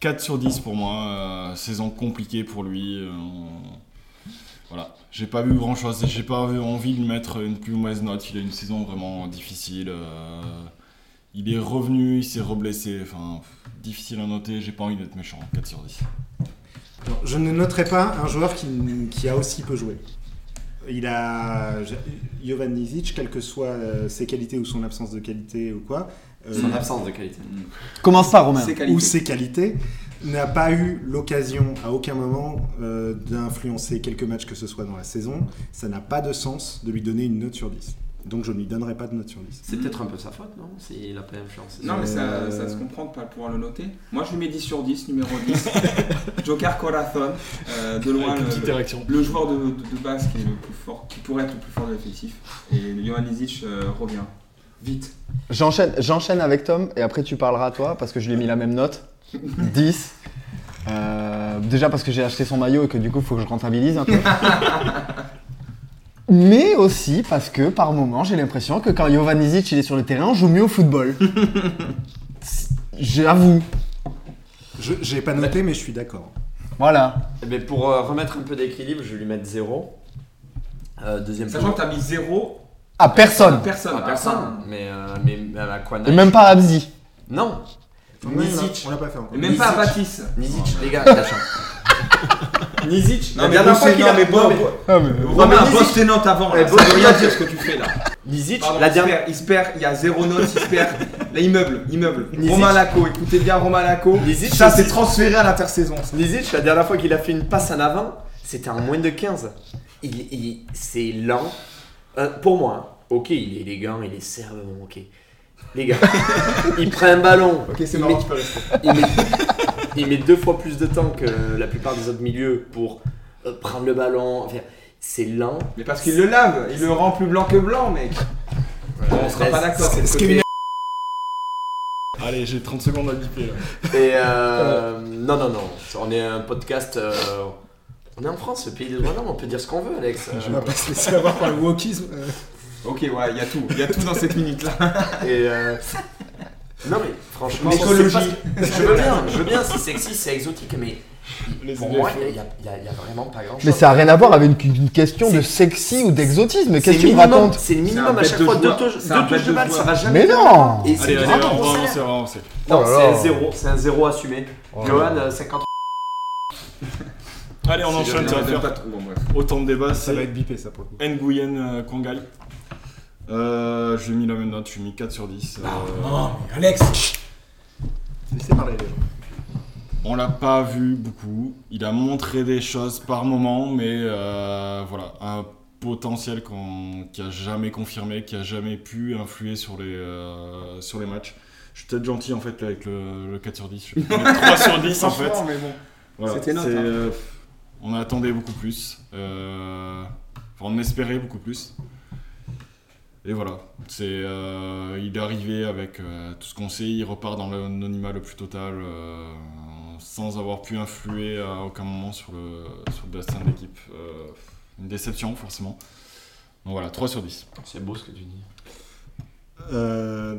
S3: 4 sur 10 pour moi. euh, saison compliquée pour lui. euh, on- voilà. J'ai pas vu grand chose. J'ai pas eu envie de lui mettre une plus mauvaise note. Il a une saison vraiment difficile. euh, il est revenu, il s'est reblessé. Enfin, pff, difficile à noter. J'ai pas envie d'être méchant. 4 sur 10.
S5: Alors, Je ne noterai pas un joueur qui, qui a aussi peu joué. Il a je- Jovan Nizic, quelles que soient euh, ses qualités ou son absence de qualité ou quoi.
S14: Son absence de qualité.
S6: Commence par Romain.
S5: Ses qualités. Ou ses qualités, n'a pas eu l'occasion à aucun moment euh, d'influencer quelques matchs que ce soit dans la saison. Ça n'a pas de sens de lui donner une note sur 10. Donc je ne lui donnerai pas de note sur 10.
S4: C'est peut-être un peu sa faute, non C'est la pleine influence.
S1: Non, mais ça, ça se comprend de pas pouvoir le noter. Moi, je lui mets 10 sur 10, numéro 10. Joker Corazon, euh, de loin
S3: Avec une petite
S1: le,
S3: érection.
S1: le joueur de, de- de base qui, est le plus fort, qui pourrait être le plus fort de l'effectif. Et Johan Nizic euh, revient. Vite.
S6: J'enchaîne, j'enchaîne avec Tom et après tu parleras à toi parce que je lui ai mis la même note. 10. Euh, déjà parce que j'ai acheté son maillot et que du coup il faut que je rentabilise un peu. Mais aussi parce que par moment j'ai l'impression que quand Jovan Izic il est sur le terrain, on joue mieux au football. J'avoue.
S5: Je j'ai pas noté, mais je suis d'accord.
S6: Voilà.
S4: Mais pour euh, remettre un peu d'équilibre, je vais lui mettre 0. Euh, deuxième
S1: Sachant que t'as mis 0
S6: À personne.
S1: Ah, personne.
S4: À personne. Mais, euh, mais, mais à Kwanai.
S6: Et même pas à Abzi.
S4: Non.
S5: Ouais,
S4: Nizic.
S5: on l'a- on l'a pas fait encore.
S4: Et même
S1: Nizic.
S4: pas à Baptiste. Nizic,
S1: Oh,
S4: les
S1: mais-
S4: gars, la chance. Nizic,
S1: Non, mais bossez- non, mais bon, bon. Romain, bosse tes notes avant. Là, ça veut rien dire ce que tu fais là.
S4: Nizic,
S1: Pardon,
S4: la
S1: il se
S4: dernière.
S1: perd, Il se perd, il y a zéro note, il se perd. Là, immeuble, immeuble.
S4: Nizic.
S1: Romain Laco, écoutez bien Romain Laco.
S4: Nizic,
S1: Ça,
S4: aussi.
S1: c'est transféré à l'intersaison. ça.
S4: Nizic, la dernière fois qu'il a fait une passe en avant, c'était en moins de 15. Il, il- c'est lent. Euh, pour moi, hein, ok, il est élégant, il est serveur, ok. Les gars, il prend un ballon.
S1: Ok, c'est
S4: il
S1: marrant,
S4: met-
S1: tu peux rester.
S4: il met, il met deux fois plus de temps que la plupart des autres milieux pour euh, prendre le ballon. Enfin, c'est lent.
S1: Mais parce qu'il le lave, il le rend plus blanc que blanc, mec. Bon, on sera
S4: Ouais,
S1: pas d'accord.
S4: c'est-
S1: C'est le
S4: c'est
S1: côté-
S3: Allez, j'ai 30 secondes à biper là.
S15: Et euh, non, non, non. On est un podcast. euh, on est en France, le pays des droits de l'homme. On peut dire ce qu'on veut, Alex.
S5: On va pas se laisser avoir par le wokisme. euh.
S1: Ok, ouais, il y a tout. Il y a tout dans cette minute-là.
S15: Et euh, non, mais franchement,
S1: L'écologie.
S15: c'est pas- Je veux bien, je veux bien. C'est sexy, c'est exotique, mais pour
S3: élèves. euh,
S15: moi, il y, a- il y a- il y a vraiment pas grand-chose.
S9: Mais ça n'a rien à voir avec une, une question de sexy ou d'exotisme. Qu'est-ce que tu me
S15: minimum,
S9: racontes
S15: C'est le
S1: C'est un
S15: minimum à
S1: bête
S15: chaque
S1: de
S15: fois. Deux
S1: joueur.
S15: touches
S1: C'est un
S15: deux touches
S1: bête
S15: de
S1: de
S15: balle, ça
S1: joueur.
S15: va jamais.
S9: Mais
S15: bien.
S9: non
S15: Et c'est
S3: Allez, allez,
S15: vraiment
S3: on va
S15: grossière.
S3: avancer, on va avancer.
S15: Non,
S9: Oh là
S15: c'est un
S9: là.
S15: zéro, c'est un zéro assumé.
S9: Oh là
S15: Johan,
S9: là.
S15: euh, 50.
S3: Allez, on
S1: C'est
S3: enchaîne,
S1: bien,
S3: ça va
S1: on donne
S3: faire
S1: pas trop, en vrai.
S3: autant de débats.
S5: Ça
S3: c'est-
S5: va être bipé, ça, pour le coup.
S3: Nguyen euh, Kongai. Euh, j'ai mis la même note, j'ai mis 4 sur 10. euh,
S1: Ah,
S2: Alex
S5: Laissez parler les gens.
S3: on l'a pas vu beaucoup. Il a montré des choses par moment, mais euh, voilà, un potentiel qu'on- qui a jamais confirmé, qui a jamais pu influer sur les, euh, sur les matchs. Je suis peut-être gentil en fait là, avec le, le 4 sur 10. Je vais mettre 3 sur 10 en fait.
S1: Franchement, mais bon.
S3: Voilà,
S1: C'était notre,
S3: c'est,
S1: hein.
S3: euh, on attendait beaucoup plus. euh, enfin, on espérait beaucoup plus. Et voilà. C'est, euh, il est arrivé avec euh, tout ce qu'on sait. Il repart dans l'anonymat le plus total, euh, sans avoir pu influer à aucun moment sur le, sur le destin de l'équipe. Euh, une déception, forcément. Donc voilà, 3 sur 10.
S15: C'est beau ce que tu dis.
S5: Euh,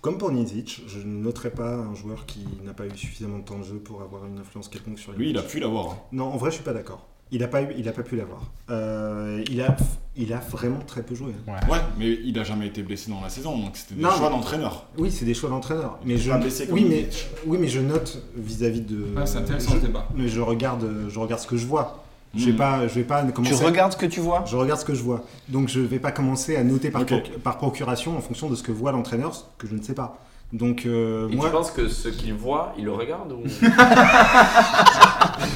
S5: comme pour Nizic, je ne noterai pas un joueur qui n'a pas eu suffisamment de temps de jeu pour avoir une influence quelconque sur les
S3: Lui, il a
S5: matchs.
S3: pu l'avoir. hein.
S5: Non, en vrai, je suis pas d'accord. Il n'a pas, eu- il a pas pu l'avoir. Euh, il, a, il a vraiment très peu joué. hein.
S3: Ouais, mais il a jamais été blessé dans la saison, donc c'était des
S5: Non,
S3: choix
S5: mais-
S3: d'entraîneur.
S5: Oui, c'est des choix d'entraîneur. Mais
S3: Il
S5: je,
S3: est pas blessé comme
S5: oui,
S3: il
S5: mais,
S3: dit.
S5: oui, mais je note vis-à-vis de.
S1: Ah, c'est intéressant
S5: je-
S1: le débat.
S5: Mais je regarde, je regarde ce que je vois. Je
S3: Mhm.
S5: vais pas, je vais pas commencer.
S8: Tu regardes ce que tu vois
S5: Je regarde ce que je vois. Donc je vais pas commencer à noter par,
S3: Ok.
S5: proc- par procuration en fonction de ce que voit l'entraîneur, ce que je ne sais pas. Donc euh,
S15: Et
S5: moi.
S15: tu penses que ce qu'il voit, il le regarde ou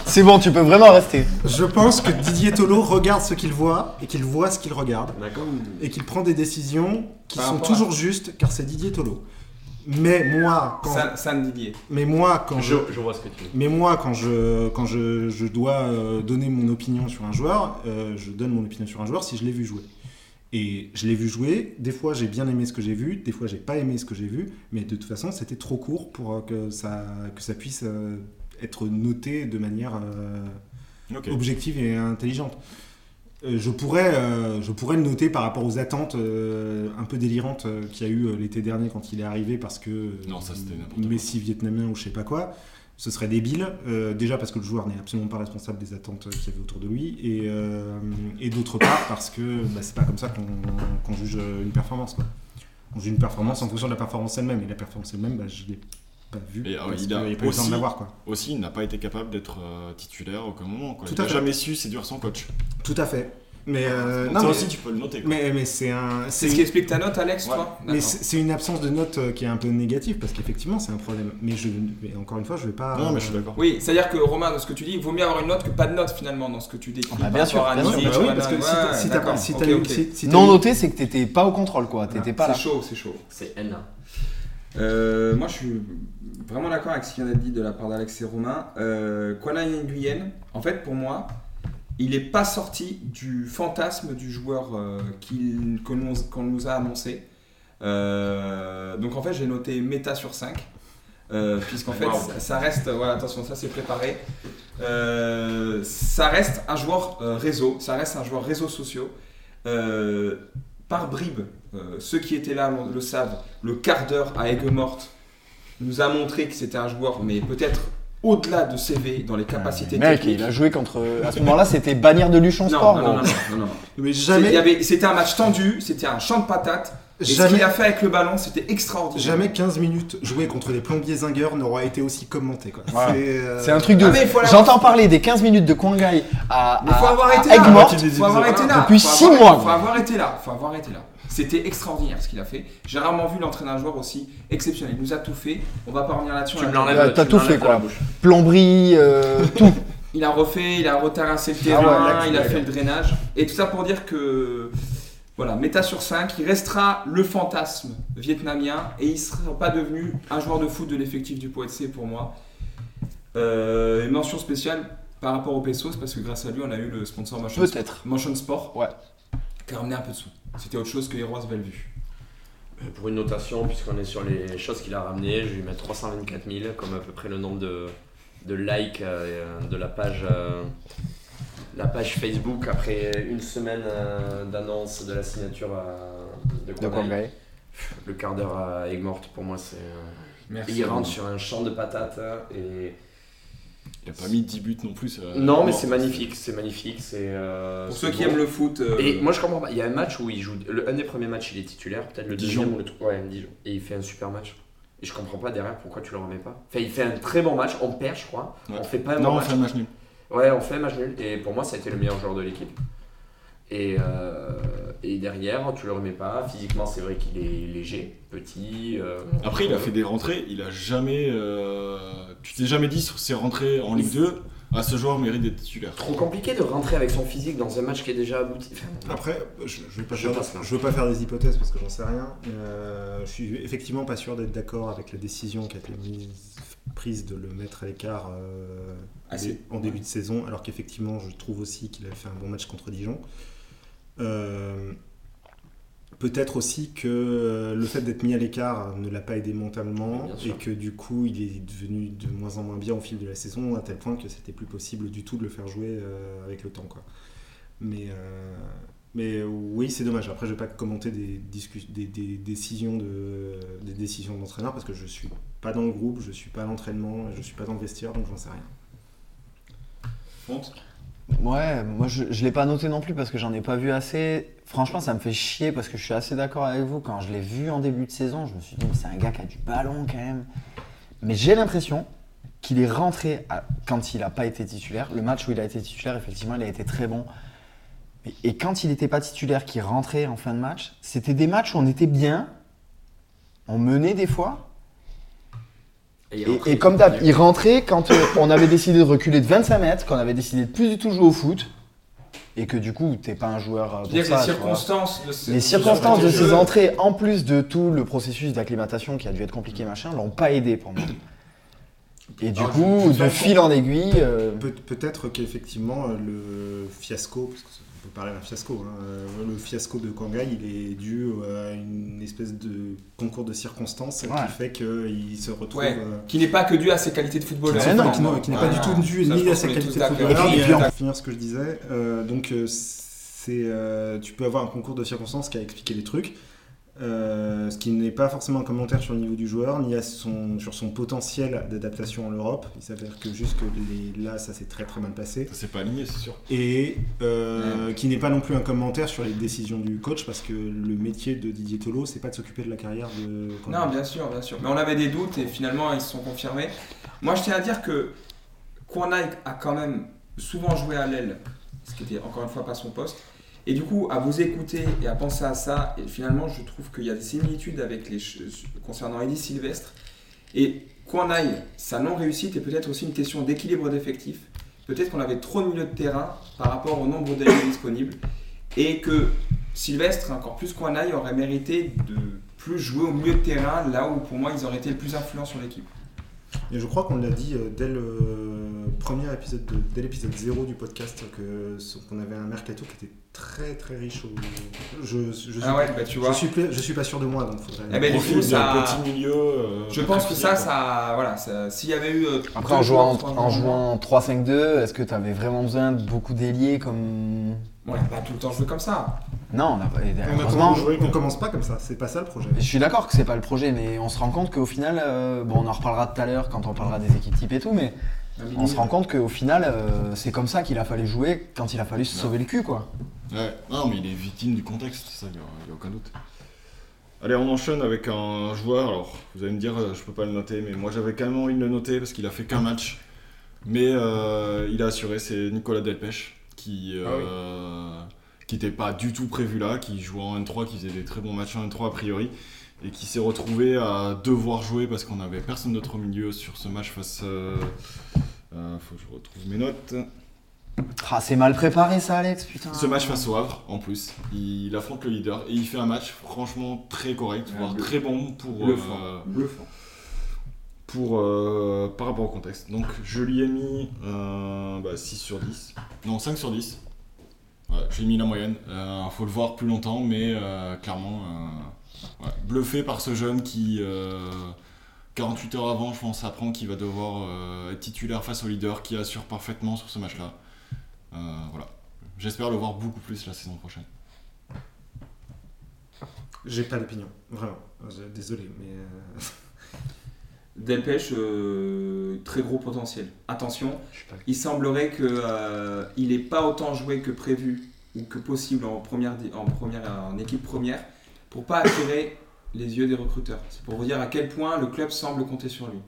S9: C'est bon, tu peux vraiment rester.
S5: Je pense que Didier Tolo regarde ce qu'il voit et qu'il voit ce qu'il regarde
S15: D'accord.
S5: et qu'il prend des décisions qui
S1: Par
S5: sont
S1: rapport à-
S5: toujours justes car c'est Didier Tolo. Mais moi, quand,
S1: San, San Didier.
S5: mais moi, quand
S15: Je,
S5: je,
S15: je vois ce que tu dis.
S5: mais moi, quand je, quand je, je dois euh, donner mon opinion sur un joueur, euh, je donne mon opinion sur un joueur si je l'ai vu jouer. Et je l'ai vu jouer. Des fois, j'ai bien aimé ce que j'ai vu. Des fois, j'ai pas aimé ce que j'ai vu. Mais de toute façon, c'était trop court pour euh, que ça, que ça puisse euh, être noté de manière euh,
S3: Ok.
S5: objective et intelligente. Euh, Je pourrais, euh, je pourrais le noter par rapport aux attentes euh, un peu délirantes euh, qu'il y a eu euh, l'été dernier quand il est arrivé parce que euh,
S3: Non, ça, c'était n'importe quoi.
S5: Messi vietnamien ou je sais pas quoi, ce serait débile. Euh, déjà parce que le joueur n'est absolument pas responsable des attentes euh, qu'il y avait autour de lui et, euh, et d'autre part parce que bah, c'est pas comme ça qu'on qu'on juge euh, une performance. Quoi. On juge une performance en fonction de la performance elle-même et la performance elle-même, bah, je l'ai pas vue.
S3: Et, euh,
S5: parce
S3: il a
S5: que pas eu le temps
S3: aussi-
S5: de l'avoir quoi.
S3: aussi il n'a pas été capable d'être euh, titulaire à aucun moment. Quoi.
S5: Tout
S3: il
S5: à
S3: n'a
S5: fait.
S3: jamais su séduire son coach.
S5: Tout à fait. Mais euh,
S3: Donc
S5: non, mais-
S3: ça Ah, aussi, tu peux le noter. quoi.
S5: mais, mais c'est un.
S1: C'est ce qui explique ta note, Alex,
S3: Ouais.
S1: toi
S5: Mais c'est c'est une absence de note euh, qui est un peu négative parce qu'effectivement c'est un problème. Mais, je, mais encore une fois, je vais pas.
S3: Non, mais je suis
S5: euh,
S3: d'accord.
S1: Oui, c'est-à-dire que Romain, dans ce que tu dis, il vaut mieux avoir une note que pas de note finalement dans ce que tu décris.
S9: Ah bah, bien
S1: par
S9: sûr,
S1: rapport à
S9: bien
S1: Nizic,
S9: sûr.
S5: Bah oui, parce que
S1: Romain,
S5: si
S1: ouais,
S5: t'as- si t'as
S1: d'accord.
S5: pas- si
S1: Ok,
S5: t'as eu-
S1: ok.
S5: si- si t'as
S9: Non
S5: eu-
S9: noté, c'est que t'étais pas au contrôle, quoi. T'étais pas là.
S1: Ah, C'est chaud, c'est chaud.
S15: C'est N.
S4: hein.
S1: Euh, moi, je suis vraiment d'accord avec ce qui vient d'être dit de la part d'Alex et Romain. Euh, Kuala Nguyen, en fait, pour moi, il n'est pas sorti du fantasme du joueur euh, qu'il- que l'on- qu'on nous a annoncé. Euh, donc, en fait, j'ai noté méta sur 5. euh, Puisqu'en fait,
S15: Wow.
S1: ça, ça reste. Voilà, attention, ça c'est préparé. Euh, ça reste un joueur euh, réseau, ça reste un joueur réseaux sociaux. Euh, par bribes, euh, ceux qui étaient là le savent, le quart d'heure à aigues mortes nous a montré que c'était un joueur, mais peut-être au-delà de CV dans les capacités
S9: Ah, Mec,
S1: techniques.
S9: il a joué contre. À ce moment-là, c'était bannière de Luchon Sport.
S1: non, non,
S9: gros.
S1: non, non, non, non, non.
S5: Mais
S1: C'est- il y
S5: jamais,
S1: avait- C'était un match tendu, c'était un champ de patates. Et ce
S5: jamais,
S1: qu'il a fait avec le ballon, c'était extraordinaire.
S5: jamais 15 minutes jouées contre des plombiers zingueurs n'aura été aussi commentée. quoi.
S9: Voilà.
S5: C'est, euh,
S9: C'est un truc de.
S1: Ah,
S9: ouf.
S1: mais il faut l'avoir-
S9: J'entends parler des 15 minutes de Kwangai à,
S1: Mais faut
S9: à-
S1: avoir
S9: à
S1: été là.
S9: Aigues-Mortes.
S1: Faut avoir été là.
S9: Depuis
S1: Faut
S9: six
S1: avoir-
S9: mois,
S1: Faut
S9: quoi.
S1: avoir été là. Faut avoir été là. C'était extraordinaire ce qu'il a fait. J'ai rarement vu l'entraîneur joueur aussi exceptionnel. Il nous a tout fait. On va pas revenir là-dessus.
S15: Tu
S1: On
S15: me
S1: a-
S15: l'enlèves.
S9: Ouais,
S15: tu
S9: t'as
S15: me
S9: tout
S15: l'enlèves
S9: fait,
S15: de
S9: quoi.
S15: la bouche.
S9: Plomberie, euh, tout.
S1: Il a refait, il a retarassé le
S9: Ah ouais,
S1: terrain,
S9: là,
S1: il a
S9: là,
S1: fait le drainage. Et tout ça pour dire que, voilà, méta sur 5, il restera le fantasme vietnamien et il ne sera pas devenu un joueur de foot de l'effectif du POFC pour moi. Euh, et mention spéciale par rapport au Pesos, parce que grâce à lui, on a eu le sponsor Motion,
S9: Peut-être.
S1: Motion Sport
S9: Ouais.
S1: qui a ramené un peu de sous. C'était autre chose que les Rois Bellevue.
S4: Euh, Pour une notation, puisqu'on est sur les choses qu'il a ramenées, je vais lui mettre 324 000, comme à peu près le nombre de, de likes euh, de la page, euh, la page Facebook après une semaine euh, d'annonce de la signature à- de
S6: De
S4: Corneille.
S6: Corneille.
S4: Pff, Le quart d'heure à Aigues Mortes, pour moi, c'est. euh,
S3: Merci.
S4: Il rentre sur un champ de patates hein, et.
S3: Il a pas mis 10 buts non plus. euh,
S4: Non, mais
S3: Mortes.
S4: c'est magnifique, c'est magnifique. c'est euh,
S1: Pour
S4: c'est
S1: ceux qui
S4: beau.
S1: aiment le foot, euh,
S4: Et moi je comprends pas, il y a un match où il joue, le, un des premiers matchs il est titulaire, peut-être le
S3: Dijon.
S4: deuxième ou le tro- ouais, Dijon. Et il fait un super match. Et je comprends pas derrière pourquoi tu le remets pas. Enfin, il fait un très bon match, on perd je crois.
S3: Ouais.
S4: On fait pas un
S3: Non,
S4: bon
S3: on fait un match nul.
S4: Ouais, on fait un match nul. Et pour moi, ça a été le meilleur joueur de l'équipe. Et, euh, et derrière, tu le remets pas. Physiquement, c'est vrai qu'il est léger, petit. euh,
S3: Après, il a fait des rentrées, il a jamais. euh, Tu t'es jamais dit sur ses rentrées en Ligue 2, à ce joueur mérite d'être titulaire.
S4: Trop compliqué de rentrer avec son physique dans un match qui est déjà abouti. Enfin,
S5: Après, je, je vais pas
S4: Je
S5: faire-
S4: passe là.
S5: je veux pas faire des hypothèses parce que j'en sais rien. Euh, je suis effectivement pas sûr d'être d'accord avec la décision qui a été mise- prise de le mettre à l'écart euh,
S1: Ah,
S5: dé- en début de saison, alors qu'effectivement, je trouve aussi qu'il avait fait un bon match contre Dijon. Euh, Peut-être aussi que le fait d'être mis à l'écart ne l'a pas aidé mentalement
S4: Bien sûr.
S5: et que du coup il est devenu de moins en moins bien au fil de la saison à tel point que c'était plus possible du tout de le faire jouer euh, avec le temps quoi. Mais euh, mais oui c'est dommage. Après je vais pas commenter des discus- des, des décisions de des décisions d'entraîneur parce que je suis pas dans le groupe, je suis pas à l'entraînement, je suis pas dans le vestiaire donc j'en sais rien.
S6: Ouais, moi je, je l'ai pas noté non plus parce que j'en ai pas vu assez. Franchement, ça me fait chier parce que je suis assez d'accord avec vous. Quand je l'ai vu en début de saison, je me suis dit, mais c'est un gars qui a du ballon quand même. Mais j'ai l'impression qu'il est rentré à- quand il n'a pas été titulaire. Le match où il a été titulaire, effectivement, il a été très bon. Et, et quand il n'était pas titulaire, qu'il rentrait en fin de match, c'était des matchs où on était bien, on menait des fois,
S4: il
S6: et, et comme d'hab, il rentrait quand euh, on avait décidé de reculer de 25 mètres, qu'on avait décidé de plus du tout jouer au foot, et que du coup, t'es pas un joueur. euh, pour
S1: C'est-à-dire que
S6: ça,
S1: les
S6: tu vois.
S1: circonstances de ces-
S6: Les circonstances de
S1: de ces
S6: ces
S1: jeux-
S6: entrées, en plus de tout le processus d'acclimatation qui a dû être compliqué, machin, l'ont pas aidé pour moi. Et du
S5: Alors, je-
S6: coup,
S5: je-
S6: de fil en aiguille. euh,
S5: Peut- Peut-être qu'effectivement, euh, le fiasco, parce qu'on peut parler d'un fiasco, hein, euh, le fiasco de Kangai, il est dû à une espèce de concours de circonstances
S1: Ouais.
S5: qui fait qu'il se retrouve.
S1: Ouais,
S5: euh,
S1: qui n'est pas que dû à ses qualités de footballeur.
S5: qui- qui n'est- qui n'est pas
S1: Ouais,
S5: du tout
S1: non.
S5: dû
S1: Ça, je
S5: ni à
S1: pense
S5: sa
S1: qu'on est tous
S5: qualité de
S1: d'accord.
S5: footballeur,
S1: Et
S5: ni
S1: puis,
S5: à-
S1: en-
S5: pour finir ce que je disais. euh, donc, euh, c'est, euh, tu peux avoir un concours de circonstances qui a expliqué les trucs. euh, ce qui n'est pas forcément un commentaire sur le niveau du joueur, ni à son, sur son potentiel d'adaptation en Europe. Il s'avère que juste que les- là, ça s'est très très mal passé.
S3: Ça s'est pas aligné, c'est sûr.
S5: Et euh, qui n'est pas non plus un commentaire sur les décisions du coach, parce que le métier de Didier Tolo, c'est pas de s'occuper de la carrière de.
S1: Non, bien sûr, bien sûr. Mais on avait des doutes et finalement ils se sont confirmés. Moi, je tiens à dire que Kwanai a quand même souvent joué à l'aile, ce qui était encore une fois pas son poste. Et du coup, à vous écouter et à penser à ça, et finalement, je trouve qu'il y a des similitudes avec les ch- concernant Eddie Sylvestre. Et Kwanai, sa non-réussite est peut-être aussi une question d'équilibre d'effectif. Peut-être qu'on avait trop de milieux de terrain par rapport au nombre d'années disponibles. Et que Sylvestre, encore plus qu'Oanaï, aurait mérité de plus jouer au milieu de terrain, là où pour moi ils auraient été le plus influents sur l'équipe.
S5: Et je crois qu'on l'a dit euh, dès le euh, premier épisode, de- dès l'épisode 0 du podcast, que ce- qu'on avait un mercato qui était très très riche. Au... Je, je suis,
S1: Ah ouais, bah, tu vois.
S5: Je suis, pla- je suis pas sûr de moi, donc faudrait.
S1: Eh ben, du
S5: Profil
S1: coup,
S5: de
S1: ça-
S5: petit
S3: milieu, euh,
S1: je pense que
S5: physique,
S1: ça,
S5: quoi.
S1: ça, voilà, ça- s'il y avait eu. euh,
S6: Après, en
S1: deux
S6: jouant,
S1: joueurs, trois
S6: en
S1: joueurs,
S6: jouant 3-5-2, est-ce que t'avais vraiment besoin de beaucoup d'ailiers comme.
S1: on n'a pas bah, tout le temps joué comme ça.
S6: Non, on a pas. et
S5: On a
S6: heureusement,
S5: toujours joué, on commence pas comme ça, c'est pas ça le projet.
S6: Je suis d'accord que c'est pas le projet, mais on se rend compte qu'au final, euh, bon, on en reparlera tout à l'heure quand on parlera des équipes types et tout, mais
S1: Un milieu.
S6: on se rend compte qu'au final, euh, c'est comme ça qu'il a fallu jouer quand il a fallu se sauver le cul, quoi.
S3: Ouais, non, mais il est victime du contexte, ça, il n'y a, y a aucun doute. Allez, on enchaîne avec un joueur. Alors, vous allez me dire, euh, je peux pas le noter, mais moi j'avais quand même envie de le noter parce qu'il a fait qu'un match. Mais euh, il a assuré, c'est Nicolas Delpech, qui euh, qui n'était pas du tout prévu là, qui jouait en N3, qui faisait des très bons matchs en N3 a priori, et qui s'est retrouvé à devoir jouer parce qu'on n'avait personne d'autre au milieu sur ce match face. Euh, euh, faut que je retrouve mes notes.
S6: Ah, c'est mal préparé ça, Alex, putain.
S3: Ce match face au Havre, en plus, il affronte le leader et il fait un match franchement très correct, voire très bon pour
S1: Le
S3: euh, pour euh, par rapport au contexte. Donc je lui ai mis euh, bah, 6 sur 10. Non, 5 sur 10. Ouais, je lui ai mis la moyenne. Euh, faut le voir plus longtemps, mais euh, clairement, euh, ouais, bluffé par ce jeune qui, euh, 48 heures avant, je pense, apprend qu'il va devoir euh, être titulaire face au leader qui assure parfaitement sur ce match-là. Euh, voilà. J'espère le voir beaucoup plus la saison prochaine.
S5: J'ai pas d'opinion, vraiment. Je- Désolé, mais. euh,
S1: Delpech, euh, très gros potentiel. Attention, il semblerait que euh, il n'ait pas autant joué que prévu ou que possible en première, di- en première, en équipe première, pour pas attirer les yeux des recruteurs. C'est pour vous dire à quel point le club semble compter sur lui.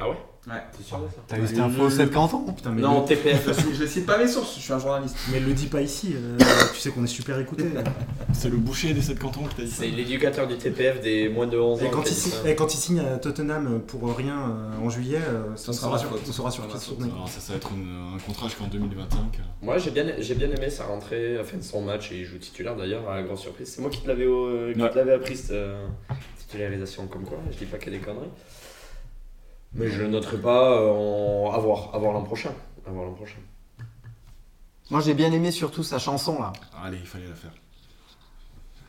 S16: Ah ouais
S1: Ouais.
S16: T'es sûr de ça
S10: T'as eu cette info au 7 canton Putain, mais
S1: Non,
S10: le-
S1: TPF, je- je cite pas mes sources, je suis un journaliste.
S5: Mais le dis pas ici, euh, tu sais qu'on est super écouté.
S3: C'est le boucher des sept cantons qui t'a dit
S16: C'est l'éducateur du TPF des moins de 11 ans.
S5: Et quand,
S16: qui a
S5: il
S16: dit
S5: signe,
S16: ça.
S5: et quand il signe à Tottenham pour rien euh, en juillet, euh, on,
S3: sera
S5: saura
S3: ma
S5: sur,
S3: faute.
S5: on saura sur
S3: Ça
S5: qui
S3: sera
S5: se
S3: ma
S5: tourner.
S3: faute. Alors, ça, ça va être une- un contrat jusqu'en 2025.
S16: Moi j'ai bien, j'ai bien aimé sa rentrée, enfin son match, et il joue titulaire d'ailleurs, à la grande surprise. C'est moi qui te l'avais, au- qui
S3: Ouais.
S16: te l'avais appris cette euh, titularisation, comme quoi, je dis pas qu'il y a des conneries. Mais je le noterai pas euh, en... à voir, à voir l'an prochain. À voir l'an prochain.
S6: Moi j'ai bien aimé surtout sa chanson là.
S3: Allez, il fallait la faire.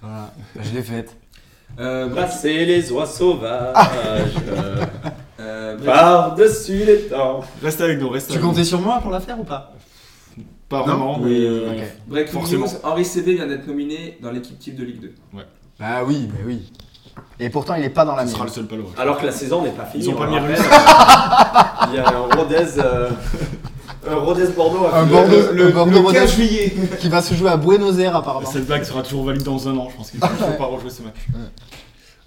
S6: Voilà, je l'ai faite.
S16: Brasser les oies sauvages
S1: euh,
S16: par-dessus les temps.
S3: Reste avec nous, reste
S6: Tu comptais sur moi pour la faire ou pas
S3: Pas
S6: vraiment, mais, euh,
S1: Breaking
S6: forcément.
S1: news, Henri Cédé vient d'être nominé dans l'équipe type de Ligue 2.
S6: Bah oui, mais oui. Et pourtant il est pas dans la
S1: Ce
S6: mienne.
S1: sera
S16: le seul
S3: palo.
S4: Ah,
S16: Alors que la saison n'est pas finie.
S6: Ils ont
S16: on
S6: pas
S16: le
S6: mis
S16: rappelle. Il y a un Rodez. euh, Un Rodez-Bordeaux. à
S6: Un
S16: finir.
S6: Bordeaux,
S16: Le- le- le 15 juillet.
S6: juillet qui va se jouer à Buenos Aires apparemment.
S3: Cette blague sera toujours valide dans un an, je pense qu'il ne faut pas rejouer ce match.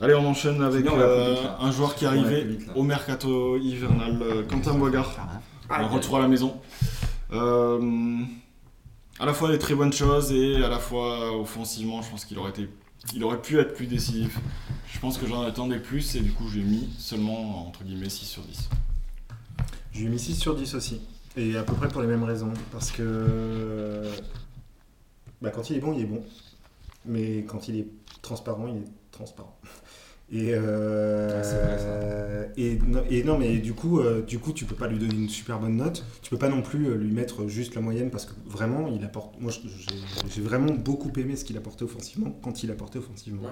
S3: Allez, on enchaîne avec
S16: Sinon, on va
S3: euh,
S16: plus vite, là.
S3: un joueur qui est
S16: On va
S3: arrivé
S16: plus vite, là.
S3: au mercato hivernal, euh, Quentin Boigard.
S16: Ah,
S3: Un
S16: ouais.
S3: retour à la maison. Euh, à la fois des très bonnes choses et à la fois euh, offensivement, je pense qu'il aurait, été, il aurait pu être plus décisif. Je pense que j'en attendais plus et du coup j'ai mis seulement entre guillemets 6 sur 10.
S5: Je lui ai mis 6 sur 10 aussi. Et à peu près pour les mêmes raisons. Parce que. euh, Bah, quand il est bon, il est bon. Mais quand il est transparent, il est transparent. Et, euh,
S1: Ouais, Ah, c'est vrai,
S5: et, non, et non, mais du coup, euh, du coup, tu peux pas lui donner une super bonne note. Tu peux pas non plus euh, lui mettre juste la moyenne parce que vraiment, il apporte. Moi, je- j'ai- j'ai vraiment beaucoup aimé ce qu'il apportait offensivement quand il apportait offensivement.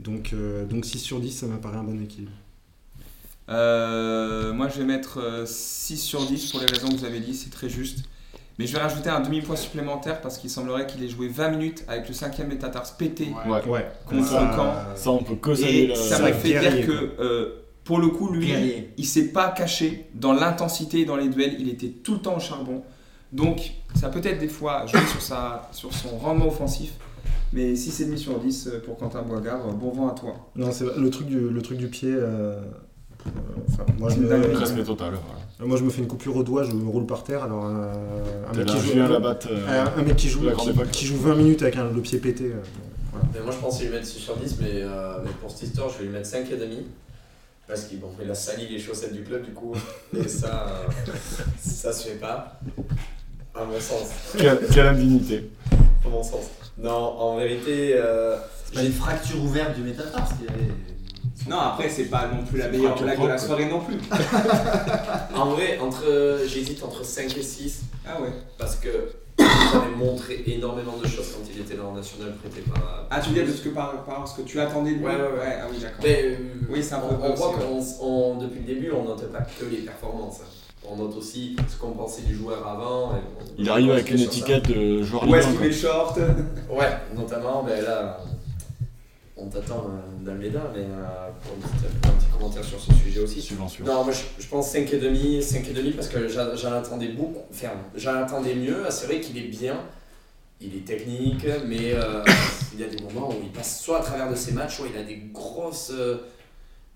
S5: Donc, euh, donc 6 sur 10, ça m'apparaît un bon équilibre.
S1: Euh, moi, je vais mettre euh, 6 sur 10 pour les raisons que vous avez dit, c'est très juste. Mais je vais rajouter un demi-point supplémentaire parce qu'il semblerait qu'il ait joué 20 minutes avec le 5ème Métatars pété
S3: Ouais. Ouais.
S1: contre
S3: Ça-
S5: Euh,
S1: Caen.
S3: ça, on peut que saluer
S1: Et
S3: le-
S1: ça
S3: ça,
S1: m'a fait
S3: guerrier,
S1: dire que, euh, pour le coup, lui,
S6: Guerrier.
S1: il s'est pas caché dans l'intensité et dans les duels. Il était tout le temps au charbon. Donc, ça peut être des fois joué sur, sa, sur son rendement offensif. Mais 6,5 sur 10 euh, pour Quentin Boigard, euh, bon vent à toi.
S5: Non, c'est vrai, le truc du, le truc du pied. euh, euh, enfin, moi, je
S3: C'est
S5: me,
S3: une dinguerie. Respect total,
S5: moi, je me fais une coupure au doigt, je me roule par terre. Alors, euh, un,
S3: T'es
S5: mec
S3: là,
S5: qui joue, Ah
S3: Julien Labatte, euh,
S5: un- un mec qui joue,
S3: de la grande
S5: qui,
S3: époque.
S5: qui joue 20 minutes avec un, le pied pété. euh, voilà.
S4: Mais moi je pensais lui mettre 6 sur 10, mais, euh, mais pour cette histoire, je vais lui mettre 5 et demi. Parce qu'il bon, il a sali les chaussettes du club, du coup. Et ça, euh, ça se fait pas. À mon sens.
S3: Quelle, quelle indignité.
S4: À mon sens. Non, en vérité, euh, j'ai une fracture ouverte du métatarse qui
S1: Non, après, c'est pas non plus la meilleure
S4: fracture
S1: blague de la
S4: propre.
S1: soirée non plus.
S4: En vrai, entre, j'hésite entre 5 et 6.
S1: Ah ouais
S4: Parce que il avait montré énormément de choses quand il était dans le national prêté par.
S1: Ah, tu dis de ce que par, par ce que tu attendais de lui
S4: Ouais, ouais, ouais.
S1: ah oui, d'accord.
S4: Mais, euh,
S1: oui, c'est un peu
S4: on,
S1: vrai
S4: on voit
S1: aussi, ouais.
S4: qu'on s- on- depuis le début, on note pas que les performances. hein. On note aussi ce qu'on pensait du joueur avant. et on-
S3: Il arrive
S4: on
S3: avec
S4: se
S3: une
S4: fait sur ça.
S3: étiquette de joueur
S1: Où est-ce qu'il
S3: libre, quoi.
S1: met le short
S4: Ouais, notamment, ben là, on t'attend euh, d'Almeida, mais euh, pour un petit, un petit commentaire sur ce sujet aussi.
S3: Subvention.
S4: Non, moi je, je pense 5,5 et demi, cinq et demi parce que j'a- j'en attendais beaucoup, enfin, j'en attendais mieux. Ah, C'est vrai qu'il est bien, il est technique, mais euh, il y a des moments où il passe soit à travers de ses matchs, soit il a des grosses, euh,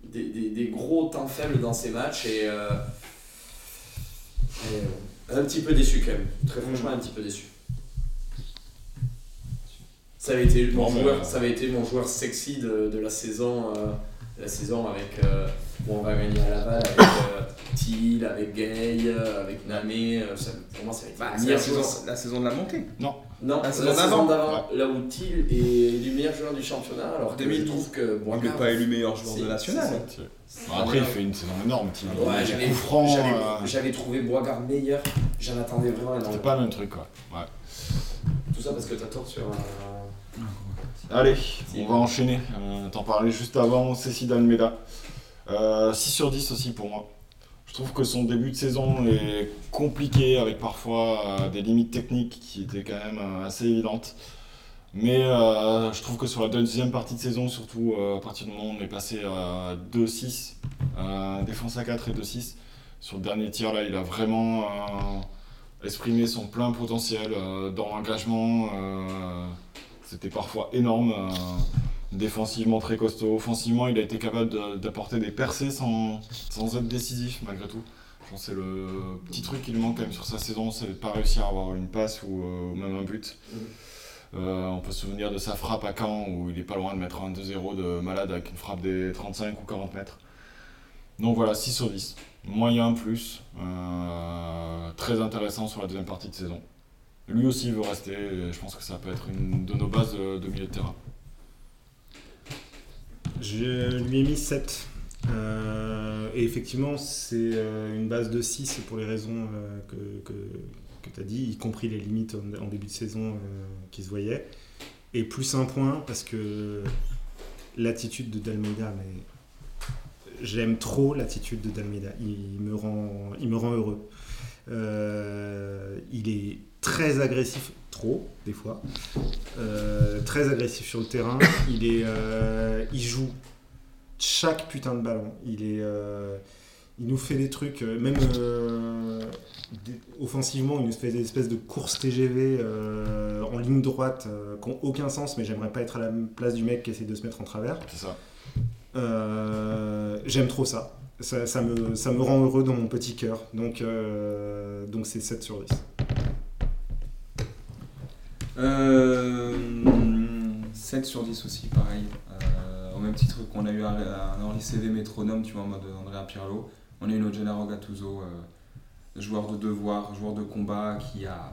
S4: des, des- des gros temps faibles dans ses matchs et, euh, et, euh, un petit peu déçu quand même. Très franchement, un petit peu déçu. Ça avait été mon,
S3: Bon, ben,
S4: joueur,
S3: euh,
S4: ça avait été mon joueur sexy de, de la saison, euh, la saison avec euh, où on va gagner à Laval avec euh, Thiel, avec Gay, euh, avec Namé. euh, ça- pour moi, ça avait été
S1: Bah,
S4: le
S1: c'est
S4: meilleur
S1: la saison-
S4: joueur.
S1: la saison de la montée.
S3: Non,
S4: non, Ah, la saison d'avant, là où Thiel est le meilleur joueur du championnat, alors que je
S1: 2012,
S4: trouve que
S1: il n'est
S4: Boigard-
S1: pas élu meilleur joueur
S4: Si,
S1: de national.
S4: si, si.
S3: Bon, après, il fait une saison énorme, Thiel.
S4: Ouais,
S3: Il est
S4: j'avais-
S3: coup franc,
S4: j'avais-
S3: euh,
S4: J'avais trouvé Boigard meilleur, j'en attendais vraiment énormément.
S3: C'était pas le même truc, quoi. Ouais.
S4: Tout ça parce que t'as tort sur. euh,
S3: Allez, on va enchaîner. Euh, T'en parlais juste avant, Cécile Almeida. Euh, 6 sur 10 aussi pour moi. Je trouve que son début de saison est compliqué, avec parfois euh, des limites techniques qui étaient quand même euh, assez évidentes. Mais euh, je trouve que sur la deuxième partie de saison, surtout euh, à partir du moment où on est passé à 2-6, euh, défense à 4 et 2-6, sur le dernier tir, là, il a vraiment euh, exprimé son plein potentiel euh, dans l'engagement. euh, C'était parfois énorme. euh, défensivement très costaud. Offensivement, il a été capable de- d'apporter des percées sans, sans être décisif, malgré tout. Je pense que c'est le petit truc qui lui manque quand même sur sa saison, c'est de pas réussir à avoir une passe ou euh, même un but. Euh, on peut se souvenir de sa frappe à Caen où il est pas loin de mettre un 2-0 de malade avec une frappe des 35 ou 40 mètres. Donc voilà, 6 sur 10. Moyen plus. Euh, très intéressant sur la deuxième partie de saison. Lui aussi il veut rester et je pense que ça peut être une de nos bases de, de milieu de terrain.
S5: Je lui ai mis 7. Euh, et effectivement, c'est euh, une base de 6 pour les raisons euh, que, tu as dit, y compris les limites en, en début de saison euh, qui se voyaient. Et plus un point parce que l'attitude de Dalmeida, mais j'aime trop l'attitude de Dalmeida. Il me rend, il me rend heureux. Euh, il est très agressif, trop des fois, Euh, très agressif sur le terrain. Il est, euh, il joue chaque putain de ballon. Il est, euh, il nous fait des trucs, euh, même euh, des- offensivement, il nous fait des espèces de courses TGV euh, en ligne droite euh, qui n'ont aucun sens. Mais j'aimerais pas être à la place du mec qui essaie de se mettre en travers.
S3: C'est ça.
S5: Euh, j'aime trop ça. Ça, ça me, ça me rend heureux dans mon petit cœur. Donc, euh, donc c'est 7 sur 10.
S1: Euh, 7 sur 10 aussi, pareil. Euh, au même titre qu'on a eu un, un Henri CV métronome, tu vois, en mode Andrea Pirlo. On a eu le Gennaro Gattuso, euh, joueur de devoir, joueur de combat, qui a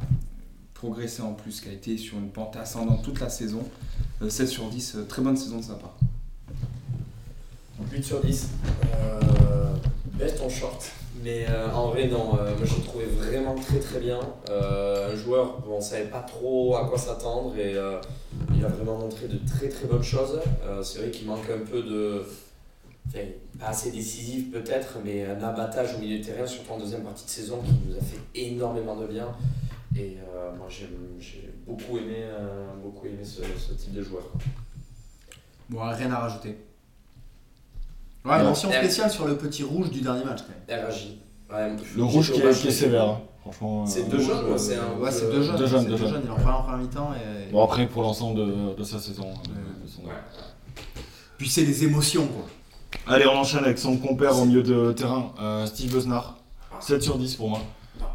S1: progressé en plus, qui a été sur une pente ascendante toute la saison. Euh, 7 sur 10, euh, très bonne saison de sa part.
S4: 8 sur 10. Euh, baisse ton short. Mais euh, en vrai, non, euh, moi je le trouvais vraiment très très bien. Euh, un joueur, bon, on savait pas trop à quoi s'attendre et euh, il a vraiment montré de très très bonnes choses. Euh, c'est vrai qu'il manque un peu de. Enfin, pas assez décisif peut-être, mais un abattage au milieu de terrain, surtout en deuxième partie de saison, qui nous a fait énormément de bien. Et euh, moi j'aime- j'ai beaucoup aimé, euh, beaucoup aimé ce, ce type de joueur.
S6: Bon, euh, rien à rajouter.
S4: Ouais.
S6: Ouais, mention
S4: Ouais.
S6: spéciale sur le petit rouge du dernier match. quand même.
S4: RAJ. Ouais,
S6: Le rouge qui est- qui est sévère, hein.
S3: Franchement,
S4: C'est
S3: euh,
S4: deux jeunes
S6: euh,
S4: ou c'est un
S6: Ouais, c'est
S4: euh,
S6: deux jeunes.
S3: deux jeunes,
S6: c'est
S3: deux jeunes.
S6: Il en prend un en première mi-temps. Et...
S3: Bon, après, pour l'ensemble de, de sa saison. euh, de son-
S6: Puis c'est les émotions, quoi.
S3: Allez, on enchaîne avec son compère au milieu de terrain, euh, Steve Besnard. 7 sur 10 pour moi.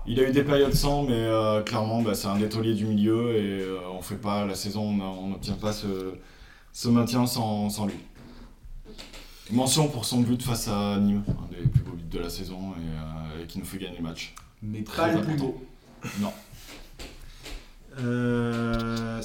S3: Il a eu des périodes sans, mais euh, clairement, bah, c'est un étolier du milieu et euh, on fait pas la saison, on n'obtient pas ce, ce maintien sans, sans lui. Mention pour son but face à Nîmes, un des plus beaux buts de la saison et, euh, et qui nous fait gagner le match.
S6: Mais
S3: Très
S6: pas le
S3: important.
S6: plus beau.
S3: Non.
S5: 6 Euh,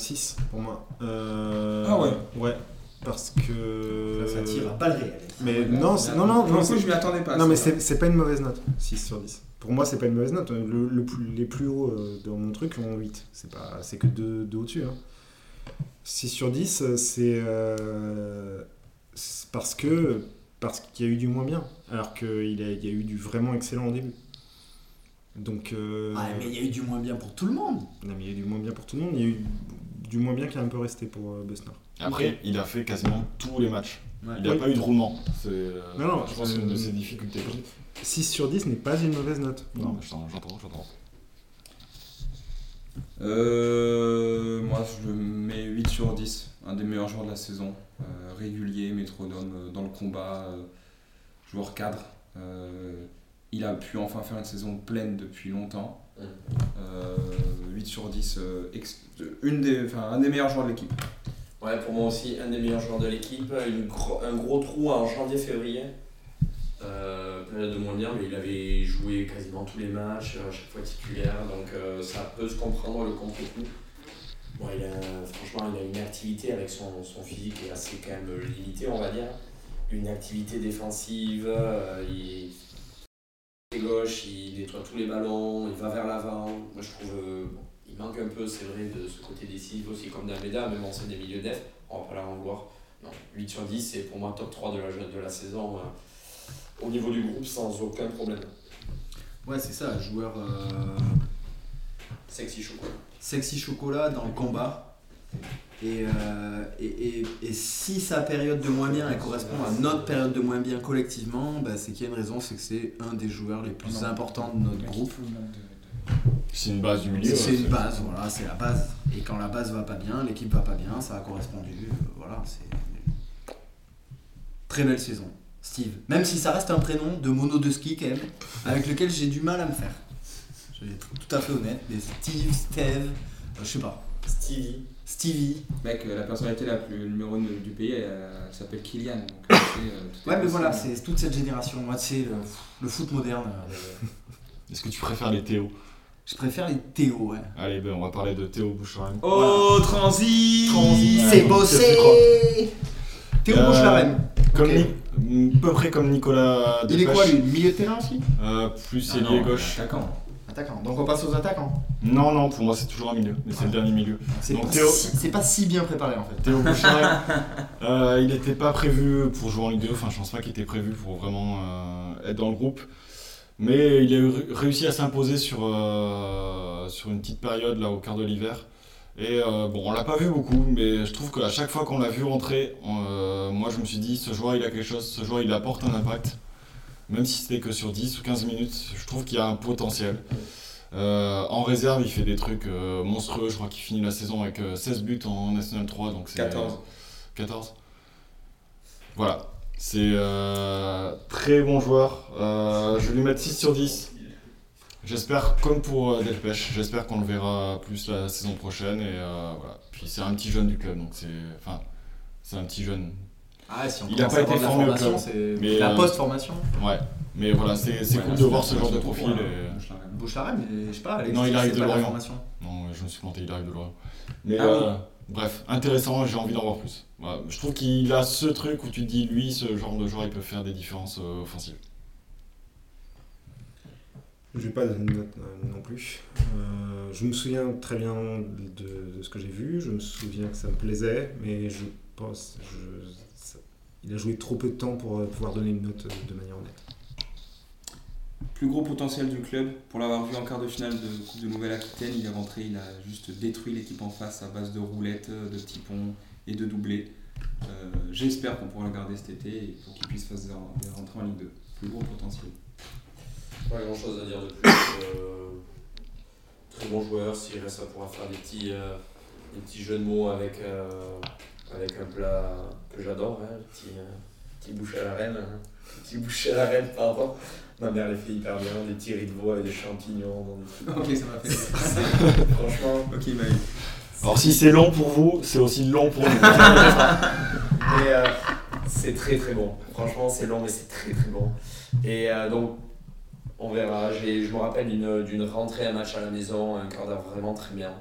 S5: pour moi. Euh,
S1: Ah ouais.
S5: Ouais. Parce que.
S6: Ça, ça tire à balles réelles.
S5: Mais
S1: Ouais,
S5: non,
S1: ouais,
S5: c'est-
S1: ouais.
S5: non, non,
S1: Pour le
S5: non,
S1: coup,
S5: c'est-
S1: je m'y attendais pas,
S5: Non,
S1: Ah, c'est
S5: mais
S1: vrai.
S5: c'est c'est pas une mauvaise note, 6 sur 10. Pour moi, c'est pas une mauvaise note. Le, le plus- les plus hauts euh, dans mon truc ont 8. C'est pas- c'est que 2 au-dessus. hein. 6 sur 10, euh, c'est euh, c'est parce que parce qu'il y a eu du moins bien, alors qu'il a, il y a eu du vraiment excellent au début. Donc, euh,
S6: Ouais, Ah, mais il y a eu du moins bien pour tout le monde.
S5: non, mais il y a eu du moins bien pour tout le monde. Il y a eu du moins bien qui a un peu resté pour euh, Besnard.
S3: Après, il a fait quasiment tous les matchs.
S5: Ouais.
S3: Il n'a
S5: Oui.
S3: pas eu de roulement. C'est, euh,
S5: Non, non,
S3: je pense
S5: euh,
S3: que c'est une de ses difficultés.
S5: 6 sur 10 n'est pas une mauvaise note.
S3: Non, mais je t'en- j'entends, j'entends.
S1: Euh, moi, je le mets 8 sur 10. Un des meilleurs joueurs de la saison. Euh, régulier, métronome, euh, dans le combat, euh, joueur cadre. Euh, il a pu enfin faire une saison pleine depuis longtemps. Euh, 8 sur 10. euh, ex- euh, une des, enfin, un des meilleurs joueurs de l'équipe.
S4: Ouais, pour moi aussi, un des meilleurs joueurs de l'équipe. Une gro- un gros trou en janvier-février. Euh, période de moins bien, mais il avait joué quasiment tous les matchs, euh, à chaque fois titulaire, donc euh, ça peut se comprendre le contre-coup. Bon, il a- franchement, il a une activité avec son, son physique qui est assez quand même limitée, on va dire. Une activité défensive, euh, il est gauche, il nettoie tous les ballons, il va vers l'avant. Moi, je trouve euh, bon, il manque un peu, c'est vrai, de ce côté décisif aussi, comme Dalmeda, même en scène des milieux def. on va pas leur en vouloir. Non, 8 sur 10, c'est pour moi top 3 de la, de la saison euh, au niveau du groupe sans aucun problème.
S6: Ouais, c'est ça, joueur. euh,
S4: Sexy chocolat.
S6: sexy chocolat dans le combat. Et, euh, et, et- et si sa période de moins bien elle correspond à notre période de moins bien collectivement, bah, c'est qu'il y a une raison, c'est que c'est un des joueurs les plus importants de notre groupe.
S3: C'est une base du milieu.
S6: C'est
S3: ouais,
S6: une base, voilà, c'est la base. Et quand la base va pas bien, l'équipe va pas bien, ça a correspondu. euh, Voilà, c'est. Très belle saison, Steve. Même si ça reste un prénom de mono de ski, quand même, avec lequel j'ai du mal à me faire. Je vais être tout à fait honnête, mais Steve, Steve, euh, je sais pas.
S4: Stevie.
S6: Stevie.
S1: Mec, euh, la personnalité la plus numéro 9 du pays, elle, euh, s'appelle Kylian. donc, euh, c'est, euh, tout est
S6: Ouais, mais
S1: possible.
S6: voilà, c'est toute cette génération. Moi, tu sais, le, le foot moderne. euh,
S3: Est-ce que tu préfères les Théo
S6: Je préfère les Théo, ouais.
S3: Allez, ben, on va parler de Théo Boucherin.
S1: Oh, transi
S6: Transi, c'est bossé Théo
S3: Euh,
S6: Boucherin.
S3: Comme
S6: Ok.
S3: Ni- à peu près comme Nicolas
S6: Il est quoi,
S3: Delpech.
S6: lui Milieu de terrain aussi
S3: Euh, Plus
S6: Ah
S3: ailier
S6: non,
S3: gauche.
S1: Attaquant.
S6: Attaquant. Donc on passe aux attaquants.
S3: Non, non, pour moi c'est toujours un milieu, mais c'est le dernier milieu.
S6: C'est
S3: Donc
S6: pas,
S3: Théo,
S6: si, c'est pas si bien préparé en fait.
S3: Théo Boucherin, euh, il n'était pas prévu pour jouer en Ligue 2, enfin je pense pas qu'il était prévu pour vraiment euh, être dans le groupe. Mais il a eu- réussi à s'imposer sur, euh, sur une petite période là au quart de l'hiver. Et euh, bon, on l'a pas vu beaucoup, mais je trouve qu'à chaque fois qu'on l'a vu rentrer, on, euh, moi je me suis dit, ce joueur il a quelque chose, ce joueur il apporte un impact. Même si c'était que sur 10 ou 15 minutes, je trouve qu'il y a un potentiel. Euh, en réserve, il fait des trucs euh, monstrueux. Je crois qu'il finit la saison avec euh, 16 buts en National 3. Donc c'est-
S1: 14.
S3: 14. Voilà. C'est euh, très bon joueur. Euh, je vais lui mettre 6 sur 10. J'espère, comme pour euh, Delpech, j'espère qu'on le verra plus la saison prochaine. Et euh, voilà. Puis c'est un petit jeune du club, donc c'est. Enfin, c'est un petit jeune.
S6: Ah, si on
S3: il n'a
S6: commence
S3: pas
S6: à
S3: été
S6: avoir de la
S3: formé au
S6: formation,
S3: club. euh,
S6: c'est la post-formation.
S3: Ouais. Mais voilà, c'est c'est
S6: Ouais,
S3: cool
S6: là,
S3: de
S6: c'est
S3: voir
S6: la
S3: ce genre de
S6: formation,
S3: profil. euh,
S6: ouais.
S3: et-
S6: Boucharam, mais je sais pas, Alex,
S3: non, il
S6: c'est
S3: arrive
S6: pas
S3: de
S6: la
S3: Lorient.
S6: formation.
S3: Non, je me suis planté, il arrive de Lorient. Mais
S1: Ah
S3: euh, bref, intéressant, j'ai envie d'en voir plus. Voilà, Je trouve qu'il a ce truc où tu te dis, lui, ce genre de joueur, il peut faire des différences euh, offensives.
S2: Je vais pas donner de note euh, non plus. Euh, je me souviens très bien de, de ce que j'ai vu, je me souviens que ça me plaisait, mais je pense. je- ça- il a joué trop peu de temps pour euh, pouvoir donner une note euh, de manière honnête.
S1: Plus gros potentiel du club, pour l'avoir vu en quart de finale de Coupe de Nouvelle-Aquitaine, il est rentré, il a juste détruit l'équipe en face à base de roulettes, euh, de petits ponts et de doublés. Euh, J'espère qu'on pourra le garder cet été et pour qu'il puisse faire des rentrées en Ligue 2. Plus gros potentiel.
S4: Pas grand chose à dire de plus. euh, très bon joueur, s'il reste, ça pourra faire des petits, euh, des petits jeux de mots avec, euh, avec un plat que j'adore, hein, le petit, euh, petit bouche à la reine. hein. Petit bouche à la reine, pardon. Ma mère les fait hyper bien, des petits riz de veau avec des champignons. dans des trucs.
S1: Ok, ça m'a fait rire.
S4: C'est- Franchement.
S1: Ok, Maï.
S3: Alors si c'est long pour vous, c'est aussi long pour nous.
S4: Et euh, c'est très très bon. Franchement, c'est long, mais c'est très très bon. Et euh, donc, on verra. J'ai- Je me rappelle d'une d'une rentrée, un match à la maison, un quart d'heure vraiment très bien.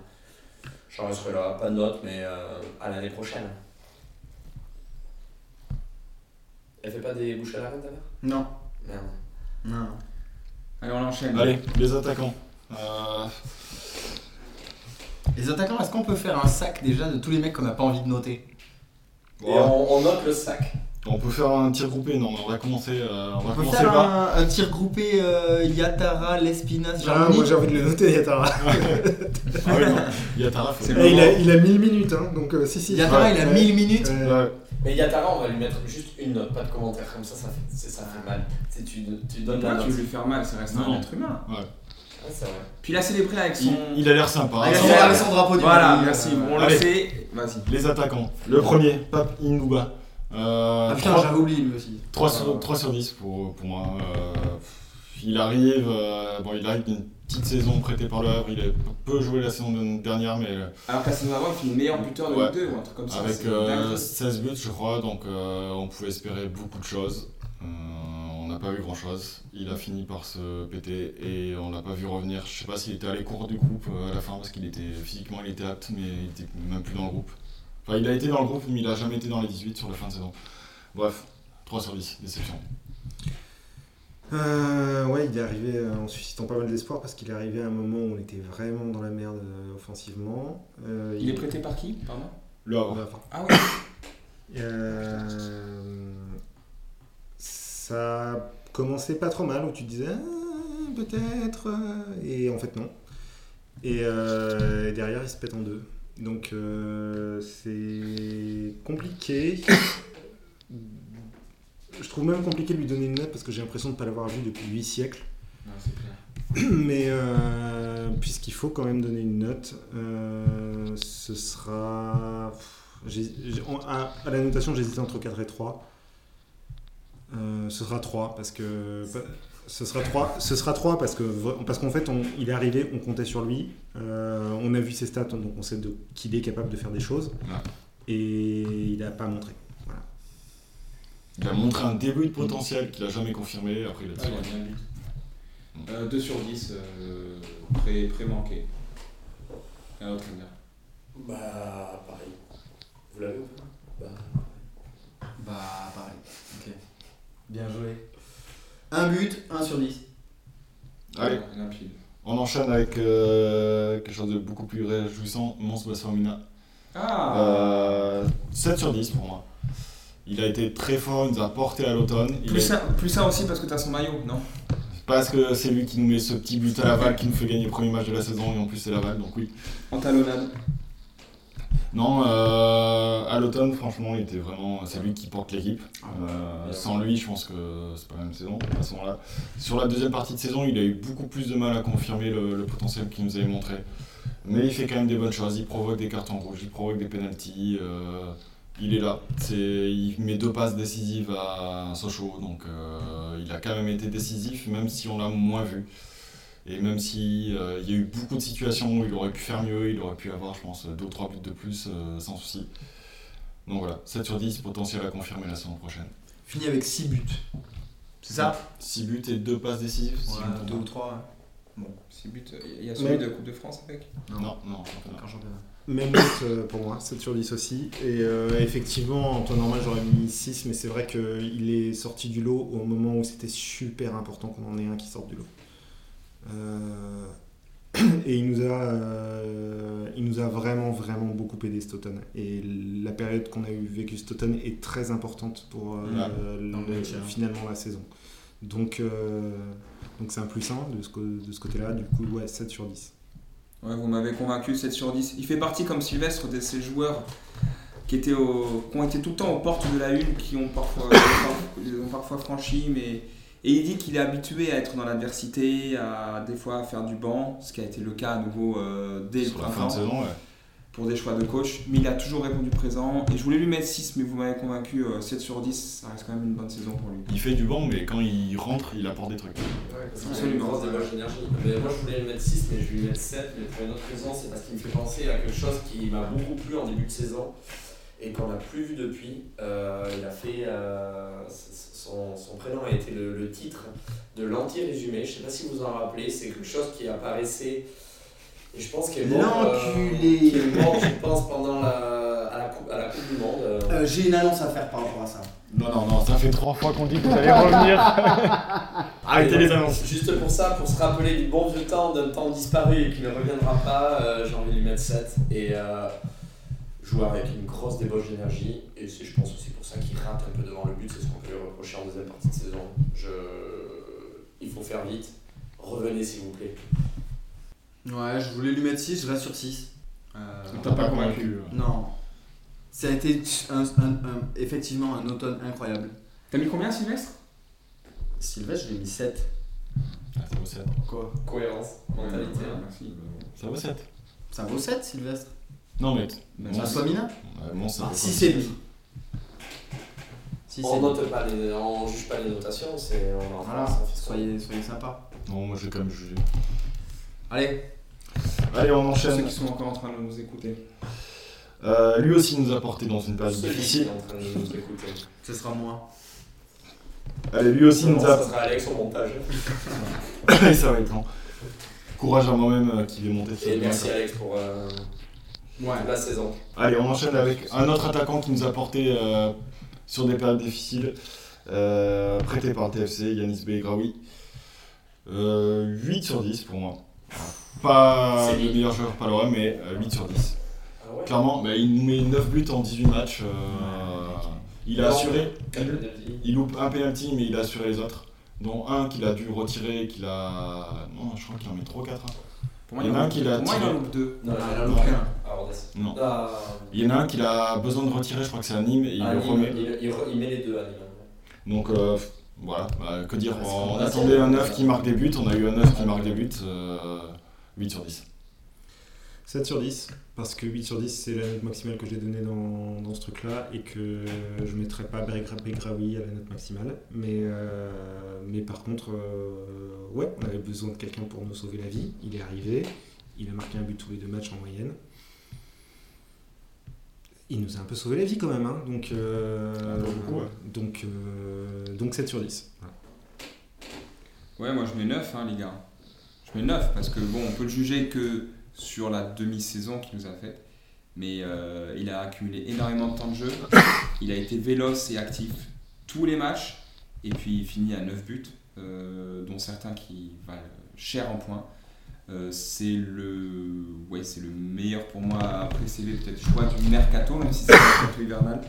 S4: J'en resterai là, pas de note, mais euh, à l'année prochaine. Elle fait pas des bouches à la reine, ta mère
S6: Non.
S4: Merde.
S6: Non.
S1: Allez, on enchaîne.
S3: Allez, les attaquants. Euh,
S6: Les attaquants, est-ce qu'on peut faire un sac déjà de tous les mecs qu'on n'a pas envie de noter
S4: Et on, on note le sac.
S3: on peut faire un tir groupé, non, on va commencer, euh, on va
S6: On peut
S3: commencer
S6: faire
S3: par-
S6: un, un tir groupé euh, Yatara, Lespinas,
S2: Ah,
S6: Jarni.
S2: moi j'ai envie de le noter, Yatara.
S3: Ah oui, non, il y a Taraf.
S1: C'est
S2: Eh, il, a, il a 1000 minutes, hein, donc euh, si, si.
S6: Yatara, il a 1000 minutes.
S3: Ouais.
S4: Mais Yatara, on va lui mettre juste une note, pas de commentaire, comme ça, ça fait, c'est- ça fait mal. Tu, sais, tu, tu donnes la
S1: Là,
S4: note.
S1: tu veux lui faire mal, ça reste
S3: Non.
S1: un être humain.
S3: Ouais.
S4: Ouais, c'est vrai.
S1: Puis là, c'est les prêts avec son.
S3: Il, il a l'air sympa. hein.
S6: Avec son,
S1: Yatara.
S6: avec son drapeau du
S1: Voilà,
S6: Mali,
S1: merci,
S6: euh,
S1: on le
S3: Allez.
S1: sait. Vas-y.
S3: Les attaquants. Le premier, Pape Inouba.
S6: Ah putain, j'avais oublié lui aussi.
S3: 3 sur, 3 sur 10 pour, pour moi. Euh, il arrive, euh, bon, il arrive d'une petite saison prêtée par le Havre. Il a peu joué la saison de- dernière, mais euh,
S1: Alors que la saison d'avant, il finit meilleur buteur de
S3: Ouais.
S1: Ligue 2 ou un truc comme ça.
S3: avec
S1: c'est
S3: euh,
S1: dingue.
S3: 16 buts, je crois, donc euh, on pouvait espérer beaucoup de choses. Euh, on n'a pas vu grand chose. Il a fini par se péter et on l'a pas vu revenir. Je sais pas s'il était allé court du groupe euh, à la fin parce qu'il était physiquement il était apte, mais il était même plus dans le groupe. Enfin, il a été dans le groupe, mais il a jamais été dans les 18 sur la fin de saison. Bref, 3 sur 10, déception.
S2: Euh, ouais, il est arrivé euh, en suscitant pas mal d'espoir parce qu'il est arrivé à un moment où on était vraiment dans la merde euh, offensivement. Euh,
S1: Il est prêté par qui Pardon
S3: Le Havre.
S1: Ah ouais
S5: Euh, ça commençait pas trop mal, où tu disais Ah, peut-être, euh, et en fait non. Et, euh, et derrière, il se pète en deux. Donc euh, c'est compliqué. Je trouve même compliqué de lui donner une note parce que j'ai l'impression de ne pas l'avoir vu depuis 8 siècles. Mais euh, puisqu'il faut quand même donner une note, euh, ce sera. pff, j'ai- j'ai- en- à, à la notation, j'hésite entre 4 et 3. Euh, ce sera 3 parce que. pa- Ce sera 3, ce sera 3 parce que vra- parce qu'en fait on- il est arrivé, on comptait sur lui, euh, on a vu ses stats donc on sait de- qu'il est capable de faire des choses et il n'a pas montré. Voilà.
S3: Il a montré un début de potentiel qu'il a jamais confirmé, après il a
S1: Ah, il a
S3: dit.
S1: bien vu. Euh, 2 sur 10, euh, pré, pré-manqué. Un autre Edgar.
S4: Bah, pareil. Vous l'avez ou pas Bah,
S6: Bah, pareil. Ok. Bien joué. Un but, 1 sur 10.
S1: Ah
S3: Allez,
S1: limpide.
S3: on enchaîne avec euh, quelque chose de beaucoup plus réjouissant, Mons Bassamina.
S1: Ah.
S3: Euh, 7 sur 10 pour moi. Il a été très fort, il nous a porté à l'automne. Il
S1: Plus,
S3: a-
S1: ça, plus ça aussi parce que t'as son maillot, non
S3: Parce que c'est lui qui nous met ce petit but à Laval qui nous fait gagner le premier match de la saison et en plus c'est Laval, donc oui.
S1: En talonnade.
S3: Non, euh, à l'automne, franchement, il était vraiment. C'est lui qui porte l'équipe. Euh, sans lui, je pense que c'est pas la même saison. À ce moment-là. Sur la deuxième partie de saison, il a eu beaucoup plus de mal à confirmer le, le potentiel qu'il nous avait montré. Mais il fait quand même des bonnes choses. Il provoque des cartons rouges, il provoque des pénalties. euh, il est là. C'est- il met deux passes décisives à Sochaux. Donc euh, il a quand même été décisif, même si on l'a moins vu. Et même si euh, il y a eu beaucoup de situations où il aurait pu faire mieux, il aurait pu avoir, je pense, deux ou trois buts de plus euh, sans souci. Donc voilà, 7 sur 10, potentiel à confirmer la saison prochaine.
S6: Fini avec 6 buts. C'est ça
S3: 6 buts et 2 passes décisives. si je me trompe
S6: 2 ou hein. 3. Bon.
S1: 6 buts. euh, Il y a celui
S6: Mais-
S1: de Coupe de France avec
S3: Non, non, championnat.
S5: Même note euh, pour moi, 7 sur 10 aussi. Et euh, effectivement, en temps normal, j'aurais mis 6, mais c'est vrai qu'il est sorti du lot au moment où c'était super important qu'on en ait un qui sorte du lot. Euh, Et il nous, a, euh, il nous a vraiment, vraiment beaucoup aidé cet automne. Et la période qu'on a eu vécue cet automne est très importante pour euh,
S17: Ouais.
S5: le-
S17: Dans le hein. maintien.
S5: finalement la saison. Donc euh, donc c'est un plus 1 de ce, co- de ce côté-là. Du coup, ouais, 7 sur 10.
S1: Ouais, vous m'avez convaincu, 7 sur 10. Il fait partie, comme Sylvestre, de ces joueurs qui, étaient au- qui ont été tout le temps aux portes de la une, qui ont parfois, ont parfois franchi, mais... Et il dit qu'il est habitué à être dans l'adversité, à des fois faire du banc, ce qui a été le cas à nouveau euh, dès
S3: Sur la
S1: le
S3: fin de
S1: printemps,
S3: saison, ouais.
S1: pour des choix de coach. Mais il a toujours répondu présent. Et je voulais lui mettre 6, mais vous m'avez convaincu, euh, 7 sur 10, ça reste quand même une bonne saison pour lui.
S3: Il fait du banc, mais quand il rentre, il apporte des trucs.
S1: Absolument.
S4: Absolument. d'énergie. Mais moi, je voulais le mettre 6, mais je vais lui mettre 7. Mais pour une autre raison, c'est parce qu'il me fait penser à quelque chose qui m'a beaucoup plu en début de saison et qu'on n'a plus vu depuis. Euh, il a fait. euh, s- s- son, son prénom a été le, le titre de l'anti-résumé. Je ne sais pas si vous en rappelez. C'est quelque chose qui apparaissait. Et je pense qu'il est mort. euh,
S6: L'enculé.
S4: qui est mort, je pense, pendant la, à, la coupe, à la Coupe du Monde. euh.
S6: Euh, J'ai une annonce à faire par rapport à ça.
S3: Non, non, non, ça fait trois fois qu'on dit que
S6: allait
S3: allait
S6: revenir.
S3: revenir.
S4: Et
S3: Arrêtez les
S4: voilà,
S3: annonces.
S4: Juste pour ça, pour se rappeler du bon vieux temps, d'un temps disparu et qui ne reviendra pas, euh, j'ai envie de lui mettre 7 et euh, jouer avec une grosse débauche d'énergie. Et c'est, je pense aussi pour ça qu'il rate un peu devant le but, c'est ce qu'on peut lui reprocher en deuxième partie de saison. Je... Il faut faire vite. Revenez s'il vous plaît.
S6: Ouais, je voulais lui mettre 6, je reste sur 6.
S1: Euh,
S3: On t'a pas convaincu. euh.
S2: Bah.
S6: Non. Ça a été un- un- un- effectivement un automne incroyable.
S1: T'as mis combien, Sylvestre
S6: Sylvestre, je l'ai mis 7.
S3: Ah, ça vaut 7.
S6: Quoi
S4: Cohérence, mentalité. hein.
S3: Ça vaut 7.
S6: Ça vaut 7, Sylvestre
S3: Non, mais.
S6: Bah, ça soit Mina
S3: Ouais, Mons, ça
S6: Ah,
S3: vaut
S6: si,
S3: pas.
S6: c'est lui. Si,
S4: on
S6: c'est-
S4: note pas les, on juge pas les notations, c'est on est en
S6: Voilà,
S4: France, on fait ce qu'on
S6: soyez, soyez sympa.
S3: Non, moi je vais quand même juger.
S6: Allez.
S3: Allez, on
S1: Pour Ceux
S3: enchaîne.
S1: qui sont encore en train de nous écouter.
S3: Euh, lui aussi nous a porté dans une période
S4: Celui
S3: difficile.
S4: qui est en train de nous écouter.
S6: Ce sera moi.
S3: Allez, lui aussi
S4: Non,
S3: nous a.
S4: ça sera Alex au montage.
S3: Et ça va être long. Courage à moi-même euh, qui vais monter ce
S4: Et
S3: lien,
S4: merci
S3: quoi.
S4: Alex pour euh, toute la saison.
S3: Allez, on enchaîne avec un autre attaquant qui nous a porté euh, sur des périodes difficiles. euh, prêté par le TFC, Yanis Begraoui. Euh, 8 sur 10 pour moi. Pas
S4: C'est
S3: le meilleur joueur palois, mais euh, 8 sur 10.
S4: Ah ouais.
S3: Clairement, bah, il nous met 9 buts en 18 matchs. euh, il a
S4: Alors,
S3: assuré.
S4: quatre penalty.
S3: Il loupe un penalty, mais il a assuré les autres. Dont un qu'il a dû retirer, qu'il a. Non, je crois qu'il en met hein. 3 ou 4.
S1: Pour moi,
S3: il y en
S1: il
S3: a
S1: en
S3: un
S1: loupe-
S3: qu'il a.
S1: pour moi, il
S3: tiré.
S1: en loupe deux. Non, il en
S3: Non.
S1: loupe qu'un.
S4: Ah, Rodez.
S3: Non.
S4: Ah.
S3: Il y en a un qu'il a besoin de retirer, je crois que c'est à Nîmes, et il
S4: Ah,
S3: le
S4: Nîmes,
S3: remet.
S4: il- il re- il met les deux à Nîmes.
S3: Donc euh, voilà, bah, que dire,
S4: Ouais,
S3: on
S4: Ah, c'est
S3: attendait un
S4: facile.
S3: 9 qui marque des buts, on a eu un 9 qui marque des buts, euh, 8 sur 10.
S2: 7 sur 10, parce que 8 sur 10, c'est la note maximale que j'ai donnée dans, dans ce truc-là, et que je ne mettrai pas Belgra- Belgraoui à la note maximale. Mais, euh, mais par contre, euh, ouais, on avait besoin de quelqu'un pour nous sauver la vie. Il est arrivé, il a marqué un but tous les deux matchs en moyenne. Il nous a un peu sauvé la vie quand même, hein. donc, euh,
S3: Ah, beaucoup, ouais.
S2: donc, euh, donc 7 sur 10. Voilà.
S1: Ouais, moi je mets 9, hein, les gars. Je mets 9 parce que bon, on peut le juger que sur la demi-saison qu'il nous a faite. Mais euh, il a accumulé énormément de temps de jeu. Il a été véloce et actif tous les matchs. Et puis il finit à 9 buts, euh, dont certains qui valent cher en points. Euh, c'est le ouais c'est le meilleur pour moi après CV peut-être je crois du mercato même si c'est un mercato hivernal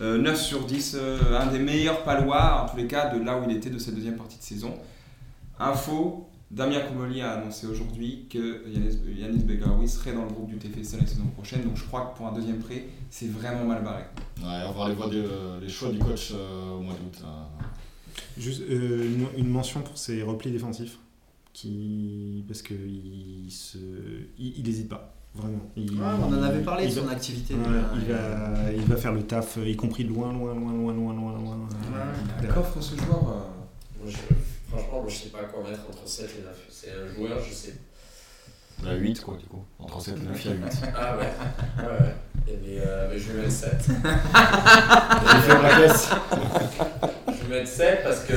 S1: Euh, 9 sur 10 euh, un des meilleurs palois en tous les cas de là où il était de cette deuxième partie de saison info Damien Comoli a annoncé aujourd'hui que Yanis, Yanis Begaoui serait dans le groupe du TFC la saison prochaine donc je crois que pour un deuxième prêt c'est vraiment mal barré
S3: Ouais, on va aller voir des- les choix du coach euh, au mois d'août. euh.
S2: Juste euh, une- une mention pour ses replis défensifs, qui parce que il se, il, il hésite pas vraiment. Il-
S6: Ouais, on en avait parlé de
S2: il va-
S6: son activité,
S2: Ouais,
S6: déjà.
S2: il va, il va faire le taf, y compris loin, loin, loin, loin, loin, loin, loin.
S1: il a un coffre ce joueur euh.
S4: Moi, je, franchement, moi, je sais pas quoi mettre entre 7 et 9. C'est un joueur, je sais.
S3: Bah, 8 quoi, du coup. Entre 7 et 9, il y a 8.
S4: Ah ouais, ouais, ouais. Et mais, euh, mais je vais mettre 7.
S3: fait ma caisse.
S4: Je vais mettre 7 parce que.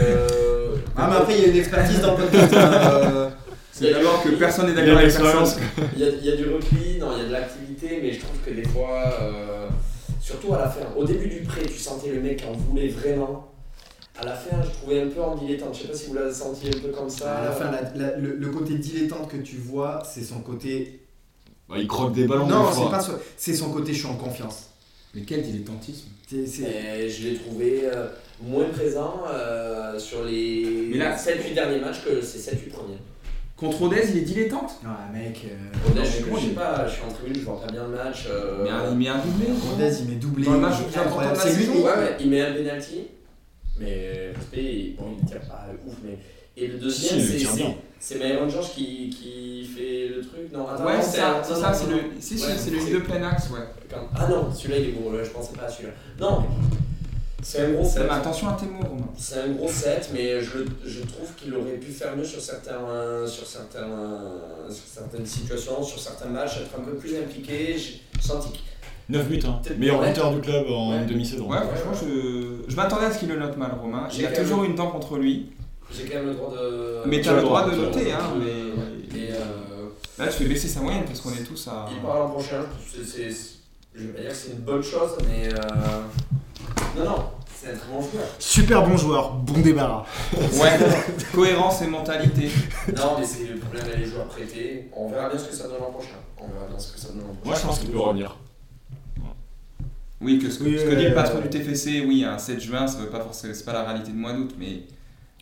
S6: Ah, mais après, il y a une expertise dans le podcast. euh,
S1: C'est d'abord que personne n'est d'accord avec personne.
S4: Il y, a, il y a du repli, non, il y a de l'activité, mais je trouve que des fois, euh, surtout à la fin, au début du prêt, tu sentais le mec en voulait vraiment. À la fin, je trouvais un peu en dilettante. Je sais pas si vous l'avez senti un peu comme ça.
S6: À la fin, la- la- le, le côté dilettante que tu vois, c'est son côté.
S3: Bah, il croque des ballons, des
S6: Non, c'est
S3: fois.
S6: pas son- c'est son côté. Je suis en confiance.
S1: Mais quel dilettantisme
S4: Et je l'ai trouvé euh, moins présent euh, sur les
S1: Mais là-
S4: 7-8 derniers matchs que ces 7-8 premiers.
S1: contre Odez il est dilettante
S6: Ouais, mec. euh,
S4: Rodez, je, je sais pas, je suis en tribune, je vois pas bien le match. euh,
S1: mais un- il met un doublé
S6: Rodez, il met doublé.
S1: Dans le match
S6: il
S1: le
S6: est
S1: plus important de
S6: incroyable.
S1: la
S6: C'est lui
S1: saison.
S6: qui-
S4: Ouais, ouais, il met un penalty, mais respect, bon, il tire pas ouf, mais. Et le
S3: Si,
S4: deuxième,
S3: il
S4: c'est-
S3: tire
S4: c'est
S3: bien.
S4: c'est Myron George qui, qui fait le truc. Non, attends,
S1: ouais
S4: non,
S1: c'est
S4: un-
S1: ça c'est
S4: non,
S1: ça
S4: non,
S1: c'est
S4: non,
S1: le
S4: non.
S1: si,
S4: Ouais,
S1: si, c'est le
S4: c'est-
S1: de plein axe ouais
S4: quand- Ah non, celui-là il est gros, là, je pensais pas à celui-là. Non, c'est un gros set.
S1: mais attention à tes mots Romain
S4: C'est un gros set, mais je, le- je trouve qu'il aurait pu faire mieux sur, certains, sur, certains, sur certaines situations, sur certains matchs, être un peu plus impliqué. J'ai senti que
S3: 9 buts, hein.
S4: Peut-être
S3: meilleur
S4: ouais.
S3: buteur du club en
S4: Ouais.
S3: demi-saison.
S1: Ouais, franchement, je, je m'attendais à ce qu'il le note mal, Romain. Il
S4: J'ai
S1: a
S4: quand
S1: toujours
S4: même-
S1: une dent contre lui.
S4: j'ai quand même le droit de.
S1: Mais
S3: tu
S1: t'as
S3: as
S1: le
S3: le
S1: droit
S3: droit,
S1: de
S3: tu as le
S1: noter,
S4: droit.
S1: hein. Mais
S4: Et, euh,
S1: là, tu fais baisser sa moyenne parce qu'on est tous à.
S4: Il part l'an prochain, c'est- c'est- je vais pas dire que c'est une bonne chose, mais. euh, Non, non, c'est un très bon joueur.
S2: Super bon joueur, bon débarras.
S1: Ouais, cohérence et mentalité.
S4: Non, mais c'est le problème des joueurs prêtés. On verra bien ce que ça donne l'an prochain. On verra bien ce que ça donne l'an prochain.
S3: Moi, je pense qu'il peut revenir.
S1: Oui, que ce que,
S2: Oui,
S1: ce que dit
S2: euh,
S1: le patron du TFC, oui, un 7 juin, ça veut pas forcément. C'est pas la réalité de mois d'août, mais.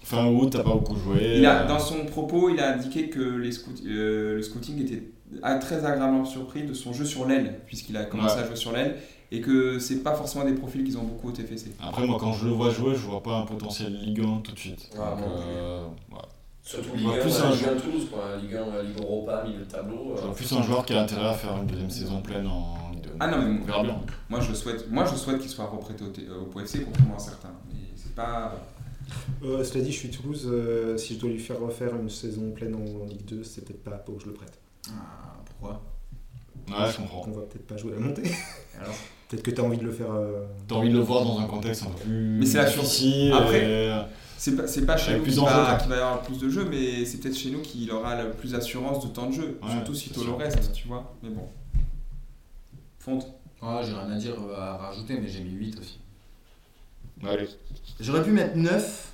S3: Fin août, t'as pas beaucoup joué.
S1: Il
S3: euh,
S1: a, dans son propos, il a indiqué que les scout- euh, le scouting était a- très agréablement surpris de son jeu sur l'aile, puisqu'il a commencé
S3: Ouais.
S1: à jouer sur l'aile, et que c'est pas forcément des profils qu'ils ont beaucoup au TFC.
S3: Après, moi, quand je le vois jouer, je vois pas un potentiel Ligue 1 tout de suite.
S4: Ouais,
S3: Donc,
S4: Ah, moi non
S3: euh, ouais.
S4: Surtout
S3: Il
S4: Ligue 1,
S3: va plus
S4: euh,
S3: un
S4: Ligue 1
S3: joueur.
S4: Toulouse, quoi. Ligue 1, Ligue Europa, milieu de tableau.
S3: Je
S4: euh,
S3: vois plus un joueur qui a intérêt à faire une deuxième saison pleine en Ligue 2.
S1: Ah non, mais
S3: on verra bien.
S1: Moi je souhaite, moi je souhaite qu'il soit reprêté au, T- au Pau FC, contrairement à certains. Mais c'est pas.
S2: Euh, cela dit, je suis Toulouse. euh, si je dois lui faire refaire une saison pleine en, en Ligue 2, c'est peut-être pas pour que je le prête.
S6: Ah, pourquoi
S3: Ouais, je comprends.
S2: On va peut-être pas jouer à la montée.
S6: Alors
S2: peut-être que t'as envie de le faire. euh,
S3: T'as envie de le voir dans un contexte un peu plus
S1: Mais c'est la chance.
S3: difficile.
S1: Après-
S3: et-
S1: C'est pas, c'est pas chez
S3: Avec
S1: nous
S3: plus
S1: qu'il
S3: d'enjeux,
S1: va,
S3: quoi.
S1: qu'il va y avoir le plus de jeux, mais c'est peut-être chez nous qu'il aura la plus assurance de temps de jeu,
S3: Ouais,
S1: surtout si
S3: c'est
S1: Tolo
S3: sûr.
S1: reste, tu vois. Mais bon. Fonte.
S6: Ah, j'ai rien à dire euh, à rajouter, mais j'ai mis 8 aussi.
S3: Allez.
S6: J'aurais pu mettre 9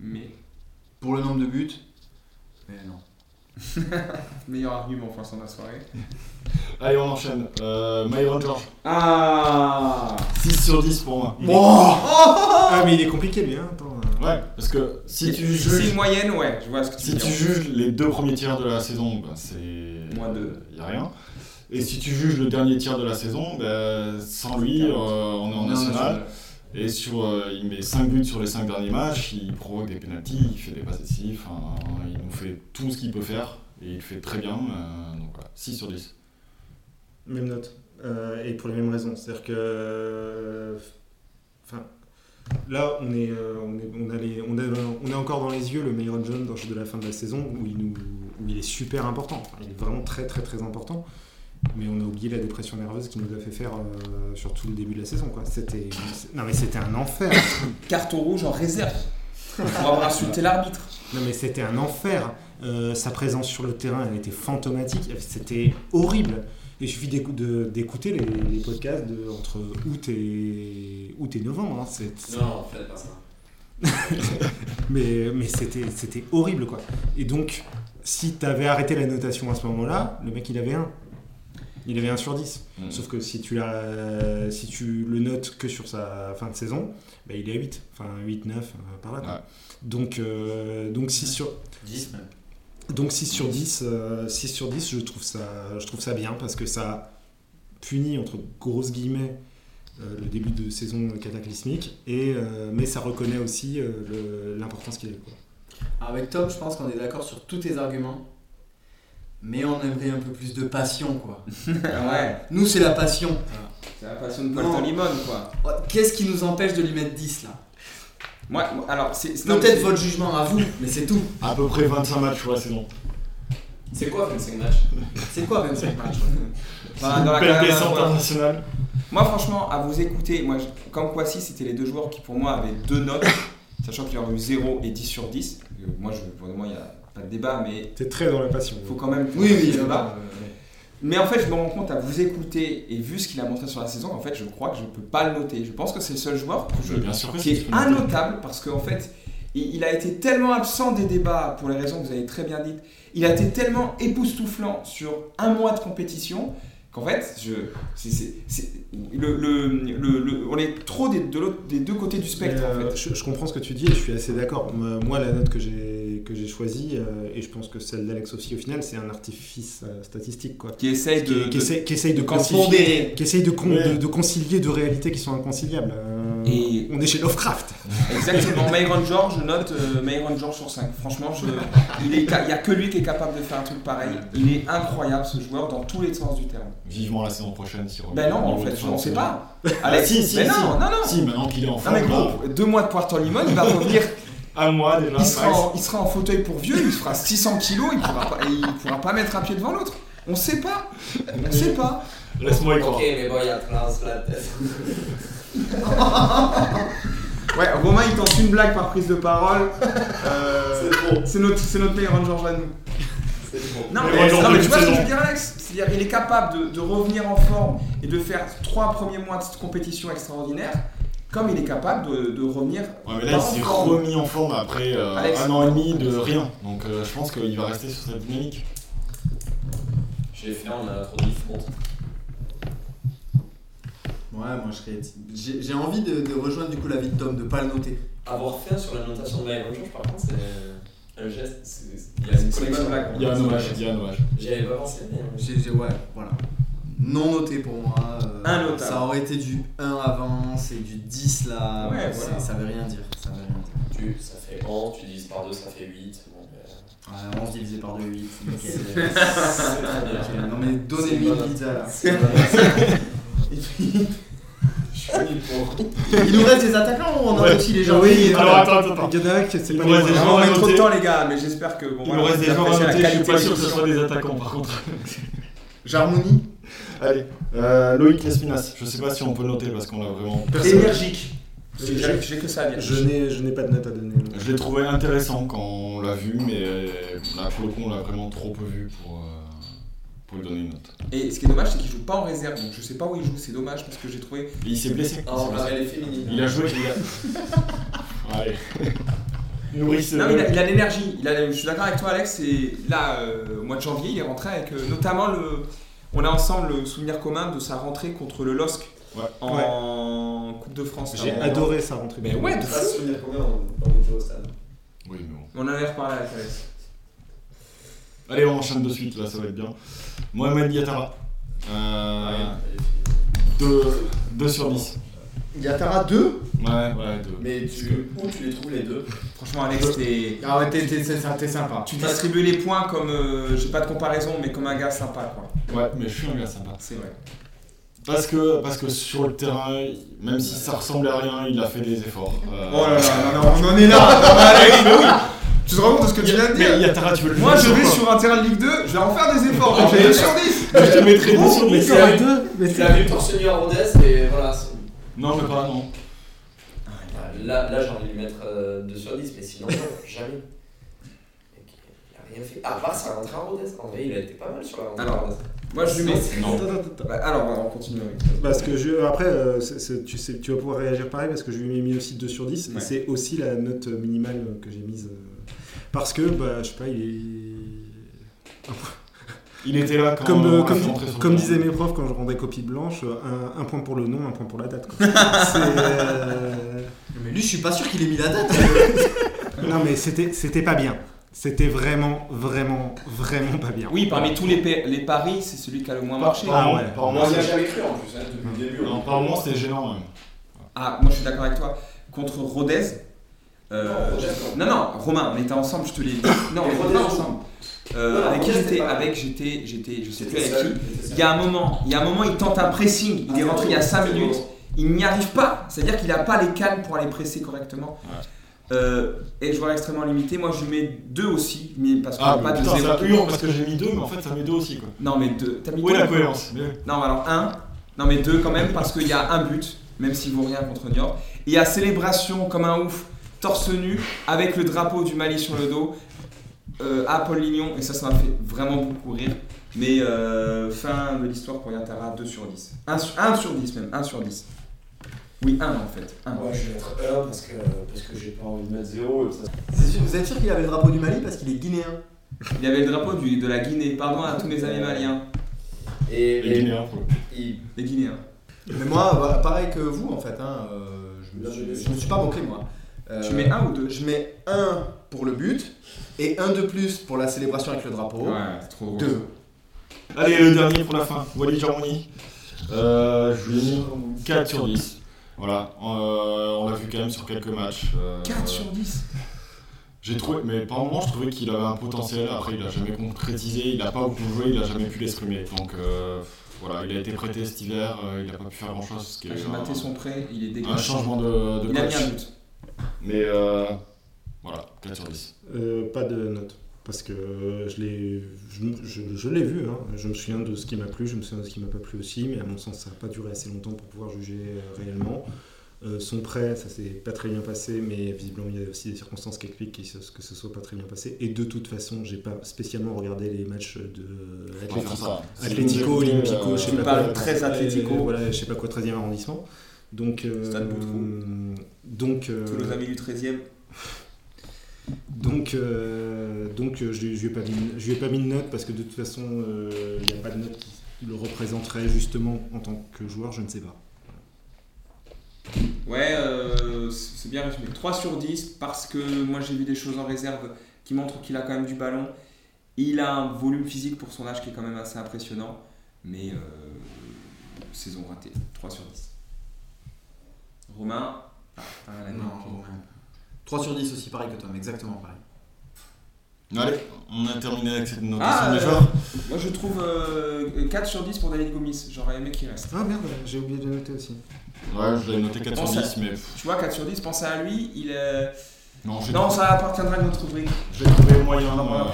S1: Mais.
S6: pour le nombre de buts, mais non.
S1: Meilleur argument pour l'instant de la soirée.
S3: Allez, on enchaîne. Euh, Myron George.
S1: Ah
S3: 6 sur 10 pour moi.
S1: Il est- Oh
S3: ah, mais il est compliqué lui, hein. Attends.
S2: euh.
S3: Ouais, parce que si
S1: C'est-
S3: tu
S1: c'est
S3: juges.
S1: une moyenne, ouais, je vois ce que tu
S3: Si
S1: veux dire.
S3: tu juges les deux premiers tiers de la saison, bah, c'est. Moins 2. Y a rien. Et si tu juges le dernier tiers de la saison, bah, sans lui, euh, on est en
S5: Non,
S3: national.
S5: national.
S3: Et sur, euh, il met 5 buts sur les 5 derniers matchs, il provoque des pénalties, il fait des passes décisives, enfin, il nous fait tout ce qu'il peut faire, et il le fait très bien. euh, donc voilà, 6 sur 10.
S5: Même note. Euh, et pour les mêmes raisons. C'est-à-dire que. euh, Enfin. Là, on est, euh, on, est, on, a les- on, a, on a encore dans les yeux le Mayron John dans- de la fin de la saison où il, nous, où il est super important. Enfin, il est vraiment très, très, très important. Mais on a oublié la dépression nerveuse qu'il nous a fait faire euh, sur tout le début de la saison. Quoi. C'était, c'est- non, mais c'était un enfer.
S1: Carton rouge en réserve. Pour avoir insulté l'arbitre.
S5: Non mais c'était un enfer. Euh, sa présence sur le terrain, elle était fantomatique. C'était horrible. Il suffit d'écou- de- d'écouter les, les podcasts de, entre août et, août et novembre. hein. C'est- c'est-
S18: Non, faites pas ça.
S5: mais mais c'était c'était horrible quoi. Et donc, si t'avais arrêté la notation à ce moment-là, le mec il avait un. Il avait un sur 10.
S3: Mm.
S5: Sauf que si tu, l'as- si tu le notes que sur sa fin de saison, bah, il est à 8. Enfin 8, 9, euh, par là. quoi. Donc, euh, donc 6 sur...
S4: 10 même.
S5: Donc 6 sur 10, euh, 6 sur 10 je, trouve ça, je trouve ça bien parce que ça punit entre grosses guillemets euh, le début de saison cataclysmique, et, euh, mais ça reconnaît aussi euh, le- l'importance qu'il a. quoi.
S6: Ah, Avec Tom, je pense qu'on est d'accord sur tous tes arguments. Mais on aimerait un peu plus de passion, quoi.
S1: Ah Ouais.
S6: Nous, c'est la passion.
S1: C'est la passion de Paul Tolimon, quoi.
S6: Ouais, Qu'est-ce qui nous empêche de lui mettre 10 là
S1: Moi, moi, alors, c'est. c'est- non,
S6: Peut-être
S1: c'est-
S6: votre jugement à vous, mais c'est tout.
S3: À peu près 25 matchs pour la saison.
S18: C'est quoi 25 matchs
S6: C'est quoi 25 matchs
S1: Bah, dans la
S3: Belle
S1: carrière
S3: descente
S1: d'un joueur.
S3: internationale.
S1: Moi, franchement, à vous écouter, moi, je- comme Kwasi, c'était les deux joueurs qui, pour moi, avaient deux notes, sachant qu'il aurait eu 0 et 10 sur 10. Euh, Moi, je, pour moi, il n'y a pas de débat, mais.
S5: T'es très dans la passion. hein.
S1: Faut quand même.
S6: Oui, oui,
S1: le
S6: euh,
S1: débat.
S6: euh,
S1: Mais en fait, je me rends compte à vous écouter et vu ce qu'il a montré sur la saison, en fait, je crois que je peux pas le noter. Je pense que c'est le seul joueur que je-
S3: Bah, bien sûr que
S1: qui
S3: si, tu
S1: est
S3: peux le noter.
S1: annotable parce qu'en fait, il, il a été tellement absent des débats pour les raisons que vous avez très bien dites. Il a été tellement époustouflant sur un mois de compétition qu'en fait, je, c'est- c'est- c'est- le, le- le- le- on est trop des, de l'autre- des deux côtés du spectre.
S5: Mais, euh, je, je comprends ce que tu dis et je suis assez d'accord. Moi, moi, la note que j'ai que j'ai choisie euh, et je pense que celle d'Alex aussi au final, c'est un artifice euh, statistique quoi.
S1: Qui essaye de-
S5: qui, qui
S1: de-
S5: essaye, qui essaye de
S1: de
S5: quantifier-
S1: pondérer.
S5: qui essaye de, con-
S1: Ouais.
S5: de- de concilier deux réalités qui sont inconciliables. Euh,
S1: Et-
S5: on est chez Lovecraft.
S1: Exactement, Myron George, je note euh, Myron George sur 5. Franchement, je, il n'y a que lui qui est capable de faire un truc pareil. Il est incroyable ce joueur dans tous les sens du terme.
S3: Vivement la saison prochaine si
S1: Ben non, en fait, on sait pas.
S5: Ah,
S1: Alex,
S3: si, si,
S1: mais
S3: si.
S1: non, non, non.
S3: Si, maintenant qu'il est en
S1: Non,
S3: forme.
S1: mais gros, deux mois de Puerto Limon, il va revenir.
S3: Un mois déjà.
S1: Il sera,
S3: max.
S1: en, il sera en fauteuil pour vieux, il fera 600 kilos, il pourra pas, il pourra pas mettre un pied devant l'autre. On sait pas. On sait pas.
S3: Laisse-moi y croire.
S18: Ok, mais bon, il y a Transplantet.
S1: Ouais, Romain, il tente une blague par prise de parole. Euh, c'est notre, c'est notre meilleur George à nous. Non,
S3: Mais
S1: mais,
S3: Rangers
S1: non,
S3: de
S1: mais tu vois ce que je
S3: saison.
S1: veux dire, Alex C'est-à-dire, il est capable de, de revenir en forme et de faire trois premiers mois de cette compétition extraordinaire, comme il est capable de, de revenir.
S3: Ouais,
S1: pas
S3: mais là, il
S1: en
S3: s'est
S1: forme.
S3: remis en forme après euh,
S1: Alex.
S3: un an et demi de rien. Donc euh, je pense qu'il va rester sur cette dynamique.
S4: J'ai fait, on a trop de différence.
S6: Ouais, moi je serais. J'ai j'ai envie de, de rejoindre du coup l'avis de Tom, de pas le noter.
S4: Avoir fait un sur la notation de Myron George, par contre, c'est un geste. c'est- c'est- Il y a
S6: C'est
S4: une
S6: une
S4: collection.
S6: blague.
S3: Il y a un hommage, il y a un hommage.
S4: J'y avais pas pensé, mais. euh,
S6: J'ai- j'ai- ouais, voilà. Non noté pour moi. euh,
S1: Un notable.
S6: Ça aurait été du 1 avant, c'est du 10 là.
S1: Ouais,
S6: c'est-
S1: voilà.
S6: Ça veut rien dire. Ça veut rien dire.
S4: Tu, ça fait 1, tu divises par 2, ça fait 8. Bon, ben,
S6: Ouais, 11 divisé par 2, 8.
S4: C'est- c'est très bien.
S6: Non mais
S4: C'est
S6: donnez-lui
S4: bon,
S6: une pizza là.
S4: c'est bon.
S6: Et puis-
S5: Il nous reste des attaquants ou on en a aussi les gens Oui, alors, attends, attends, attends.
S1: Il y en a un qui c'est
S5: Il
S1: pas
S5: nous reste
S1: les
S5: des
S1: bons.
S5: gens
S1: On
S5: à
S1: met trop de
S5: noter.
S1: temps, les gars, mais j'espère que. bon,
S3: Il
S1: voilà,
S3: nous reste
S1: vous
S3: des gens à
S1: appréciez la
S3: noter, je suis
S1: qualité
S3: pas sûr que ce
S1: d'émission.
S3: soit des attaquants par contre.
S6: J'harmonie
S3: Allez, euh, Loïc Lespinas. Je sais pas si on peut le noter parce qu'on l'a vraiment.
S1: Énergique. J'ai- J'ai j'ai que ça à dire.
S5: Je n'ai je n'ai pas de note à donner.
S3: Je l'ai trouvé intéressant quand on l'a vu, mais euh, là, pour le coup, on l'a vraiment trop peu vu pour, euh, pour lui donner une note.
S1: Et ce qui est dommage, c'est qu'il joue pas en réserve, donc je sais pas où il joue, c'est dommage parce que j'ai trouvé. Oh,
S3: Et il s'est blessé.
S4: Ah, on va aller féminine.
S3: Il a joué, les gars. Allez. nourrissent.
S1: Non, mais il a-
S3: euh,
S1: il a l'énergie. Il a- Je suis d'accord avec toi, Alex. Et là, euh, au mois de janvier, il est rentré avec euh, notamment le. On a ensemble le souvenir commun de sa rentrée contre le LOSC en Coupe de France.
S5: J'ai
S1: En-
S5: adoré sa rentrée.
S1: Ah, Mais ouais, de
S4: Ça, se
S1: fou.
S4: souvenir combien on, on était au stade
S3: Oui, mais bon.
S1: On en avait reparlé avec Alex.
S3: Allez, on enchaîne de suite, là, ça va être bien. Mohamed Diatara. Euh, 2 sur 10.
S6: Yatara 2
S3: Ouais, ouais, 2.
S4: Mais tu, où tu les trouves les deux
S1: Franchement, Alex, t'es.
S6: Ah ouais, t'es- t'es- t'es- t'es sympa.
S1: Tu distribues les points comme. euh, J'ai pas de comparaison, mais comme un gars sympa, quoi.
S3: Ouais, mais je suis un gars sympa.
S1: C'est vrai.
S3: Parce que, parce que sur le terrain, même si ça ressemble à rien, il a fait des efforts. Euh,
S19: Oh là là, non, non, on en est là. Non,
S1: Ah
S19: mais Alex,
S3: Oui, mais oui.
S19: Tu te rends compte de ce que tu viens de dire
S3: Mais Yatara, tu veux le
S19: Moi,
S3: faire
S19: je vais
S3: quoi
S19: sur un terrain de Ligue 2, je vais en faire des efforts.
S3: Ah,
S19: J'en fais
S3: mais-
S19: 2 sur 10.
S3: Je te mettrai des sur
S19: Oh,
S4: mais
S3: des
S4: c'est
S3: sur
S4: la
S3: deux, mais
S4: Tu
S3: c'est-
S4: l'as vu torse nu à Rodez et voilà. c'est-
S3: Non, je veux pas, non.
S4: Bah, Là, là j'ai envie de lui mettre euh, 2 sur 10, mais sinon, non, jamais. Mec, Il a rien fait. À part sa rentrée à Rodez. En vrai, il a été pas mal sur la rentrée à
S1: Alors,
S4: Rodez.
S1: moi, je lui
S4: Mais
S1: mets.
S4: c'est-
S1: Bah, Alors, on continue avec.
S5: Parce que je, après, euh, c'est- c'est- tu, sais, tu vas pouvoir réagir pareil parce que je lui ai mis aussi 2 sur 10.
S1: Ouais.
S5: Et c'est aussi la note minimale que j'ai mise. euh, parce que, bah, je sais pas, il est.
S3: Il était là quand
S5: comme, euh,
S3: on a
S5: comme,
S3: fait rentrer son
S5: comme
S3: terrain.
S5: disaient mes profs quand je rendais copie blanche, euh, un, un point pour le nom, un point pour la date. quoi. C'est, euh,
S6: Mais lui, je suis pas sûr qu'il ait mis la date.
S5: non mais c'était c'était pas bien. C'était vraiment vraiment vraiment pas bien.
S1: Oui, parmi tous les, pa- les paris, c'est celui qui a le moins
S5: Par-
S1: marché.
S5: par Ah ouais. moment- par
S1: Moi,
S5: moment,
S1: j'ai
S5: c'est-
S4: hein,
S3: Non, par moment, c'était gênant, hein. même.
S1: Ah, moi je suis d'accord avec toi. Contre Rodez. euh,
S4: Non, Rodez,
S1: non, non, Romain, on était ensemble, je te l'ai dit. Non,
S4: Mais
S1: on était
S4: Rodez,
S1: pas ensemble. Euh,
S4: Non, non,
S1: avec qui
S4: Rodez,
S1: j'étais
S4: c'est pas-
S1: Avec, j'étais, j'étais, je sais plus
S4: T'étais
S1: avec
S4: seul, t'étais
S1: qui.
S4: seul. Ah,
S1: Il y a un moment, il y a un moment, il tente un pressing. Il est rentré il y a 5
S4: c'est
S1: minutes.
S4: bon.
S1: Il n'y arrive pas. C'est-à-dire qu'il n'a pas les cannes pour aller presser correctement. Euh, et joueur extrêmement limité. Moi, je mets 2 aussi, mais parce qu'on
S3: Ah,
S1: n'a
S3: mais
S1: pas de
S3: putain,
S1: 0.
S3: ça hurle parce que j'ai mis deux, mais en fait, ça met deux aussi, quoi.
S1: Non, mais 2. T'as mis
S3: Où
S1: deux
S3: est la
S1: quoi.
S3: cohérence Mais oui.
S1: Non, alors 1. Non, mais 2 quand même, parce qu'il y a un but, même s'il vaut rien contre Niort. Et à célébration comme un ouf, torse nu, avec le drapeau du Mali sur le dos, euh, à Paul Lignon. Et ça, ça m'a fait vraiment beaucoup rire. Mais euh, fin de l'histoire pour Yatara, 2 sur 10. 1 sur, 10 même, 1 sur 10. Oui, 1 en fait. un.
S4: Moi, je vais mettre 1 parce que, parce que j'ai pas envie de mettre 0.
S6: Vous êtes sûr qu'il avait le drapeau du Mali parce qu'il est guinéen
S1: Il y avait le drapeau du- de la Guinée. Pardon à tous mes amis maliens.
S4: Et,
S3: Les Guinéens, pour le coup.
S4: il-
S1: Les Guinéens.
S6: Mais moi, voilà, pareil que vous, en fait, hein, euh, je, me suis, je me suis pas moqué, moi. Euh,
S1: Tu mets un ou deux
S6: Je mets un pour le but et un de plus pour la célébration avec le drapeau.
S1: Ouais, c'est trop drôle.
S6: Deux.
S3: Allez, le dernier pour la fin, Wally Germany. Euh, je lui ai mis 4 sur 10. Voilà, euh, on l'a vu quand même sur quelques matchs. euh,
S1: 4 sur 10
S3: J'ai trouvé, mais par moment, je trouvais qu'il avait un potentiel. Après, il a jamais concrétisé, il a pas beaucoup joué, il a jamais pu l'exprimer. Donc euh, voilà, il a été prêté cet hiver, euh, il a pas pu faire grand chose. Ce qui est
S1: J'ai
S3: un-
S1: maté son prêt, il est dégueulasse.
S3: Un changement de, de
S1: Il a
S3: coach.
S1: mis un but.
S3: Mais euh, voilà, 4 sur 10.
S5: Euh, pas de note. Parce que euh, je l'ai je, je- je l'ai vu, hein. je me souviens de ce qui m'a plu, je me souviens de ce qui m'a pas plu aussi, mais à mon sens ça n'a pas duré assez longtemps pour pouvoir juger euh, réellement. Euh, son prêt, ça s'est pas très bien passé, mais visiblement il y a aussi des circonstances qui expliquent qu'il se- que ce soit pas très bien passé. Et de toute façon, j'ai pas spécialement regardé les matchs de euh,
S3: Enfin,
S5: Atlético,
S3: ça, c'est
S5: Atlético,
S3: une-
S5: Olympico,
S3: euh,
S5: je sais
S3: tu
S5: pas
S3: parles
S5: quoi.
S3: très
S5: Euh,
S3: Atlético.
S5: voilà, je sais pas quoi, 13e arrondissement. Donc, euh, donc euh,
S1: Tous nos amis du 13 e
S5: donc, euh, donc euh, je ne lui, ai pas mis- je lui ai pas mis de note parce que de toute façon, euh, il n'y a pas de note qui le représenterait justement en tant que joueur, je ne sais pas.
S1: Ouais, euh, c'est c'est bien résumé. 3 sur 10 parce que moi j'ai vu des choses en réserve qui montrent qu'il a quand même du ballon. Il a un volume physique pour son âge qui est quand même assez impressionnant. Mais euh, saison ratée, 3 sur 10. Romain Ah, putain, elle a mis
S6: Non,
S1: un pied.
S6: 3 sur 10 aussi, pareil que toi, mais exactement pareil.
S3: Allez, on a terminé avec cette notation
S1: Ah,
S3: des
S1: euh,
S3: joueurs.
S1: moi je trouve euh, 4 sur 10 pour David Gomis. J'aurais aimé qu'il reste.
S5: Ah merde, j'ai oublié de noter aussi.
S3: Ouais, je l'ai noté 4 sur
S1: Pense à-
S3: 10, mais.
S1: Tu vois, 4 sur 10, pensez à lui. Il est...
S3: Non, j'ai-
S1: ça appartiendra à notre rubrique.
S3: J'ai trouvé moyen. euh,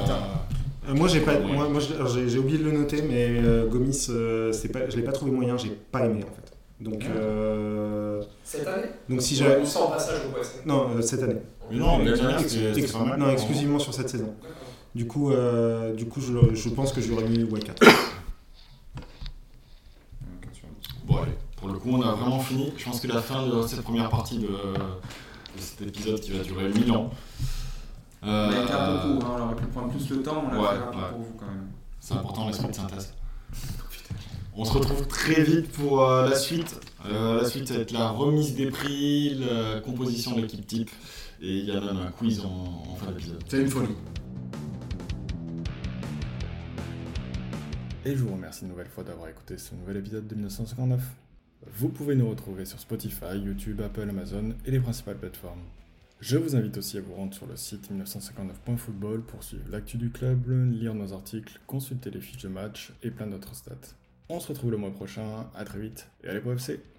S5: Euh, moi, j'ai pas, moi, moi, j'ai- alors, j'ai j'ai oublié de le noter, mais euh, Gomis, euh, c'est pas, je l'ai pas trouvé moyen, j'ai pas aimé en fait. Donc,
S3: Ah.
S5: euh,
S4: Cette année
S5: donc si
S4: Ouais,
S5: j'avais-
S4: ou sans passage au West Ham
S5: Non, euh, cette année.
S3: Mais non, mais l'année dernière,
S5: Ex-
S3: c'était- c'était pas mal. hein.
S5: Non, exclusivement sur cette saison. Du coup, euh, du coup, je, je pense que je lui aurais mis ouais 4.
S3: Bon, allez, pour le coup, on a vraiment fini. Je pense que la fin de cette première partie de, de cet épisode qui va durer 1000 ans. Euh,
S1: On a été un peu court, hein, on aurait pu prendre plus le temps, on a
S20: Euh, ouais,
S1: fait rapide
S20: ouais.
S1: pour vous quand même.
S20: C'est important l'esprit de synthèse. On se retrouve très vite pour euh, la suite. Euh, la suite, ça va être la remise des prix, la composition de l'équipe type. Et il y a même un quiz en, en fin d'épisode.
S5: C'est une folie.
S3: Et je vous remercie une nouvelle fois d'avoir écouté ce nouvel épisode de 1959. Vous pouvez nous retrouver sur Spotify, YouTube, Apple, Amazon et les principales plateformes. Je vous invite aussi à vous rendre sur le site 1959.football pour suivre l'actu du club, lire nos articles, consulter les fiches de match et plein d'autres stats. On se retrouve le mois prochain, à très vite et allez pour FC